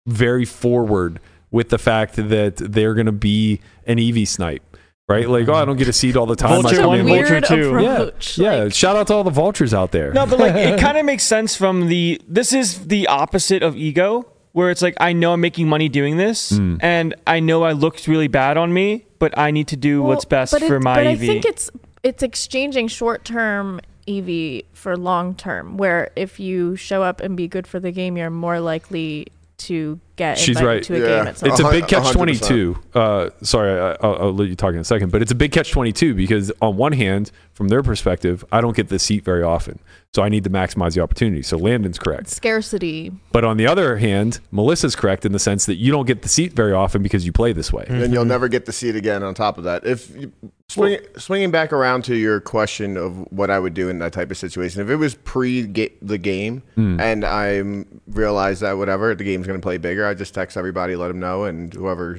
[SPEAKER 4] very forward with the fact that they're going to be an EV snipe, right? Like, oh, I don't get a seat all the time. I
[SPEAKER 5] It's
[SPEAKER 8] Vulture
[SPEAKER 5] a
[SPEAKER 4] come in
[SPEAKER 8] one,
[SPEAKER 4] late.
[SPEAKER 5] weird
[SPEAKER 8] Vulture two.
[SPEAKER 5] approach.
[SPEAKER 4] yeah, yeah.
[SPEAKER 5] like-
[SPEAKER 4] Shout out to all the vultures out there.
[SPEAKER 8] No, but like it kind of makes sense from the this is the opposite of ego where it's like I know I'm making money doing this
[SPEAKER 4] Hmm.
[SPEAKER 8] and I know I looked really bad on me, but I need to do what's
[SPEAKER 5] Well,
[SPEAKER 8] best
[SPEAKER 5] but it-
[SPEAKER 8] for my E
[SPEAKER 5] but
[SPEAKER 8] EV.
[SPEAKER 5] I think it's it's exchanging short term EV for long term. Where if you show up and be good for the game, you're more likely to get
[SPEAKER 4] She's
[SPEAKER 5] invited
[SPEAKER 4] right.
[SPEAKER 5] to a
[SPEAKER 3] Yeah.
[SPEAKER 5] game at some.
[SPEAKER 3] a
[SPEAKER 4] it's a
[SPEAKER 3] hun-
[SPEAKER 4] big
[SPEAKER 3] a
[SPEAKER 4] catch
[SPEAKER 3] hundred
[SPEAKER 4] 22 uh, sorry I, I'll, I'll let you talk in a second but it's a big catch 22 because on one hand from their perspective i don't get the seat very often so i need to maximize the opportunity so landon's correct
[SPEAKER 5] Scarcity.
[SPEAKER 4] but on the other hand melissa's correct in the sense that you don't get the seat very often because you play this way
[SPEAKER 3] and you'll never get to see it again on top of that if you, swing, swinging back around to your question of what i would do in that type of situation if it was pre ga- the game
[SPEAKER 4] Mm. Mm-hmm.
[SPEAKER 3] and i realized that whatever the game's going to play bigger i just text everybody let them know and whoever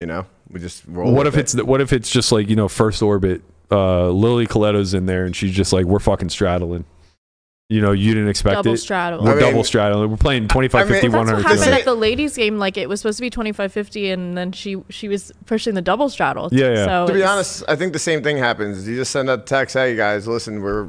[SPEAKER 3] you know we just roll
[SPEAKER 4] what
[SPEAKER 3] with
[SPEAKER 4] if
[SPEAKER 3] it.
[SPEAKER 4] it's what if it's just like you know first orbit uh, lily coletto's in there and she's just like we're fucking straddling you know you didn't expect
[SPEAKER 5] Double
[SPEAKER 4] it
[SPEAKER 5] straddle.
[SPEAKER 4] we're
[SPEAKER 3] I mean-
[SPEAKER 4] double straddling we're playing 25
[SPEAKER 3] I mean-
[SPEAKER 4] 50
[SPEAKER 5] Well, that's what
[SPEAKER 4] 100
[SPEAKER 5] happened
[SPEAKER 3] Yeah.
[SPEAKER 5] at the ladies' game. Like it was supposed to be 25-50, and then she she was pushing the double straddle.
[SPEAKER 4] Yeah, yeah.
[SPEAKER 5] So
[SPEAKER 3] to be
[SPEAKER 5] it's-
[SPEAKER 3] honest i think the same thing happens you just send out a text hey guys listen we're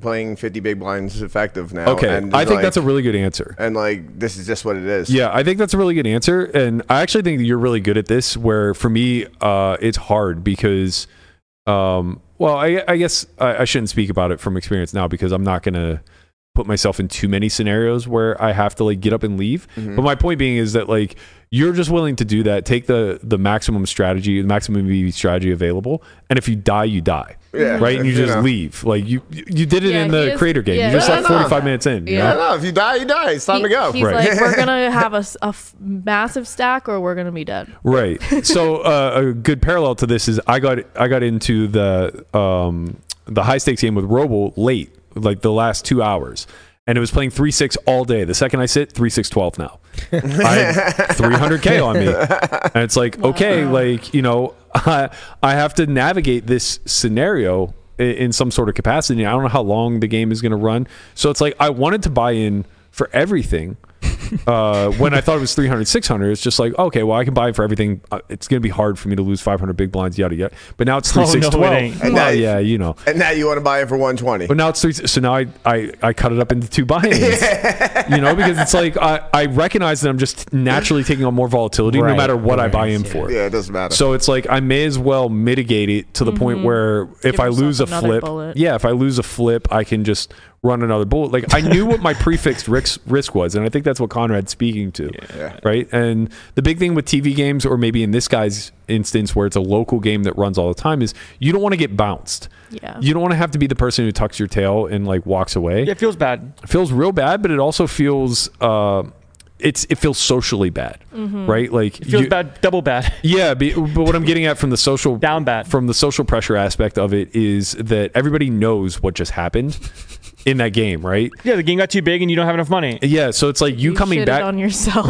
[SPEAKER 3] playing 50 big blinds effective now
[SPEAKER 4] okay
[SPEAKER 3] and
[SPEAKER 4] i think
[SPEAKER 3] like-
[SPEAKER 4] that's a really good answer
[SPEAKER 3] and like this is just what it is
[SPEAKER 4] Yeah, I think that's a really good answer, and I actually think that you're really good at this. Where for me, uh, it's hard because, um, well, I, I guess I, I shouldn't speak about it from experience now because I'm not gonna put myself in too many scenarios where I have to like get up and leave.
[SPEAKER 3] Mm-hmm.
[SPEAKER 4] But my point being is that like you're just willing to do that, take the the maximum strategy, the maximum EV strategy available, and if you die, you die.
[SPEAKER 3] Yeah,
[SPEAKER 4] Right, and you, just
[SPEAKER 3] know.
[SPEAKER 4] leave. Like you, you did it
[SPEAKER 5] Yeah,
[SPEAKER 4] in
[SPEAKER 5] he
[SPEAKER 4] the
[SPEAKER 5] is-
[SPEAKER 4] creator game.
[SPEAKER 5] yeah,
[SPEAKER 4] you just
[SPEAKER 5] no,
[SPEAKER 4] like
[SPEAKER 3] no, no.
[SPEAKER 4] 45 minutes in. you
[SPEAKER 5] Yeah.
[SPEAKER 4] know?
[SPEAKER 3] I don't know. If you die, you die. It's time
[SPEAKER 5] He-
[SPEAKER 3] to go.
[SPEAKER 5] He's
[SPEAKER 4] Right.
[SPEAKER 5] like, we're gonna have a, s- a f- massive stack, or we're gonna be dead.
[SPEAKER 4] Right. So uh, a good parallel to this is I got I got into the um, the high stakes game with Robo late, like the last two hours, and it was playing three six all day. The second I sit, three six twelve now. I three hundred k on me, and it's like okay, like you know, I, I have to navigate this scenario in, in some sort of capacity. I don't know how long the game is going to run, so it's like I wanted to buy in for everything uh, when I thought it was 300, 600, it's just like, okay, well, I can buy it for everything. Uh, It's going to be hard for me to lose 500 big blinds, yada, yada. But now it's 3,
[SPEAKER 8] Oh,
[SPEAKER 4] 6,
[SPEAKER 8] no, it
[SPEAKER 4] 12.
[SPEAKER 8] ain't.
[SPEAKER 4] Well,
[SPEAKER 3] And now-
[SPEAKER 4] yeah, you know.
[SPEAKER 3] And now you want to buy it for 120.
[SPEAKER 4] But now it's 3, so now I, I, I cut it up into two buy-ins, you know, because it's like I, I recognize that I'm just naturally taking on more volatility no
[SPEAKER 6] Right,
[SPEAKER 4] matter what I
[SPEAKER 6] right,
[SPEAKER 4] buy in
[SPEAKER 6] yeah.
[SPEAKER 4] for.
[SPEAKER 3] Yeah, it doesn't matter.
[SPEAKER 4] So it's like I may as well mitigate it to the point where if
[SPEAKER 5] Mm-hmm. Give
[SPEAKER 4] I
[SPEAKER 5] yourself
[SPEAKER 4] lose a
[SPEAKER 5] another
[SPEAKER 4] flip,
[SPEAKER 5] bullet.
[SPEAKER 4] yeah, if I lose a flip, I can just run another bullet. Like I knew what my prefixed risk risk was, and I think that's what Conrad's speaking to, right? And the big thing with TV games, or maybe in this guy's instance where it's a local game that runs all the time, is you don't want to get bounced.
[SPEAKER 5] Yeah.
[SPEAKER 4] You don't want to have to be the person who tucks your tail and like walks away.
[SPEAKER 8] it feels bad.
[SPEAKER 4] It feels real bad, but it also feels uh, it's it feels socially bad,
[SPEAKER 5] Mm-hmm.
[SPEAKER 4] right? Like
[SPEAKER 8] It feels bad, double bad.
[SPEAKER 4] yeah, be, but what I'm getting at from the social
[SPEAKER 8] Down bad.
[SPEAKER 4] from the social pressure aspect of it is that everybody knows what just happened in that game, right?
[SPEAKER 8] Yeah, the game got too big and you don't have enough money.
[SPEAKER 4] Yeah, so it's like you,
[SPEAKER 5] You
[SPEAKER 4] coming
[SPEAKER 5] shitted
[SPEAKER 4] back.
[SPEAKER 5] on yourself.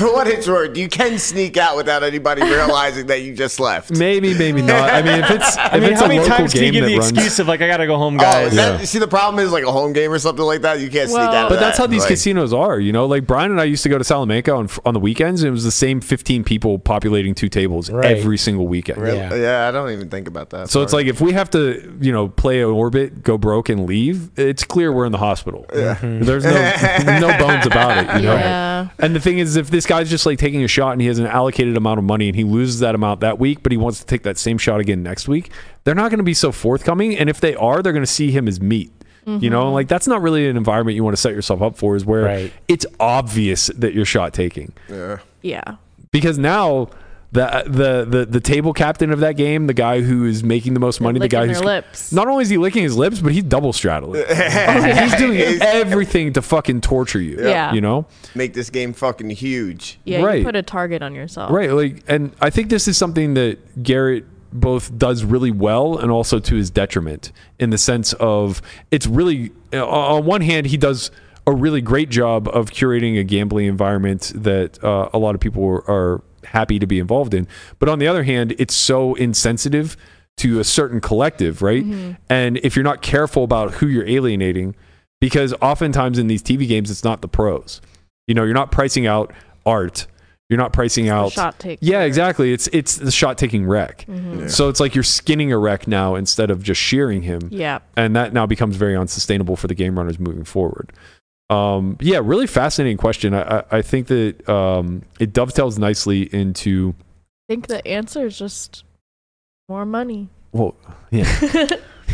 [SPEAKER 3] For what it's worth, you can sneak out without anybody realizing that you just left.
[SPEAKER 4] maybe, maybe not. I mean, if it's if
[SPEAKER 8] I mean,
[SPEAKER 4] it's
[SPEAKER 8] how
[SPEAKER 4] a
[SPEAKER 8] many
[SPEAKER 4] local
[SPEAKER 8] times do you
[SPEAKER 4] game
[SPEAKER 8] give
[SPEAKER 4] that
[SPEAKER 8] the
[SPEAKER 4] runs,
[SPEAKER 8] excuse of like I gotta go home,
[SPEAKER 3] Oh,
[SPEAKER 8] guys?
[SPEAKER 3] is that,
[SPEAKER 4] Yeah.
[SPEAKER 3] see, the problem is like a home game or something like that. You can't
[SPEAKER 5] Well-
[SPEAKER 3] sneak out. Of
[SPEAKER 4] but
[SPEAKER 3] that.
[SPEAKER 4] that's how these
[SPEAKER 3] Like,
[SPEAKER 4] casinos are, you know. Like Brian and I used to go to Salamanca on on the weekends, and it was the same 15 people populating two tables
[SPEAKER 6] Right.
[SPEAKER 4] every single weekend.
[SPEAKER 6] Really?
[SPEAKER 3] Yeah. I don't even think about that.
[SPEAKER 4] So it's like if we have to, you know, play an orbit, go broke, and leave, it's clear we're in the hospital. Mm-hmm. There's no no bones about it, you know.
[SPEAKER 5] Yeah.
[SPEAKER 4] And the thing is, if this guy's just like taking a shot and he has an allocated amount of money and he loses that amount that week, but he wants to take that same shot again next week, they're not going to be so forthcoming. And if they are, they're going to see him as meat. You know, like that's not really an environment you want to set yourself up for. Is where
[SPEAKER 6] Right.
[SPEAKER 4] it's obvious that you're shot taking
[SPEAKER 3] Yeah.
[SPEAKER 5] Yeah.
[SPEAKER 4] because now the uh, the the the table captain of that game, the guy who is making the most money, the
[SPEAKER 5] Licking
[SPEAKER 4] guy
[SPEAKER 5] their
[SPEAKER 4] who's
[SPEAKER 5] lips.
[SPEAKER 4] not only is he licking his lips, but he's double straddling. he's doing everything to fucking torture you.
[SPEAKER 5] Yeah.
[SPEAKER 4] You know?
[SPEAKER 3] Make this game fucking huge.
[SPEAKER 5] Yeah,
[SPEAKER 4] Right.
[SPEAKER 5] you put a target on yourself.
[SPEAKER 4] Right. Like and I think this is something that Garrett both does really well and also to his detriment in the sense of it's really uh, on one hand he does a really great job of curating a gambling environment that uh, a lot of people are, are happy to be involved in but on the other hand it's so insensitive to a certain collective right and if you're not careful about who you're alienating because oftentimes in these TV games it's not the pros you know you're not pricing out art you're not pricing out
[SPEAKER 5] Shot Mm-hmm. take.
[SPEAKER 4] yeah, exactly. It's it's the shot taking wreck. So it's like you're skinning a wreck now instead of just shearing him,
[SPEAKER 5] Yeah.
[SPEAKER 4] and that now becomes very unsustainable for the game runners moving forward. Um, yeah, really fascinating question. I I, I think that um, it dovetails nicely into
[SPEAKER 5] I think the answer is just more money.
[SPEAKER 4] well, yeah,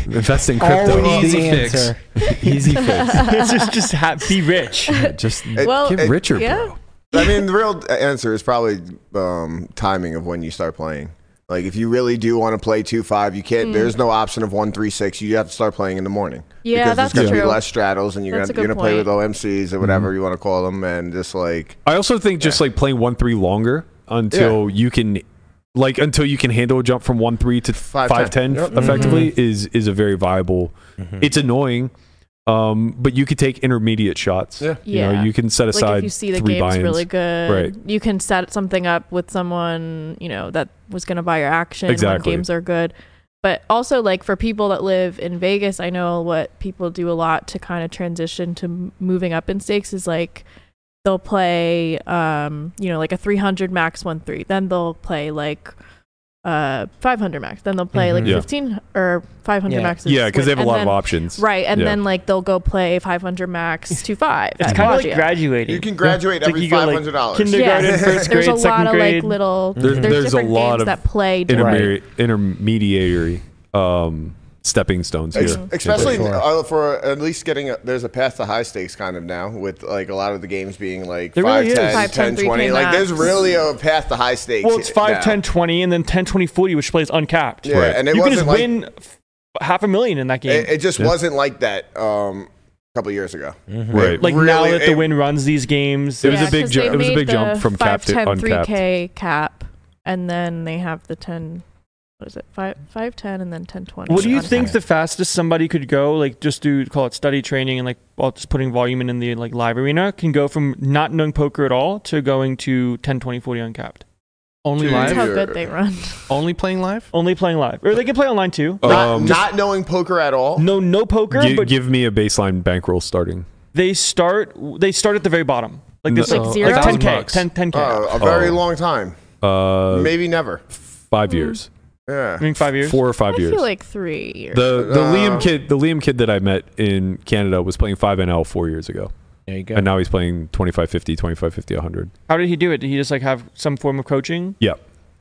[SPEAKER 4] invest in crypto.
[SPEAKER 7] Always
[SPEAKER 6] Always the
[SPEAKER 7] easy fix.
[SPEAKER 6] answer.
[SPEAKER 4] Easy fix.
[SPEAKER 8] This is just ha- be rich.
[SPEAKER 4] Just
[SPEAKER 5] Well,
[SPEAKER 4] get
[SPEAKER 5] it-
[SPEAKER 4] richer,
[SPEAKER 5] yeah.
[SPEAKER 4] bro.
[SPEAKER 3] I mean, the real answer is probably um, timing of when you start playing. Like, if you really do want to play two five, you can't. There's no option of one three six. You have to start playing in the morning.
[SPEAKER 5] Mm. Yeah,
[SPEAKER 3] because
[SPEAKER 5] that's
[SPEAKER 3] there's gonna
[SPEAKER 5] true.
[SPEAKER 3] be less straddles, and you're
[SPEAKER 5] That's
[SPEAKER 3] gonna,
[SPEAKER 5] a
[SPEAKER 3] you're
[SPEAKER 5] good
[SPEAKER 3] gonna play with
[SPEAKER 5] point.
[SPEAKER 3] OMCs or
[SPEAKER 8] Mm-hmm.
[SPEAKER 3] whatever you want to call them, and just like
[SPEAKER 4] I also think just like playing one three longer until you can, like until you can handle a jump from one three to
[SPEAKER 3] Five,
[SPEAKER 4] five ten effectively is is a very viable.
[SPEAKER 6] Mm-hmm.
[SPEAKER 4] It's annoying, um, but you could take intermediate shots.
[SPEAKER 3] Yeah.
[SPEAKER 4] you know,
[SPEAKER 5] Yeah.
[SPEAKER 4] you can set aside
[SPEAKER 5] like if you see the
[SPEAKER 4] three
[SPEAKER 5] game's
[SPEAKER 4] buy-ins.
[SPEAKER 5] really good,
[SPEAKER 4] Right.
[SPEAKER 5] you can set something up with someone you know that was going to buy your action
[SPEAKER 4] Exactly.
[SPEAKER 5] when games are good. But also, like for people that live in Vegas, I know what people do a lot to kind of transition to m- moving up in stakes is like they'll play, um, you know, like a 300 max one three, then they'll play like uh 500 max, then they'll play like
[SPEAKER 4] Mhm. Yeah.
[SPEAKER 5] 15 or 500
[SPEAKER 6] Yeah.
[SPEAKER 5] max. is
[SPEAKER 4] yeah, because they have
[SPEAKER 5] like-
[SPEAKER 4] a
[SPEAKER 5] and
[SPEAKER 4] lot of
[SPEAKER 5] then-
[SPEAKER 4] options.
[SPEAKER 5] Right, and
[SPEAKER 4] Yeah.
[SPEAKER 5] then like they'll go play 500 max two five.
[SPEAKER 8] It's kind of like graduating.
[SPEAKER 3] you can graduate
[SPEAKER 8] Like
[SPEAKER 3] every
[SPEAKER 8] you go,
[SPEAKER 3] five
[SPEAKER 8] like,
[SPEAKER 3] hundred dollars.
[SPEAKER 8] Kindergarten,
[SPEAKER 5] Yeah.
[SPEAKER 8] first grade,
[SPEAKER 5] there's a lot
[SPEAKER 8] second
[SPEAKER 5] of
[SPEAKER 8] grade.
[SPEAKER 5] like little
[SPEAKER 4] There-
[SPEAKER 5] there's,
[SPEAKER 4] there's a
[SPEAKER 5] different
[SPEAKER 4] lot
[SPEAKER 5] games
[SPEAKER 4] of
[SPEAKER 5] that play different.
[SPEAKER 4] intermediary, intermediary um, stepping stones here,
[SPEAKER 3] Ex- Especially
[SPEAKER 6] Sure.
[SPEAKER 3] uh, for at least getting a, there's a path to high stakes kind of now with like a lot of the games being like
[SPEAKER 8] There
[SPEAKER 3] 5,
[SPEAKER 8] really is.
[SPEAKER 3] 10,
[SPEAKER 5] 5, 10,
[SPEAKER 3] 10, 20.
[SPEAKER 5] 3K
[SPEAKER 3] Like
[SPEAKER 5] max.
[SPEAKER 3] there's really a path to high stakes.
[SPEAKER 8] Well, it's
[SPEAKER 3] now.
[SPEAKER 8] 5, 10, 20, and then 10, 20, 40, which plays uncapped.
[SPEAKER 3] Yeah,
[SPEAKER 4] Right.
[SPEAKER 3] and it
[SPEAKER 8] You can
[SPEAKER 3] wasn't
[SPEAKER 8] just
[SPEAKER 3] like,
[SPEAKER 8] win f- half a million in that game.
[SPEAKER 3] It, it just wasn't like that um, a couple years ago.
[SPEAKER 6] Mm-hmm.
[SPEAKER 4] right?
[SPEAKER 8] like now
[SPEAKER 3] really-
[SPEAKER 8] that the
[SPEAKER 3] it-
[SPEAKER 8] win runs these games,
[SPEAKER 4] It was a
[SPEAKER 5] Yeah,
[SPEAKER 4] big
[SPEAKER 5] 'cause
[SPEAKER 4] ju-
[SPEAKER 5] they
[SPEAKER 4] it was a
[SPEAKER 5] made
[SPEAKER 4] big jump
[SPEAKER 5] the
[SPEAKER 4] from cap to
[SPEAKER 5] 5, 10,
[SPEAKER 4] uncapped.
[SPEAKER 5] 3K cap, and then they have the 10. What is it? Five, five, ten, and then 10, 20.
[SPEAKER 8] what do you
[SPEAKER 5] uncapped.
[SPEAKER 8] think the fastest somebody could go? Like just do call it study training and like well, just putting volume in in the like live arena can go from not knowing poker at all to going to 10, 20, 40 uncapped.
[SPEAKER 7] Only
[SPEAKER 3] Dude.
[SPEAKER 5] That's how
[SPEAKER 7] live?
[SPEAKER 3] Yeah.
[SPEAKER 5] good they run.
[SPEAKER 7] Only playing live?
[SPEAKER 8] Only playing live, or they can play online too.
[SPEAKER 3] Not,
[SPEAKER 4] Um,
[SPEAKER 3] not knowing poker at all.
[SPEAKER 8] No, no poker,
[SPEAKER 4] gi-
[SPEAKER 8] but
[SPEAKER 4] give me a baseline bankroll starting.
[SPEAKER 8] they start they start at the very bottom. Like this,
[SPEAKER 5] Like
[SPEAKER 8] like,
[SPEAKER 5] zero?
[SPEAKER 8] like 10k,
[SPEAKER 7] 10K,
[SPEAKER 8] 10 10k.
[SPEAKER 3] Uh, a very
[SPEAKER 4] Oh.
[SPEAKER 3] long time.
[SPEAKER 4] Uh,
[SPEAKER 3] Maybe never.
[SPEAKER 4] five years,
[SPEAKER 3] Yeah.
[SPEAKER 8] I mean, five years.
[SPEAKER 4] four or five
[SPEAKER 5] Hmm. I
[SPEAKER 4] years.
[SPEAKER 5] feel like three years.
[SPEAKER 4] The the
[SPEAKER 3] Uh,
[SPEAKER 4] Liam kid the Liam kid that I met in Canada was playing 5NL 4 years ago
[SPEAKER 6] There you go.
[SPEAKER 4] and now he's playing 2550 2550 100.
[SPEAKER 8] How did he do it? Did he just like have some form of coaching,
[SPEAKER 4] Yeah.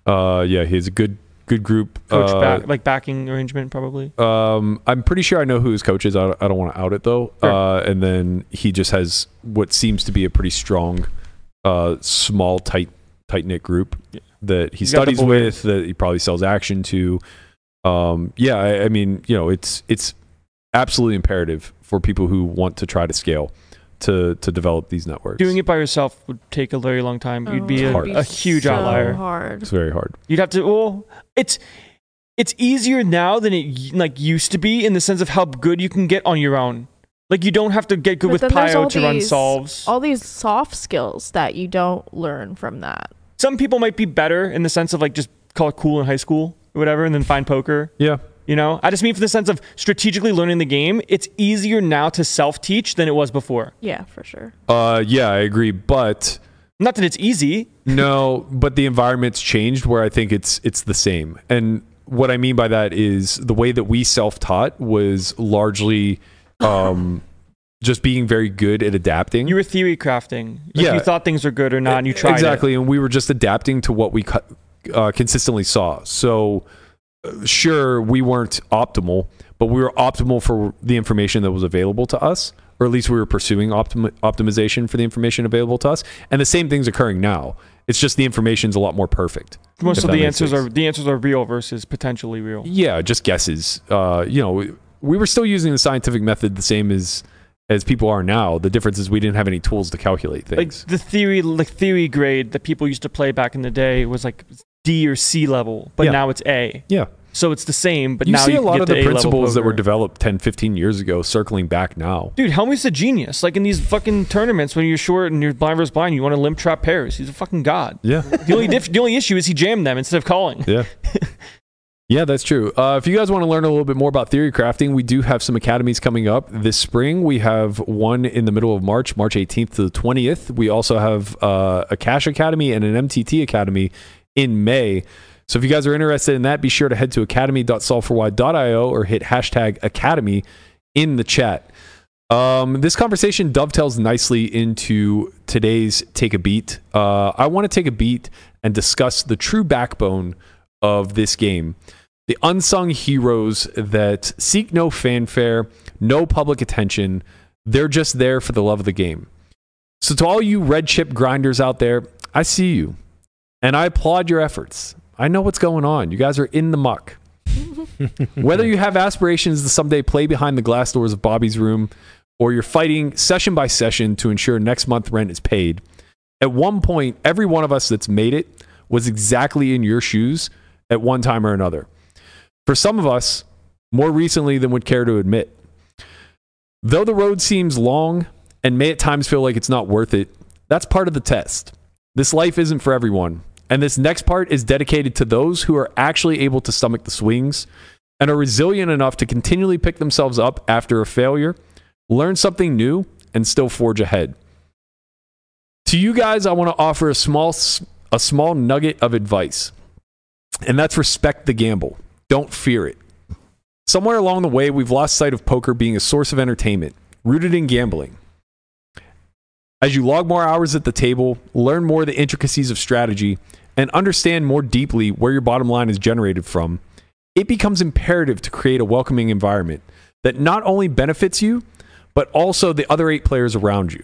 [SPEAKER 4] Uh yeah, he's a good good group
[SPEAKER 8] coach
[SPEAKER 4] uh,
[SPEAKER 8] back, like backing arrangement, probably?
[SPEAKER 4] Um I'm pretty sure I know who his coach is. I, I don't want to out it though.
[SPEAKER 8] Sure.
[SPEAKER 4] Uh and then he just has what seems to be a pretty strong uh small tight tight knit group
[SPEAKER 8] Yeah.
[SPEAKER 4] that he
[SPEAKER 8] You got the
[SPEAKER 4] studies with that he probably sells action to. Um yeah, I, I mean, you know, it's it's absolutely imperative for people who want to try to scale to to develop these networks.
[SPEAKER 8] Doing it by yourself would take a very long time. You'd be
[SPEAKER 5] Oh,
[SPEAKER 8] a,
[SPEAKER 4] hard.
[SPEAKER 8] a huge
[SPEAKER 5] so
[SPEAKER 8] outlier.
[SPEAKER 5] Hard.
[SPEAKER 4] It's very hard.
[SPEAKER 8] You'd have to. Well, it's it's easier now than it y- like used to be in the sense of how good you can get on your own. Like you don't have to get good
[SPEAKER 5] But then
[SPEAKER 8] with
[SPEAKER 5] there's
[SPEAKER 8] Pyo
[SPEAKER 5] all
[SPEAKER 8] to run
[SPEAKER 5] these-
[SPEAKER 8] solves.
[SPEAKER 5] All these soft skills that you don't learn from that.
[SPEAKER 8] Some people might be better in the sense of like just call it cool in high school or whatever, and then find poker.
[SPEAKER 4] Yeah.
[SPEAKER 8] You know, I just mean for the sense of strategically learning the game. It's easier now to self teach than it was before.
[SPEAKER 5] Yeah, for sure.
[SPEAKER 4] Uh, yeah, I agree. But
[SPEAKER 8] Not that it's easy.
[SPEAKER 4] no, but the environment's changed where I think it's it's the same. And what I mean by that is the way that we self-taught was largely um, just being very good at adapting.
[SPEAKER 8] You were theory crafting. Like
[SPEAKER 4] Yeah.
[SPEAKER 8] You thought things were good or not, and you tried it.
[SPEAKER 4] exactly, and we were just adapting to what we cu- uh, consistently saw. So sure we weren't optimal, but we were optimal for the information that was available to us, or at least we were pursuing optim- optimization for the information available to us. And the same thing's occurring now. It's just the information's a lot more perfect.
[SPEAKER 8] Most
[SPEAKER 4] if
[SPEAKER 8] of
[SPEAKER 4] that
[SPEAKER 8] the
[SPEAKER 4] makes
[SPEAKER 8] answers
[SPEAKER 4] sense.
[SPEAKER 8] are the answers are real versus potentially real.
[SPEAKER 4] Yeah, just guesses. Uh, you know, we, we were still using the scientific method the same as as people are now. The difference is we didn't have any tools to calculate
[SPEAKER 8] Like
[SPEAKER 4] things.
[SPEAKER 8] the theory, like theory grade that people used to play back in the day was like D or C level, but
[SPEAKER 4] Yeah.
[SPEAKER 8] now it's A.
[SPEAKER 4] yeah.
[SPEAKER 8] So it's the same, but
[SPEAKER 4] you
[SPEAKER 8] now
[SPEAKER 4] see
[SPEAKER 8] you
[SPEAKER 4] a
[SPEAKER 8] can
[SPEAKER 4] lot
[SPEAKER 8] get
[SPEAKER 4] of
[SPEAKER 8] to
[SPEAKER 4] the
[SPEAKER 8] A-level
[SPEAKER 4] principles that were
[SPEAKER 8] poker.
[SPEAKER 4] developed 10, 15 years ago circling back now.
[SPEAKER 8] Dude, Helmut's a genius. Like in these fucking tournaments, when you're short and you're blind versus blind, you want to limp trap pairs. He's a fucking god.
[SPEAKER 4] Yeah.
[SPEAKER 8] The only diff- the only issue is he jammed them instead of calling.
[SPEAKER 4] Yeah. Yeah, that's true. Uh, if you guys want to learn a little bit more about theory crafting, we do have some academies coming up this spring. We have one in the middle of March, March 18th to the 20th. We also have uh, a Cash Academy and an MTT Academy in May. So if you guys are interested in that, be sure to head to academy.solvefory.io or hit hashtag academy in the chat. Um, this conversation dovetails nicely into today's Take a Beat. Uh, I want to take a beat and discuss the true backbone of this game the unsung heroes that seek no fanfare, no public attention. They're just there for the love of the game. So, to all you red chip grinders out there, I see you and I applaud your efforts. I know what's going on. You guys are in the muck. Whether you have aspirations to someday play behind the glass doors of Bobby's room or you're fighting session by session to ensure next month rent is paid, at one point, every one of us that's made it was exactly in your shoes at one time or another. For some of us, more recently than would care to admit. Though the road seems long and may at times feel like it's not worth it, that's part of the test. This life isn't for everyone, and this next part is dedicated to those who are actually able to stomach the swings and are resilient enough to continually pick themselves up after a failure, learn something new, and still forge ahead. To you guys, I want to offer a small a small nugget of advice. And that's respect the gamble. Don't fear it. Somewhere along the way, we've lost sight of poker being a source of entertainment, rooted in gambling. As you log more hours at the table, learn more of the intricacies of strategy, and understand more deeply where your bottom line is generated from, it becomes imperative to create a welcoming environment that not only benefits you, but also the other eight players around you.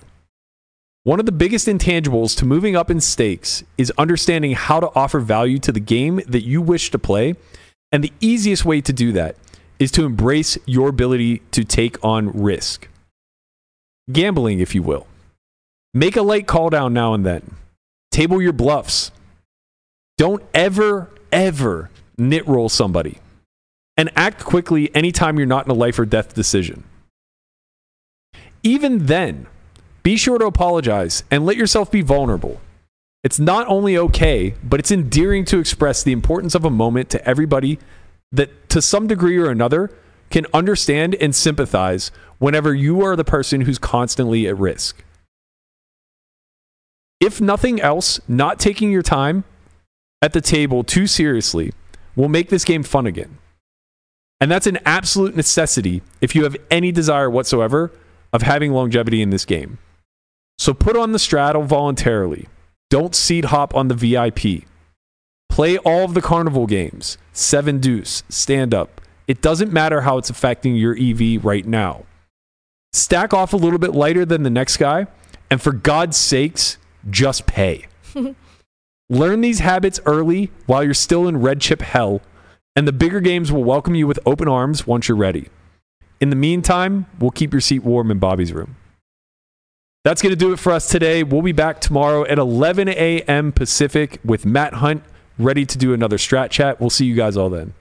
[SPEAKER 4] One of the biggest intangibles to moving up in stakes is understanding how to offer value to the game that you wish to play. And the easiest way to do that is to embrace your ability to take on risk. Gambling, if you will. Make a late call down now and then. Table your bluffs. Don't ever, ever knit roll somebody. And act quickly anytime you're not in a life or death decision. Even then, be sure to apologize and let yourself be vulnerable. It's not only okay, but it's endearing to express the importance of a moment to everybody that, to some degree or another, can understand and sympathize whenever you are the person who's constantly at risk. If nothing else, not taking your time at the table too seriously will make this game fun again. And that's an absolute necessity if you have any desire whatsoever of having longevity in this game. So put on the straddle voluntarily. Don't seat hop on the VIP. Play all of the carnival games, seven deuce, stand up. It doesn't matter how it's affecting your EV right now. Stack off a little bit lighter than the next guy, and for God's sakes, just pay. Learn these habits early while you're still in red chip hell, and the bigger games will welcome you with open arms once you're ready. In the meantime, we'll keep your seat warm in Bobby's room. That's going to do it for us today. We'll be back tomorrow at 11 a.m. Pacific with Matt Hunt, ready to do another strat chat. We'll see you guys all then.